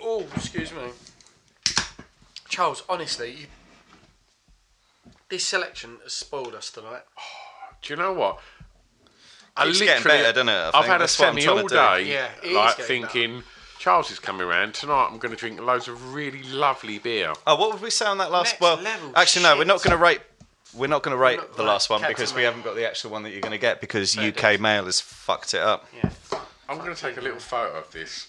Speaker 6: Oh, excuse me. Charles, honestly, you... this selection has spoiled us tonight.
Speaker 9: Do you know what? I
Speaker 8: Keeps getting
Speaker 9: literally-
Speaker 8: better, doesn't it? I
Speaker 9: I've
Speaker 8: think
Speaker 9: had a
Speaker 8: that's what I'm
Speaker 9: semi
Speaker 8: trying
Speaker 9: all
Speaker 8: to do.
Speaker 9: day,
Speaker 6: Yeah, it is
Speaker 9: like
Speaker 6: getting better.
Speaker 9: thinking Charles is coming round tonight. I'm going to drink loads of really lovely beer.
Speaker 8: Oh, what would we say on that last?
Speaker 6: Next
Speaker 8: well,
Speaker 6: level
Speaker 8: actually, no,
Speaker 6: shit.
Speaker 8: we're not going to rate. We're not going to rate
Speaker 6: not-
Speaker 8: the
Speaker 6: like,
Speaker 8: last one
Speaker 6: Captain
Speaker 8: because we
Speaker 6: Mail.
Speaker 8: haven't got the actual one that you're going to get because UK Mail has fucked it up.
Speaker 6: Yeah.
Speaker 9: I'm going to take a little photo of this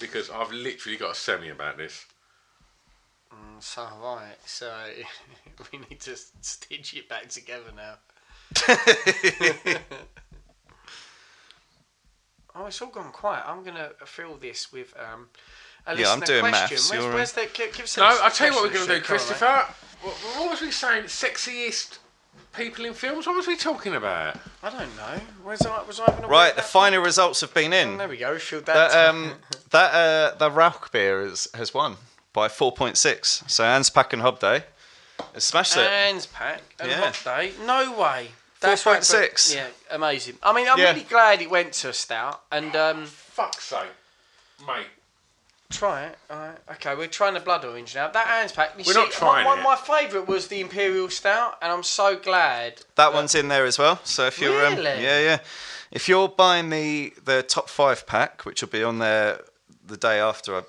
Speaker 9: because I've literally got a semi about this.
Speaker 6: Mm, So have I. So we need to stitch it back together now. oh, it's all gone quiet. I'm gonna fill this with um. A
Speaker 8: Yeah, I'm
Speaker 6: listener
Speaker 8: doing
Speaker 6: question.
Speaker 8: maths,
Speaker 6: Where's,
Speaker 8: you're-
Speaker 6: where's the, give, give us a
Speaker 9: No,
Speaker 6: listener
Speaker 9: I'll tell you what we're going
Speaker 6: question,
Speaker 9: to do,
Speaker 6: Sue, come on,
Speaker 9: Christopher. What, what was we saying? Sexiest people in films? What was we talking about?
Speaker 6: mate. I don't know. Where's I, was I even aware
Speaker 8: Right,
Speaker 6: of
Speaker 8: the
Speaker 6: that?
Speaker 8: final results have been
Speaker 9: Oh,
Speaker 8: in.
Speaker 6: There we go. Filled that.
Speaker 8: That um, that uh, the Rauch beer is, has won by 4.6. So Hans Pack and Hobday has smashed it.
Speaker 6: Hands pack and
Speaker 8: Yeah.
Speaker 6: hot day. No way. That's right,
Speaker 8: 4.6.
Speaker 6: Yeah, amazing. I mean, I'm
Speaker 8: Yeah.
Speaker 6: really glad it went to a stout and um.
Speaker 9: Fuck's sake, mate.
Speaker 6: Try it. Alright. Okay, we're trying the blood orange now. That hands pack. You
Speaker 9: We're
Speaker 6: see,
Speaker 9: not trying
Speaker 6: My, my,
Speaker 9: it.
Speaker 6: my favourite was the imperial stout, and I'm so glad.
Speaker 8: That one's in there as well. So if you're um,
Speaker 6: Really?
Speaker 8: yeah yeah, if you're buying the the top five pack, which will be on there the day after, I,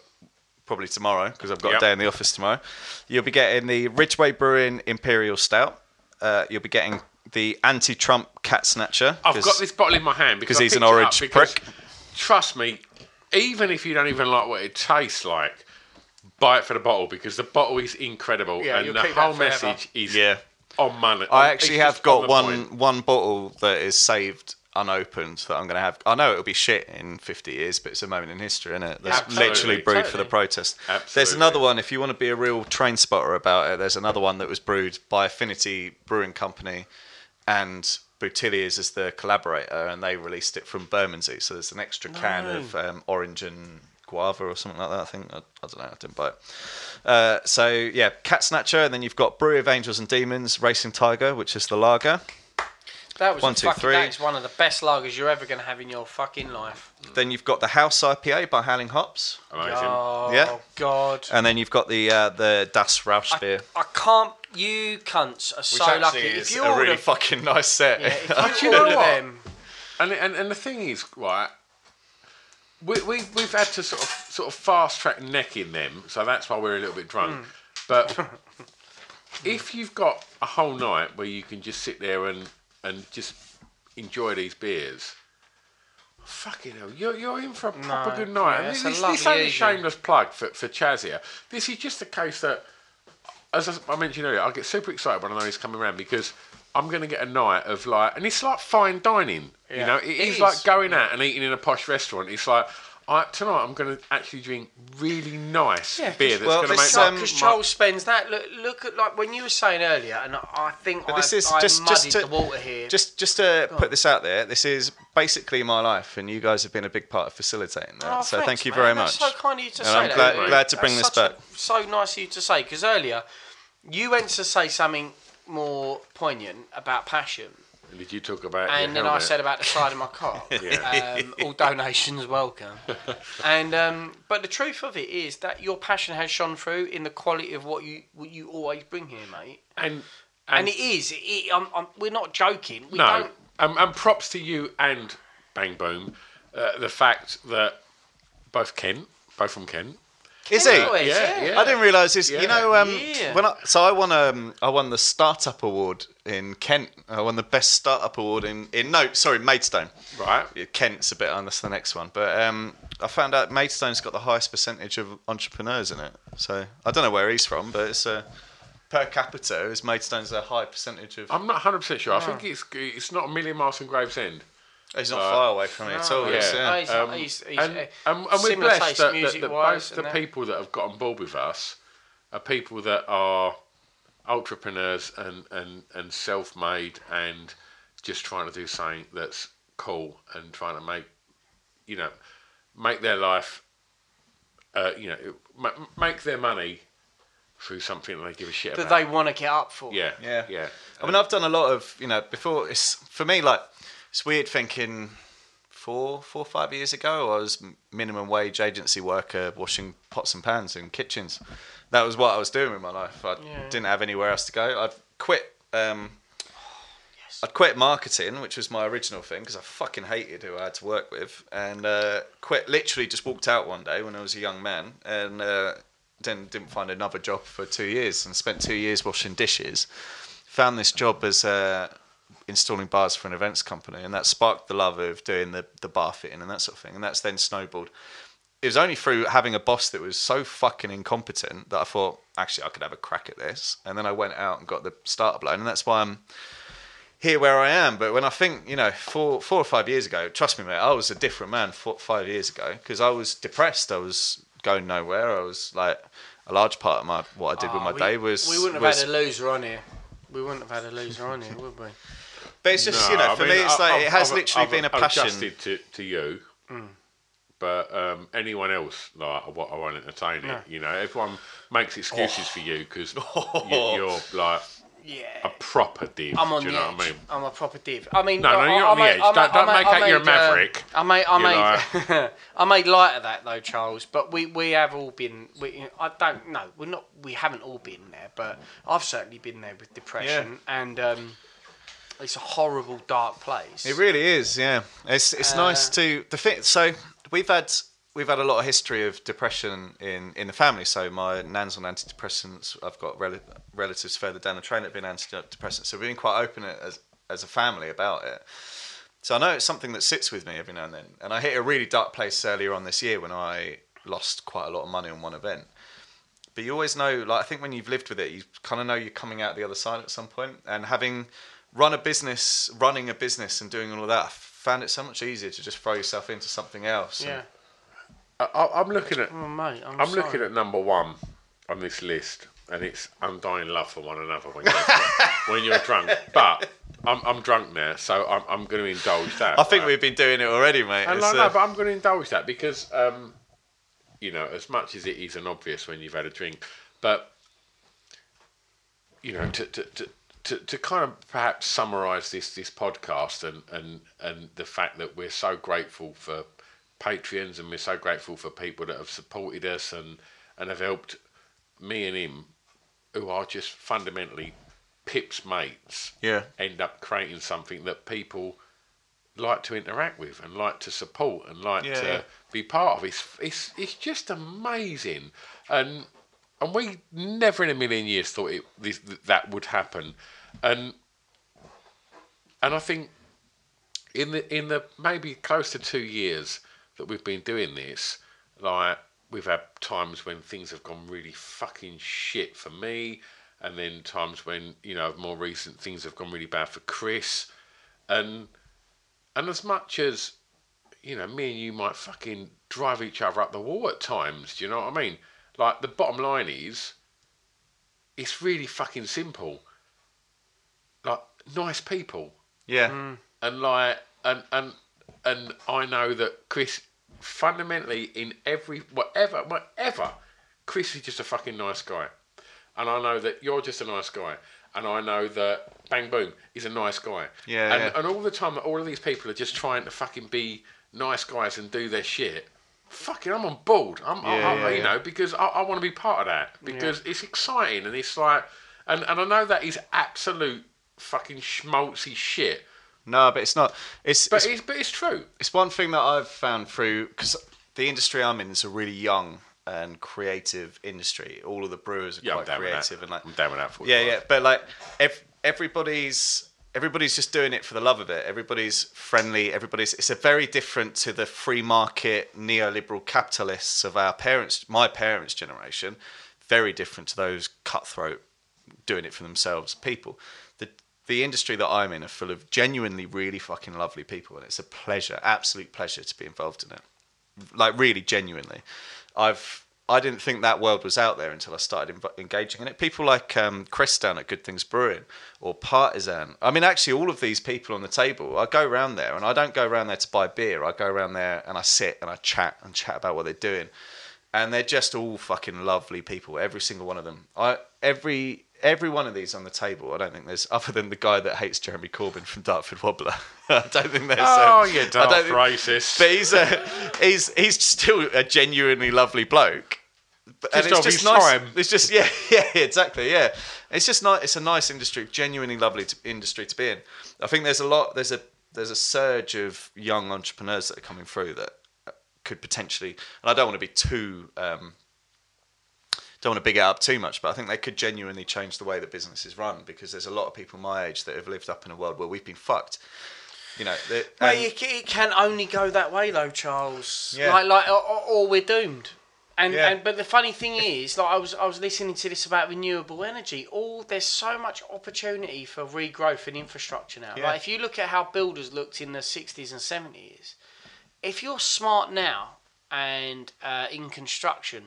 Speaker 8: probably tomorrow because I've got
Speaker 9: Yep.
Speaker 8: a day in the office tomorrow, you'll be getting the Ridgeway Brewing Imperial Stout. Uh, you'll be getting the anti-Trump Cat Snatcher.
Speaker 9: I've
Speaker 8: 'cause-
Speaker 9: got this bottle in my hand because
Speaker 8: because
Speaker 9: I
Speaker 8: he's an
Speaker 9: picked it up
Speaker 8: orange
Speaker 9: because,
Speaker 8: prick.
Speaker 9: Trust me, even if you don't even like what it tastes like, buy it for the bottle because the bottle is incredible
Speaker 6: Yeah,
Speaker 9: and
Speaker 6: you'll
Speaker 9: the
Speaker 6: keep that
Speaker 9: whole
Speaker 6: forever.
Speaker 9: message is
Speaker 8: Yeah.
Speaker 9: on money.
Speaker 8: I
Speaker 9: on-
Speaker 8: actually
Speaker 9: it's
Speaker 8: have
Speaker 9: just on
Speaker 8: got
Speaker 9: the
Speaker 8: one
Speaker 9: point.
Speaker 8: one bottle that is saved unopened that I'm going to have. I know it'll be shit in 50 years, but it's a moment in history, isn't it? That's
Speaker 9: Absolutely.
Speaker 8: literally brewed for the
Speaker 6: Totally.
Speaker 8: protest. There's
Speaker 9: Absolutely.
Speaker 8: another one. If you want to be a real train spotter about it, there's another one that was brewed by Affinity Brewing Company and Boutilliers is the collaborator, and they released it from Bermondsey. So there's an extra can
Speaker 10: No.
Speaker 8: of um, orange and guava or something like that. I think I, I don't know. I didn't buy it. Uh, so yeah, Cat Snatcher, and then you've got Brewery of Angels and Demons, Racing Tiger, which is the lager.
Speaker 6: That was
Speaker 8: One,
Speaker 6: a
Speaker 8: two,
Speaker 6: fucking,
Speaker 8: three.
Speaker 6: That is one of the best lagers you're ever going to have in your fucking life.
Speaker 8: Then you've got the House IPA by Howling Hops.
Speaker 6: Oh
Speaker 8: Yeah.
Speaker 6: God!
Speaker 8: And then you've got the uh, the Das Rausch beer.
Speaker 6: I can't. You cunts are so
Speaker 8: actually
Speaker 6: lucky.
Speaker 8: is
Speaker 6: If you
Speaker 8: a
Speaker 6: order,
Speaker 8: really fucking nice set.
Speaker 9: Do you know what? And, and and the thing is, right? We, we we've had to sort of sort of fast track necking them, so that's why we're a little bit drunk. Um, But if you've got a whole night where you can just sit there and and just enjoy these beers. Fucking hell, you're, you're in for a proper
Speaker 6: No,
Speaker 9: good night.
Speaker 6: yeah,
Speaker 9: And
Speaker 6: it's a
Speaker 9: this, this
Speaker 6: lovely
Speaker 9: ain't a
Speaker 6: evening.
Speaker 9: shameless plug for, for Chaz here. This is just a case that, as I I mentioned earlier, I get super excited when I know he's coming around because I'm going to get a night of like, and it's like fine dining. You
Speaker 6: Yeah.
Speaker 9: know, it
Speaker 6: It
Speaker 9: is,
Speaker 6: is.
Speaker 9: like going out and eating in a posh restaurant. It's like, I, tonight I'm going to actually drink really nice
Speaker 6: Yeah,
Speaker 9: beer that's going to make
Speaker 6: because
Speaker 9: my- my,
Speaker 6: Joel spends that. Look, look at like when you were saying earlier, and I- I think
Speaker 8: But
Speaker 6: I,
Speaker 8: this is
Speaker 6: I
Speaker 8: just
Speaker 6: muddied
Speaker 8: just to,
Speaker 6: the water here.
Speaker 8: just just to put this out there. This is basically my life, and you guys have been a big part of facilitating that.
Speaker 6: Oh,
Speaker 8: so
Speaker 6: thanks,
Speaker 8: thank you
Speaker 6: mate.
Speaker 8: very
Speaker 6: That's
Speaker 8: much.
Speaker 6: so kind of you to
Speaker 8: and
Speaker 6: say
Speaker 8: I'm
Speaker 6: that,
Speaker 8: glad,
Speaker 6: Lou.
Speaker 8: glad to
Speaker 6: That's
Speaker 8: bring this
Speaker 6: such
Speaker 8: back.
Speaker 6: a- so nice of you to say because earlier you went to say something more poignant about passion.
Speaker 9: Did you talk about your
Speaker 6: Mm. And then I
Speaker 9: helmet?
Speaker 6: said about the side of my car.
Speaker 9: Yeah.
Speaker 6: um, all donations welcome. and um, but the truth of it is that your passion has shone through in the quality of what you what you always bring here, mate.
Speaker 9: And
Speaker 6: and,
Speaker 9: and-
Speaker 6: it is. It, I'm, I'm, we're not joking. We
Speaker 9: no,
Speaker 6: don't.
Speaker 9: um, and props to you and Bang Boom, uh, the fact that both Kent, both from Kent,
Speaker 8: Is he?
Speaker 9: Uh, yeah, yeah.
Speaker 8: I didn't realise this.
Speaker 9: Yeah.
Speaker 8: You know, um,
Speaker 9: Yeah.
Speaker 8: when I, so I won um, I won the startup award in Kent. I won the best startup award in in no, sorry, Maidstone.
Speaker 9: Right.
Speaker 8: Kent's a bit on that's the next one, but um, I found out Maidstone's got the highest percentage of entrepreneurs in it. So I don't know where he's from, but it's uh, per capita. Is Maidstone's a high percentage of?
Speaker 9: I'm not 100 percent sure. I
Speaker 8: No.
Speaker 9: think it's it's not a million miles from Gravesend.
Speaker 8: It's not far away from it at all, it's, yeah. No, he's-
Speaker 9: Um,
Speaker 8: he's- he's,
Speaker 9: and,
Speaker 8: uh,
Speaker 9: and, and we're
Speaker 8: similar
Speaker 9: blessed
Speaker 8: taste
Speaker 9: that, that- that,
Speaker 8: music-wise
Speaker 9: both the
Speaker 8: and that.
Speaker 9: people that have got on board with us are people that are entrepreneurs and, and, and self-made and just trying to do something that's cool and trying to make, you know, make their life, uh, you know, ma- make their money through something that they give a shit
Speaker 6: That
Speaker 9: about.
Speaker 6: they want to get up for.
Speaker 9: Yeah,
Speaker 8: Yeah.
Speaker 9: yeah.
Speaker 8: I mean, I've done a lot of you know before. It's for me like it's weird thinking four, four, five years ago. I was minimum wage agency worker washing pots and pans in kitchens. That was what I was doing with my life. I
Speaker 10: Yeah.
Speaker 8: didn't have anywhere else to go. I'd quit. Um, I'd quit marketing, which was my original thing, because I fucking hated who I had to work with, and uh, quit. Literally, just walked out one day when I was a young man, and uh, then didn't find another job for two years, and spent two years washing dishes. Found this job as uh, installing bars for an events company, and that sparked the love of doing the the bar fitting and that sort of thing, and that's then snowballed. It was only through having a boss that was so fucking incompetent that I thought, actually, I could have a crack at this, and then I went out and got the startup loan, and that's why I'm here where I am. But when I think, you know, four four or five years ago, trust me, mate, I was a different man four, five years ago because I was depressed. I was going nowhere. I was like a large part of my what I did with
Speaker 6: Oh,
Speaker 8: my
Speaker 6: we,
Speaker 8: day was.
Speaker 6: We wouldn't have
Speaker 8: was-
Speaker 6: had a loser on here. We wouldn't have had a loser on here, would we?
Speaker 8: But it's just,
Speaker 9: No,
Speaker 8: you know,
Speaker 9: I
Speaker 8: for
Speaker 9: mean,
Speaker 8: me, it's like
Speaker 9: I've-
Speaker 8: it has
Speaker 9: I've-
Speaker 8: literally
Speaker 9: I've-
Speaker 8: been a
Speaker 9: I've
Speaker 8: passion.
Speaker 9: adjusted to, to you, but um, anyone else, like, I, won't- I won't entertain it.
Speaker 6: No.
Speaker 9: You know, everyone makes excuses for you because you, are like
Speaker 6: Yeah.
Speaker 9: a proper div.
Speaker 6: I'm on
Speaker 9: do you
Speaker 6: the
Speaker 9: know
Speaker 6: edge.
Speaker 9: what I mean?
Speaker 6: I'm a proper div. I mean,
Speaker 9: No, no,
Speaker 6: I,
Speaker 9: you're
Speaker 6: I,
Speaker 9: on the
Speaker 6: I
Speaker 9: edge.
Speaker 6: made- I
Speaker 9: Don't-
Speaker 6: made-
Speaker 9: don't
Speaker 6: I
Speaker 9: make out
Speaker 6: made,
Speaker 9: you're a
Speaker 6: uh,
Speaker 9: maverick.
Speaker 6: I made, I
Speaker 9: You're
Speaker 6: made, I made light of that though, Charles. But we, we have all been. We, I don't know. We're not. We haven't all been there, but I've certainly been there with depression, and um, it's a horrible, dark place.
Speaker 8: It really is, yeah. It's it's
Speaker 6: Uh,
Speaker 8: nice to the thing. So we've had we've had a lot of history of depression in in the family. So my nan's on antidepressants. I've got rel- relatives further down the train that have been antidepressants. So we've been quite open as as a family about it. So I know it's something that sits with me every now and then. And I hit a really dark place earlier on this year when I lost quite a lot of money on one event. But you always know, like I think when you've lived with it, you kind of know you're coming out the other side at some point. And having run a business, running a business, and doing all of that, I found it so much easier to just throw yourself into something else.
Speaker 6: Yeah.
Speaker 9: I, I- I'm looking at.
Speaker 6: Oh, mate, I'm,
Speaker 9: I'm, looking at number one on this list, and it's undying love for one another when you're, when you're drunk. But I'm, I'm drunk now, so I'm, I'm going to indulge that.
Speaker 8: I think
Speaker 9: right?
Speaker 8: we've been doing it already, mate.
Speaker 9: And
Speaker 8: It's,
Speaker 9: like, no,
Speaker 8: uh,
Speaker 9: but I'm going to indulge that because, um, you know, as much as it isn't obvious when you've had a drink, but, you know, to, to, to, to, to kind of perhaps summarise this, this podcast and, and, and the fact that we're so grateful for Patreons and we're so grateful for people that have supported us and, and have helped me and him, who are just fundamentally Pip's mates,
Speaker 8: Yeah.
Speaker 9: end up creating something that people like to interact with and like to support and like
Speaker 8: Yeah,
Speaker 9: to
Speaker 8: yeah.
Speaker 9: be part of. It's, it's it's just amazing, and and we never in a million years thought it this, that would happen, and and I think in the in the maybe close to two years that we've been doing this, like we've had times when things have gone really fucking shit for me, and then times when you know more recent things have gone really bad for Chris, and and as much as you know, me and you might fucking drive each other up the wall at times. Do you know what I mean? Like the bottom line is, it's really fucking simple. Like nice people
Speaker 8: yeah.
Speaker 9: Mm. and like and and and I know that Chris fundamentally in every whatever whatever Chris is just a fucking nice guy, and I know that you're just a nice guy, and I know that Bang Boom is a nice guy.
Speaker 8: Yeah,
Speaker 9: And
Speaker 8: yeah.
Speaker 9: and all the time, all of these people are just trying to fucking be nice guys and do their shit. Fucking, I'm on board. I'm, I-
Speaker 8: Yeah,
Speaker 9: I,
Speaker 8: yeah,
Speaker 9: you
Speaker 8: yeah.
Speaker 9: know, because I, I want to be part of that because it's exciting and it's like, and, and I know that is absolute fucking schmaltzy shit,
Speaker 8: No, but it's not. It's
Speaker 9: but
Speaker 8: it's,
Speaker 9: it's, but it's true.
Speaker 8: it's one thing that I've found through because the industry I'm in is a really young and creative industry. All of the brewers are
Speaker 9: Yeah, I'm
Speaker 8: quite
Speaker 9: down with that.
Speaker 8: creative and like
Speaker 9: I'm down with that. for
Speaker 8: yeah,
Speaker 9: you.
Speaker 8: yeah. But like, ev- everybody's everybody's just doing it for the love of it. Everybody's friendly. Everybody's. It's a very different to the free market neoliberal capitalists of our parents, my parents' generation. Very different to those cutthroat doing it for themselves people. The the industry that I'm in are full of genuinely really fucking lovely people, and it's a pleasure, absolute pleasure to be involved in it like really genuinely i've i didn't think that world was out there until i started inv- engaging in it people like um, chris down at good things brewing or partisan i mean actually all of these people on the table i go around there and i don't go around there to buy beer i go around there and i sit and i chat and chat about what they're doing and they're just all fucking lovely people every single one of them i every every one of these on the table i don't think there's other than the guy that hates jeremy corbyn from dartford wobbler i don't think there's
Speaker 9: Oh,
Speaker 8: uh,
Speaker 9: you
Speaker 8: I don't
Speaker 9: daft
Speaker 8: think-
Speaker 9: racist.
Speaker 8: but he's a, uh, he's he's still a genuinely lovely bloke. But-
Speaker 9: Just of his time.
Speaker 8: It's just yeah, yeah, exactly, yeah. It's just nice. It's a nice industry, genuinely lovely to, industry to be in. I think there's a lot. There's a there's a surge of young entrepreneurs that are coming through that uh, could potentially. And I don't want to be too. Um, don't want to big it up too much, but I think they could genuinely change the way that business is run because there's a lot of people my age that have lived up in a world where we've been fucked. You know, the-
Speaker 6: Well,
Speaker 8: and-
Speaker 6: you, c- it can only go that way, though, Charles.
Speaker 8: Yeah.
Speaker 6: Like, like, or, or- or we're doomed. And,
Speaker 8: Yeah.
Speaker 6: and but the funny thing is, like I was I was listening to this about renewable energy. All there's so much opportunity for regrowth in infrastructure now.
Speaker 8: Yeah.
Speaker 6: Like if you look at how builders looked in the 60s and 70s, if you're smart now and uh, in construction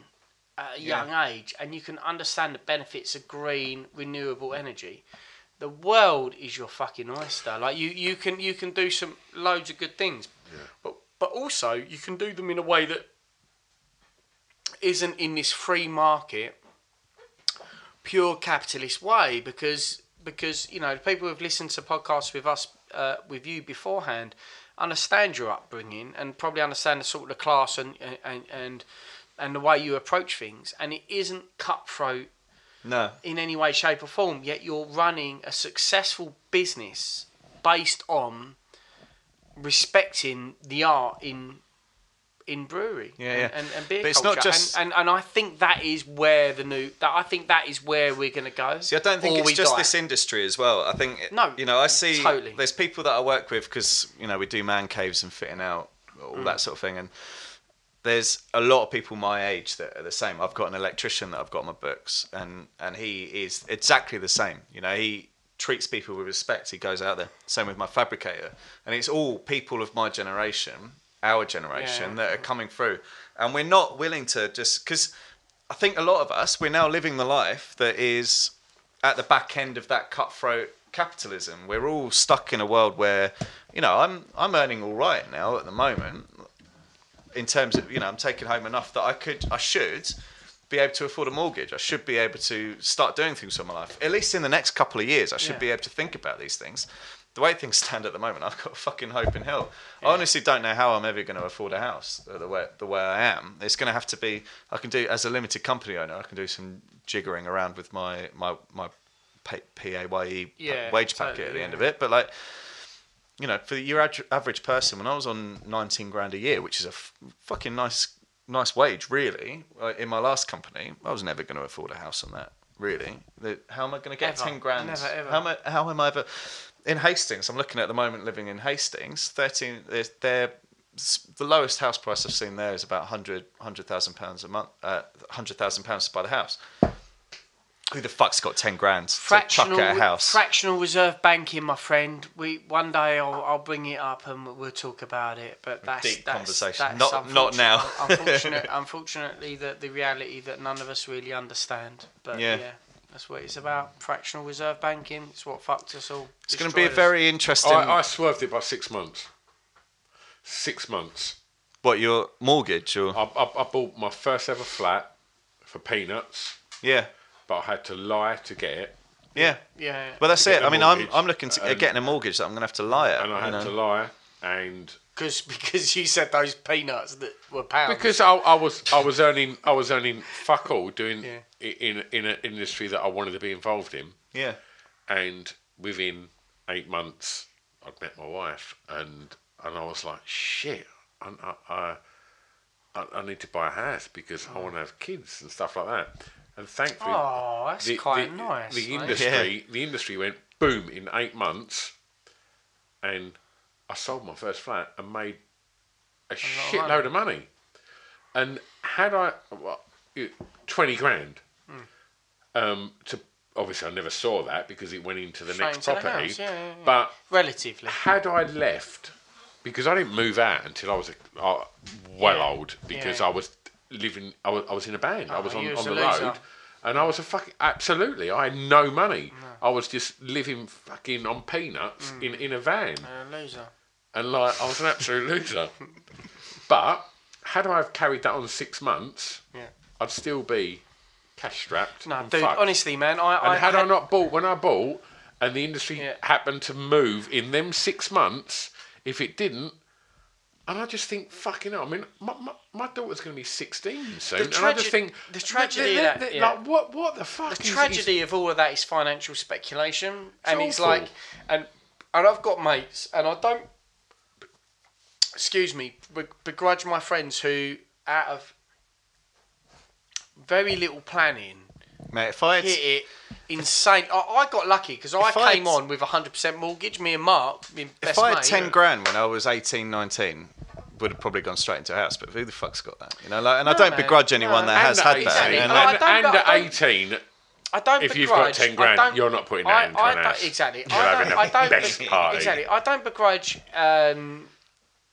Speaker 6: at a young age, and you can understand the benefits of green renewable energy, the world is your fucking oyster. Like you, you can you can do some loads of good things, but but also you can do them in a way that isn't in this free market, pure capitalist way. Because because you know the people who've listened to podcasts with us uh, with you beforehand understand your upbringing and probably understand the sort of the class and and and and the way you approach things, and it isn't cutthroat
Speaker 8: no,
Speaker 6: in any way, shape, or form, yet you're running a successful business based on respecting the art in in brewery
Speaker 8: Yeah,
Speaker 6: and,
Speaker 8: yeah.
Speaker 6: And, and beer
Speaker 8: But it's not
Speaker 6: culture.
Speaker 8: just-
Speaker 6: and, and and I think that is where the new that I think that is where we're gonna go.
Speaker 8: See, I don't think
Speaker 6: or
Speaker 8: it's
Speaker 6: we
Speaker 8: just
Speaker 6: die.
Speaker 8: this industry as well. I think it-
Speaker 6: No,
Speaker 8: you know, I see
Speaker 6: totally.
Speaker 8: there's people that I work with because you know we do man caves and fitting out all that sort of thing, and there's a lot of people my age that are the same. I've got an electrician that I've got on my books, and and he is exactly the same. You know, he treats people with respect. He goes out there. Same with my fabricator, and it's all people of my generation, our generation,
Speaker 6: Yeah.
Speaker 8: that are coming through, and we're not willing to just because. I think a lot of us we're now living the life that is at the back end of that cutthroat capitalism. We're all stuck in a world where, you know, I'm I'm earning all right now at the moment. In terms of, you know, I'm taking home enough that I could, I should be able to afford a mortgage. I should be able to start doing things with my life. At least in the next couple of years, I should
Speaker 6: Yeah.
Speaker 8: be able to think about these things. The way things stand at the moment, I've got fucking hope in hell. I honestly don't know how I'm ever going to afford a house uh, the way the way I am. It's going to have to be. I can do as a limited company owner. I can do some jiggering around with my my my pay, paye
Speaker 6: Yeah,
Speaker 8: E
Speaker 6: totally,
Speaker 8: wage packet at the end
Speaker 6: yeah.
Speaker 8: of it. But like, you know, for your ad- average person, when I was on 19 grand a year, which is a f- fucking nice nice wage, really, like, in my last company, I was never going to afford a house on that. Really, the, how am I going to get
Speaker 6: Ever.
Speaker 8: 10 grand?
Speaker 6: Never, ever.
Speaker 8: How am I, how am I ever in Hastings? I'm looking at the moment living in Hastings. 13. They're, they're the lowest house price I've seen there is about 100 100,000 pounds a month. Uh, 100,000 pounds to buy the house. Who the fuck's got 10 grand to chuck
Speaker 6: fractional
Speaker 8: at a house?
Speaker 6: fractional reserve banking, my friend. We one day I'll, I'll bring it up and we'll talk about it. But that's
Speaker 8: Deep
Speaker 6: that's,
Speaker 8: conversation.
Speaker 6: That's
Speaker 8: Not- not now.
Speaker 6: unfortunate, unfortunately, the the reality that none of us really understand. But
Speaker 8: Yeah.
Speaker 6: yeah. that's what it's about. Fractional reserve banking. It's what fucked us all.
Speaker 8: It's going to be a very interesting.
Speaker 9: I, I swerved it by six months. Six months.
Speaker 8: What your mortgage or?
Speaker 9: I, I, I bought my first ever flat for peanuts,
Speaker 8: Yeah,
Speaker 9: but I had to lie to get it.
Speaker 8: yeah.
Speaker 6: yeah.
Speaker 8: Well, that's
Speaker 9: To get
Speaker 8: it.
Speaker 9: a
Speaker 8: I mean, I'm
Speaker 9: mortgage
Speaker 8: I'm looking to
Speaker 9: and-
Speaker 8: getting a mortgage that I'm going to have to lie at.
Speaker 9: And I
Speaker 8: you
Speaker 9: had
Speaker 8: know.
Speaker 9: to lie, and
Speaker 6: Because because you said those peanuts that were pounds.
Speaker 9: because I, I was I was earning I was earning fuck all doing i in in an industry that I wanted to be involved in,
Speaker 8: Yeah.
Speaker 9: and within eight months I'd met my wife, and and I was like shit, I I, I, I need to buy a house because I want to have kids and stuff like that, and thankfully
Speaker 6: oh, that's quite nice.
Speaker 9: The
Speaker 6: mate.
Speaker 9: industry, the industry went boom in eight months, and I sold my first flat and made a shitload of money. And had I well, you- twenty grand,
Speaker 6: Hmm.
Speaker 9: um, to obviously I never saw that because it went into the
Speaker 6: Straight
Speaker 9: next
Speaker 6: into the
Speaker 9: property.
Speaker 6: house, yeah, yeah, yeah.
Speaker 9: But
Speaker 6: Relatively.
Speaker 9: had I left, because I didn't move out until I was a, uh, well old, because
Speaker 6: Yeah.
Speaker 9: I was living, I was, I was in a band, I was
Speaker 6: Oh,
Speaker 9: on,
Speaker 6: you was
Speaker 9: on
Speaker 6: a
Speaker 9: the
Speaker 6: loser.
Speaker 9: road, and I was a fucking absolutely, I had no money. I was just living fucking on peanuts
Speaker 6: Mm.
Speaker 9: in in a van,
Speaker 6: A loser.
Speaker 9: and like I was an absolute loser. But had I have carried that on six months,
Speaker 6: Yeah.
Speaker 9: I'd still be cash strapped.
Speaker 6: No,
Speaker 9: and
Speaker 6: dude.
Speaker 9: fucked.
Speaker 6: Honestly, man, I,
Speaker 9: Oh, And
Speaker 6: I
Speaker 9: had, I not bought when I bought, and the industry
Speaker 6: Yeah.
Speaker 9: happened to move in them six months, if it didn't, and I just think, fucking hell, I mean, my, my, my daughter's going to be 16 soon, and I
Speaker 6: trage-
Speaker 9: just think...
Speaker 6: the
Speaker 9: th- th-
Speaker 6: tragedy of
Speaker 9: th-
Speaker 6: that,
Speaker 9: th-
Speaker 6: yeah.
Speaker 9: Like, what, what the fuck
Speaker 6: the
Speaker 9: is- is-
Speaker 6: tragedy of all of that is financial speculation, and it's
Speaker 9: awful.
Speaker 6: like, and and I've got mates, and I don't, excuse me, be- begrudge my friends who, out of very little planning,
Speaker 8: Mate, if I had,
Speaker 6: hit it insane. I, I got lucky because I
Speaker 8: If I
Speaker 6: came
Speaker 8: had-
Speaker 6: on with a hundred percent mortgage. Me and Mark, me best
Speaker 8: if I had
Speaker 6: mate,
Speaker 8: ten grand when I was 18, 19, would have probably gone straight into a house. But who the fuck's got that? You know, like, and I
Speaker 6: No,
Speaker 8: don't
Speaker 6: mate,
Speaker 8: begrudge anyone
Speaker 6: no.
Speaker 8: that has
Speaker 9: and
Speaker 8: had
Speaker 9: at
Speaker 8: that.
Speaker 9: 18,
Speaker 6: exactly.
Speaker 8: You know?
Speaker 6: No, I
Speaker 9: and,
Speaker 6: don't-
Speaker 9: and
Speaker 6: I
Speaker 9: at
Speaker 6: don't-
Speaker 9: 18,
Speaker 6: I don't.
Speaker 9: If you've
Speaker 6: begrudge-
Speaker 9: got 10
Speaker 6: I
Speaker 9: grand,
Speaker 6: don't-
Speaker 9: you're not putting that
Speaker 6: I,
Speaker 9: into
Speaker 6: I
Speaker 9: an
Speaker 6: don't-
Speaker 9: house.
Speaker 6: Exactly.
Speaker 9: You're
Speaker 6: I
Speaker 9: having
Speaker 6: don't,
Speaker 9: a
Speaker 6: I don't
Speaker 9: best
Speaker 6: beg-
Speaker 9: party.
Speaker 6: Exactly. I don't begrudge um,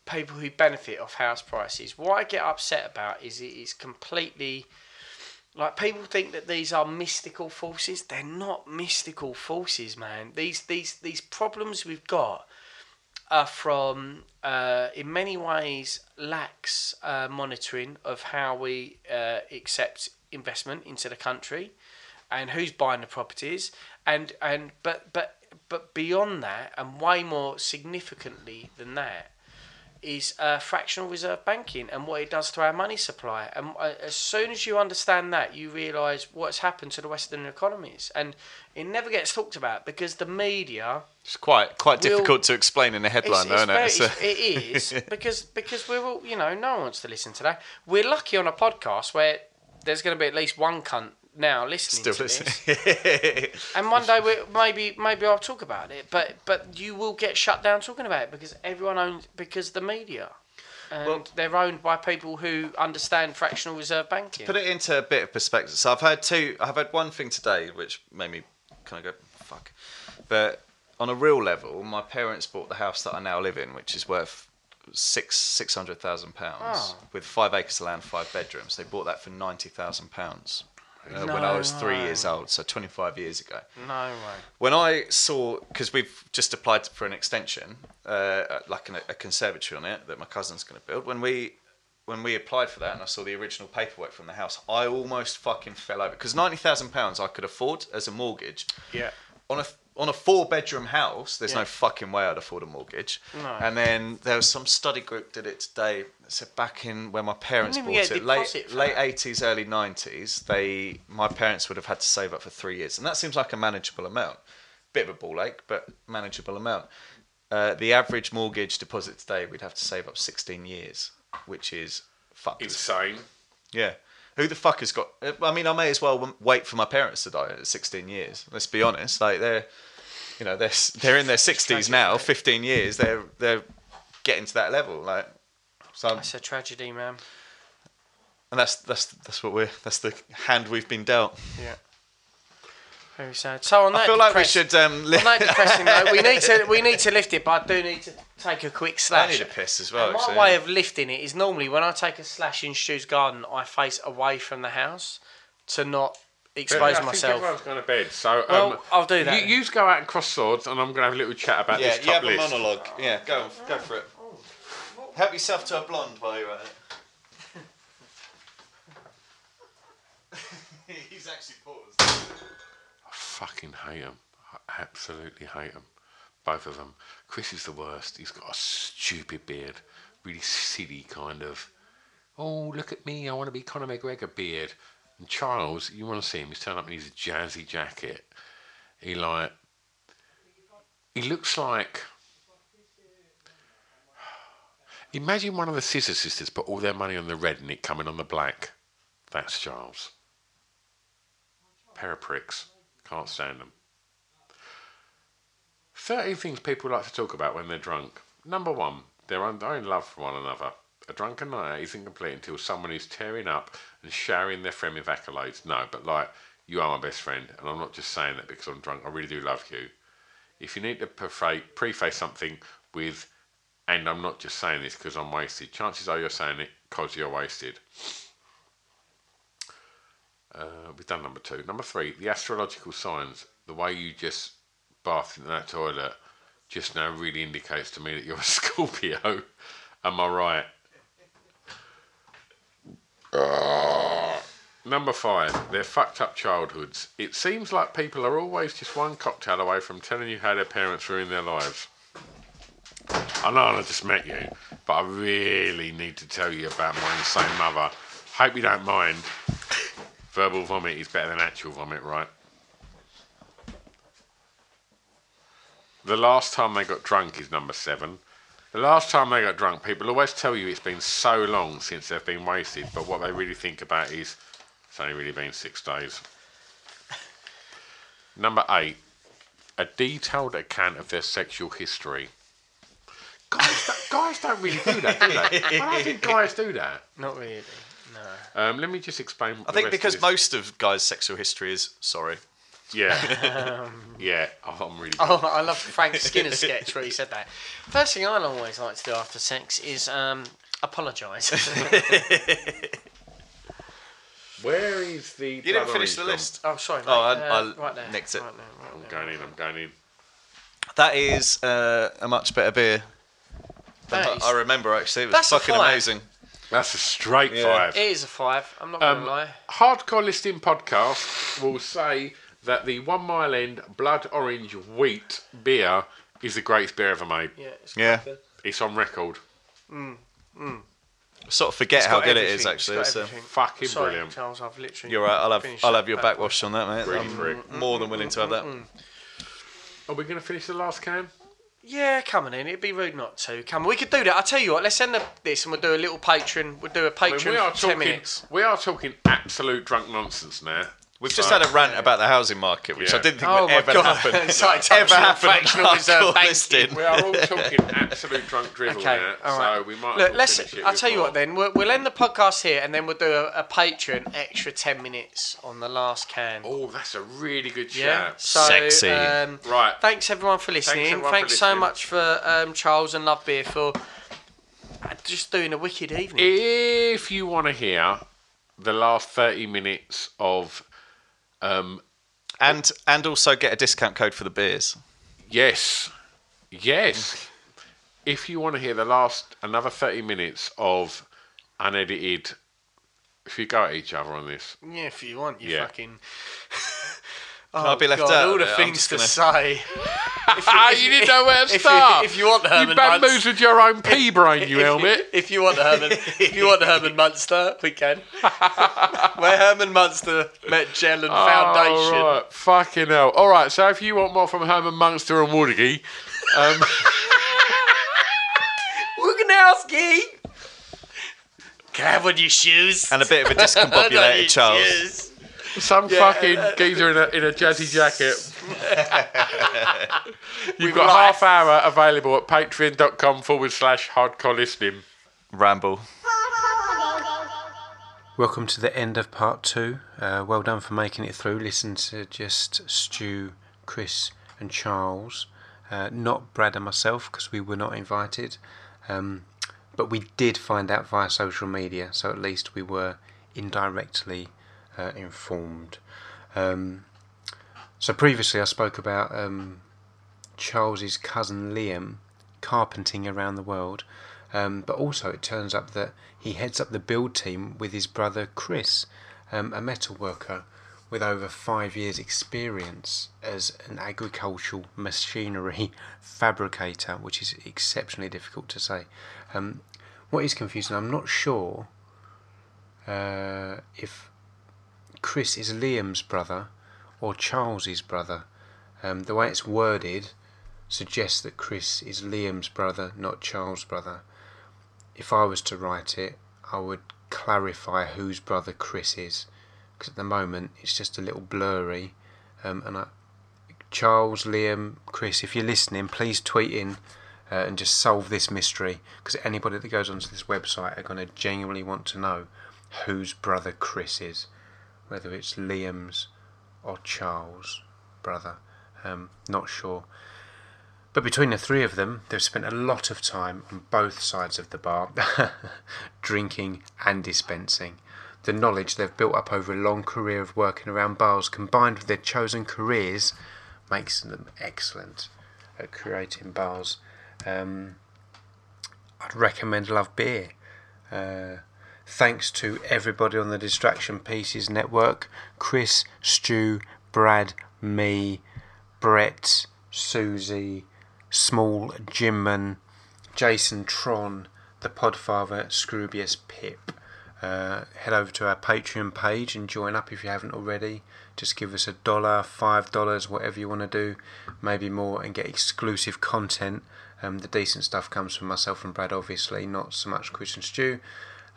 Speaker 6: people who benefit off house prices. What I get upset about is it is completely. Like people think that these are mystical forces. They're not mystical forces, man. These these these problems we've got are from, uh, in many ways, lax uh, monitoring of how we uh, accept investment into the country, and who's buying the properties, and and but but but beyond that, and way more significantly than that, is uh, fractional reserve banking and what it does to our money supply. And uh, as soon as you understand that, you realise what's happened to the Western economies, and it never gets talked about because the media.
Speaker 8: It's quite quite
Speaker 6: We'll-
Speaker 8: difficult to explain in a headline,
Speaker 6: It's-
Speaker 8: though, isn't it?
Speaker 6: it's
Speaker 8: It's a-
Speaker 6: very- it's- it is, because because we're all you know no one wants to listen to that. We're lucky on a podcast where there's going to be at least one cunt now listening
Speaker 8: still
Speaker 6: to
Speaker 8: listening.
Speaker 6: this, and one day we, maybe maybe I'll talk about it. But but you will get shut down talking about it because everyone owns because the media. And they're owned by people who understand fractional reserve banking.
Speaker 8: put it into a bit of perspective. So I've had two. I've had one thing today which made me kind of go fuck. But on a real level, my parents bought the house that I now live in, which is worth six six hundred thousand pounds
Speaker 6: Oh.
Speaker 8: with five acres of land, five bedrooms. They bought that for ninety thousand pounds. uh,
Speaker 6: No
Speaker 8: when I was three
Speaker 6: way.
Speaker 8: years old, so 25 years ago.
Speaker 6: No way.
Speaker 8: When I saw, because we've just applied for an extension, uh, like an, a conservatory on it that my cousin's going to build. When we when we applied for that and I saw the original paperwork from the house, I almost fucking fell over because ninety thousand pounds I could afford as a mortgage.
Speaker 6: Yeah.
Speaker 8: On a on a four bedroom house, there's
Speaker 6: Yeah.
Speaker 8: no fucking way I'd afford a mortgage.
Speaker 6: No.
Speaker 8: And then there was some study group did it today. That said back in when my parents
Speaker 6: You
Speaker 8: bought
Speaker 6: didn't even
Speaker 8: it,
Speaker 6: get a
Speaker 8: late
Speaker 6: deposit for
Speaker 8: late eighties, early nineties, they my parents would have had to save up for three years, and that seems like a manageable amount. Bit of a ball ache, but manageable amount. Uh, the average mortgage deposit today, we'd have to save up sixteen years, which is fucked.
Speaker 4: Insane.
Speaker 8: Yeah. Who the fuck has got? I mean, I may as well w- wait for my parents to die at 16 years. Let's be honest. Like they're, you know, they're s- they're in their 60s now. 15 years, they're they're getting to that level. Like, so I'm-
Speaker 6: That's a tragedy, man.
Speaker 8: and that's that's that's what we're that's the hand we've been dealt.
Speaker 6: Yeah. Very sad. So on
Speaker 8: I
Speaker 6: that,
Speaker 8: feel like we
Speaker 6: depressing-
Speaker 8: should, um, li-
Speaker 6: on that depressing note, we need to we need to lift it, but I do need to take a quick slash.
Speaker 8: I need a piss as well.
Speaker 6: And my
Speaker 8: actually.
Speaker 6: way of lifting it is normally when I take a slash in Stu's garden, I face away from the house to not
Speaker 4: Yeah,
Speaker 6: expose
Speaker 4: I think
Speaker 6: myself.
Speaker 4: everyone's going to bed, so
Speaker 6: Well,
Speaker 4: um,
Speaker 6: I'll do that
Speaker 4: You, you go out and cross swords, and I'm going to have a little chat about
Speaker 8: yeah,
Speaker 4: this
Speaker 8: you
Speaker 4: top
Speaker 8: have
Speaker 4: list.
Speaker 8: a monologue. Yeah, go go for it. Help yourself to a blonde while you're at it. He's actually paused.
Speaker 4: fucking hate them. I absolutely hate them. Both of them. Chris is the worst. He's got a stupid beard. Really silly kind of, oh, look at me. I want to be Conor McGregor beard. And Charles, you want to see him. He's turned up in his jazzy jacket. He like, he looks like, imagine one of the Scissor Sisters put all their money on the red and it coming on the black. That's Charles pair of pricks. Can't stand them. 13 things people like to talk about when they're drunk. Number one, they're un- they're in love for one another. A drunken night out isn't complete until someone is tearing up and showering their friend with accolades. No, but like, you are my best friend, and I'm not just saying that because I'm drunk. I really do love you. If you need to preface, preface something with, and I'm not just saying this because I'm wasted, chances are you're saying it because you're wasted. Uh, we've done number two. Number three, the astrological signs. The way you just bathed in that toilet just now really indicates to me that you're a Scorpio. Am I right? Number five, their fucked up childhoods. It seems like people are always just one cocktail away from telling you how their parents ruined their lives. I know I just met you, but I really need to tell you about my insane mother. Hope you don't mind. Verbal vomit is better than actual vomit, right? The last time they got drunk is number seven. The last time they got drunk, people always tell you it's been so long since they've been wasted, but what they really think about is it's only really been six days. Number eight, a detailed account of their sexual history. Guys, don't- guys don't really do that, do they? I don't think guys do that.
Speaker 6: Not really. No.
Speaker 4: Um, let me just explain.
Speaker 8: I think because most of guys' sexual history is sorry.
Speaker 4: Yeah. yeah. Oh, I'm really.
Speaker 6: Um, Oh, I love Frank Skinner's sketch where he said that. First thing I always like to do after sex is um, apologise.
Speaker 4: Where is the?
Speaker 8: You didn't finish the list.
Speaker 6: oh, sorry. Mate.
Speaker 8: Oh, I-
Speaker 6: Uh,
Speaker 8: I
Speaker 6: right there.
Speaker 8: nicked it.
Speaker 6: Right there, right
Speaker 4: I'm
Speaker 6: there.
Speaker 4: going in. I'm going in.
Speaker 8: That is uh, a much better beer than
Speaker 6: That
Speaker 8: I-
Speaker 6: is-
Speaker 8: I remember. Actually, it was
Speaker 6: That's a
Speaker 8: fucking
Speaker 6: five.
Speaker 8: amazing.
Speaker 4: That's a straight
Speaker 8: Yeah.
Speaker 4: five.
Speaker 6: It is a five. I'm not
Speaker 4: Um,
Speaker 6: gonna lie.
Speaker 4: Hardcore listing podcast will say that the One Mile End Blood Orange Wheat beer is the greatest beer ever made.
Speaker 6: Yeah. It's
Speaker 8: Yeah,
Speaker 4: It's on record.
Speaker 8: sort of forget how
Speaker 4: got
Speaker 8: good it is.
Speaker 4: everything.
Speaker 8: Actually,
Speaker 6: got
Speaker 8: so
Speaker 6: everything.
Speaker 4: Fucking
Speaker 6: Sorry,
Speaker 4: brilliant.
Speaker 6: Charles. I've literally.
Speaker 8: you're right. I'll have
Speaker 6: finished
Speaker 8: I'll
Speaker 6: that
Speaker 8: have your
Speaker 6: back- Mm.
Speaker 8: backwash on that, mate.
Speaker 4: Ready for it.
Speaker 8: I'm more than willing to have that.
Speaker 4: Are we going to finish the last can?
Speaker 6: Yeah, coming in. It'd be rude not to. Come, on, we could do that. I tell you what. Let's end the, this and we'll do a little Patreon. We'll do a
Speaker 4: I mean,
Speaker 6: Patreon.
Speaker 4: we are
Speaker 6: for ten
Speaker 4: talking.
Speaker 6: minutes.
Speaker 4: We are talking absolute drunk nonsense now.
Speaker 8: We've just had a rant about the housing market, which
Speaker 4: Yeah.
Speaker 8: I didn't think
Speaker 6: Oh
Speaker 8: would
Speaker 6: my
Speaker 8: ever
Speaker 6: God.
Speaker 8: happen.
Speaker 6: It's like touching
Speaker 8: ever
Speaker 6: on
Speaker 8: happen. on
Speaker 6: fractional reserve
Speaker 8: hardcore
Speaker 6: banking.
Speaker 8: listing.
Speaker 4: We are all talking absolute drunk drivel now,
Speaker 6: all right.
Speaker 4: so we might. as
Speaker 6: Look,
Speaker 4: well
Speaker 6: let's.
Speaker 4: finish it
Speaker 6: I'll
Speaker 4: with
Speaker 6: tell you
Speaker 4: more.
Speaker 6: what. Then we'll, we'll end the podcast here, and then we'll do a, a Patreon extra ten minutes on the last can.
Speaker 4: Oh, that's a really good shout.
Speaker 6: Yeah. So,
Speaker 8: Sexy.
Speaker 6: Um,
Speaker 4: Right.
Speaker 6: Thanks everyone for listening. Thanks,
Speaker 4: everyone for
Speaker 6: so
Speaker 4: listening.
Speaker 6: much for um, Charles and Love Beer for uh, just doing a wicked evening.
Speaker 4: if you want to hear the last 30 minutes of
Speaker 9: Um,
Speaker 8: and and also get a discount code for the beers.
Speaker 9: Yes,
Speaker 6: Mm.
Speaker 9: yes. if you want to hear the last another thirty minutes of unedited, if you go at each other on this,
Speaker 6: Yeah, if you want, you
Speaker 9: Yeah.
Speaker 6: fucking.
Speaker 8: Can I be left
Speaker 6: Oh God,
Speaker 8: out
Speaker 6: All the
Speaker 8: of it? I'm
Speaker 6: things
Speaker 8: just
Speaker 6: to
Speaker 8: gonna-
Speaker 6: say. If if
Speaker 9: Ah, you didn't know where
Speaker 6: if
Speaker 9: to
Speaker 6: you-
Speaker 9: start.
Speaker 6: If you want the Herman
Speaker 9: you
Speaker 6: Munster-
Speaker 9: bamboozled your own pea brain, you
Speaker 6: if-
Speaker 9: helmet.
Speaker 6: If you want the Herman, if you want the Herman Munster, we can. Where Herman Munster met Jell and Foundation.
Speaker 8: Oh,
Speaker 9: All right, fucking hell. All right, so if you want more from Herman Munster and Woody, um,
Speaker 6: Wuganowski! Can I have one of your shoes?
Speaker 8: And a bit of a
Speaker 6: One of your
Speaker 8: discombobulated Charles.
Speaker 6: shoes.
Speaker 9: some
Speaker 6: Yeah. uh,
Speaker 9: fucking geezer in a, in a jazzy jacket. You've
Speaker 6: With
Speaker 9: got
Speaker 6: life.
Speaker 9: half hour available at patreon.com forward slash hardcore listening.
Speaker 8: Ramble.
Speaker 3: Welcome to the end of part two. Uh, well done for making it through. Listen to just Stu, Chris, and Charles, uh, not Brad and myself because we were not invited. Um, but we did find out via social media, so at least we were indirectly uh, informed. Um, so previously, I spoke about um, Charles's cousin Liam carpenting around the world, um, but also it turns up that he heads up the build team with his brother Chris, um, a metal worker with over five years' experience as an agricultural machinery fabricator, which is exceptionally difficult to say. Um, what is confusing, I'm not sure uh, if Chris is Liam's brother or Charles's brother. Um, the way it's worded suggests that Chris is Liam's brother, not Charles' brother. If I was to write it, I would clarify whose brother Chris is, because at the moment it's just a little blurry. Um, and I, Charles, Liam, Chris, if you're listening, please tweet in uh, and just solve this mystery, because anybody that goes onto this website are going to genuinely want to know whose brother Chris is, whether it's Liam's or Charles' brother. Um, not sure. But between the three of them, they've spent a lot of time on both sides of the bar, drinking and dispensing. The knowledge they've built up over a long career of working around bars, combined with their chosen careers, makes them excellent at creating bars. Um, I'd recommend Love Beer. Uh, thanks to everybody on the Distraction Pieces Network Chris, Stu, Brad, me, Brett, Susie, Small Jimman, Jason Tron, the Podfather, Scroobius Pip. Uh, head over to our Patreon page and join up if you haven't already. Just give us a dollar, five dollars, whatever you want to do, maybe more, and get exclusive content. Um, the decent stuff comes from myself and Brad, obviously, not so much Chris and Stu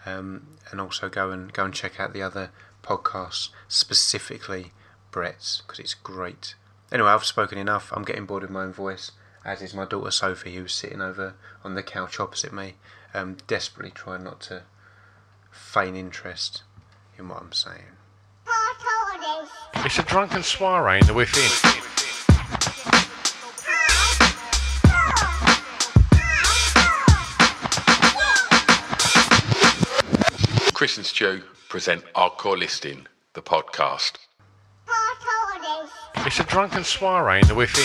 Speaker 3: um, and also go and go and check out the other podcasts, specifically Brett's, because it's great. Anyway, I've spoken enough. I'm getting bored of my own voice, as is my daughter Sophie, who's sitting over on the couch opposite me, um, desperately trying not to feign interest in what I'm saying.
Speaker 9: It's a drunken soiree in the within.
Speaker 5: Chris and Stu present Our Core Listing, the podcast.
Speaker 9: It's a drunken soiree in the within.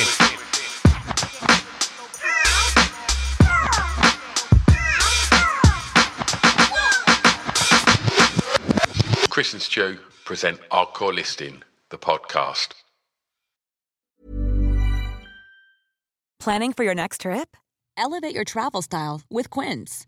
Speaker 5: Chris and Stu present Our Core Listing, the podcast.
Speaker 1: Planning for your next trip?
Speaker 11: Elevate your travel style with Quince.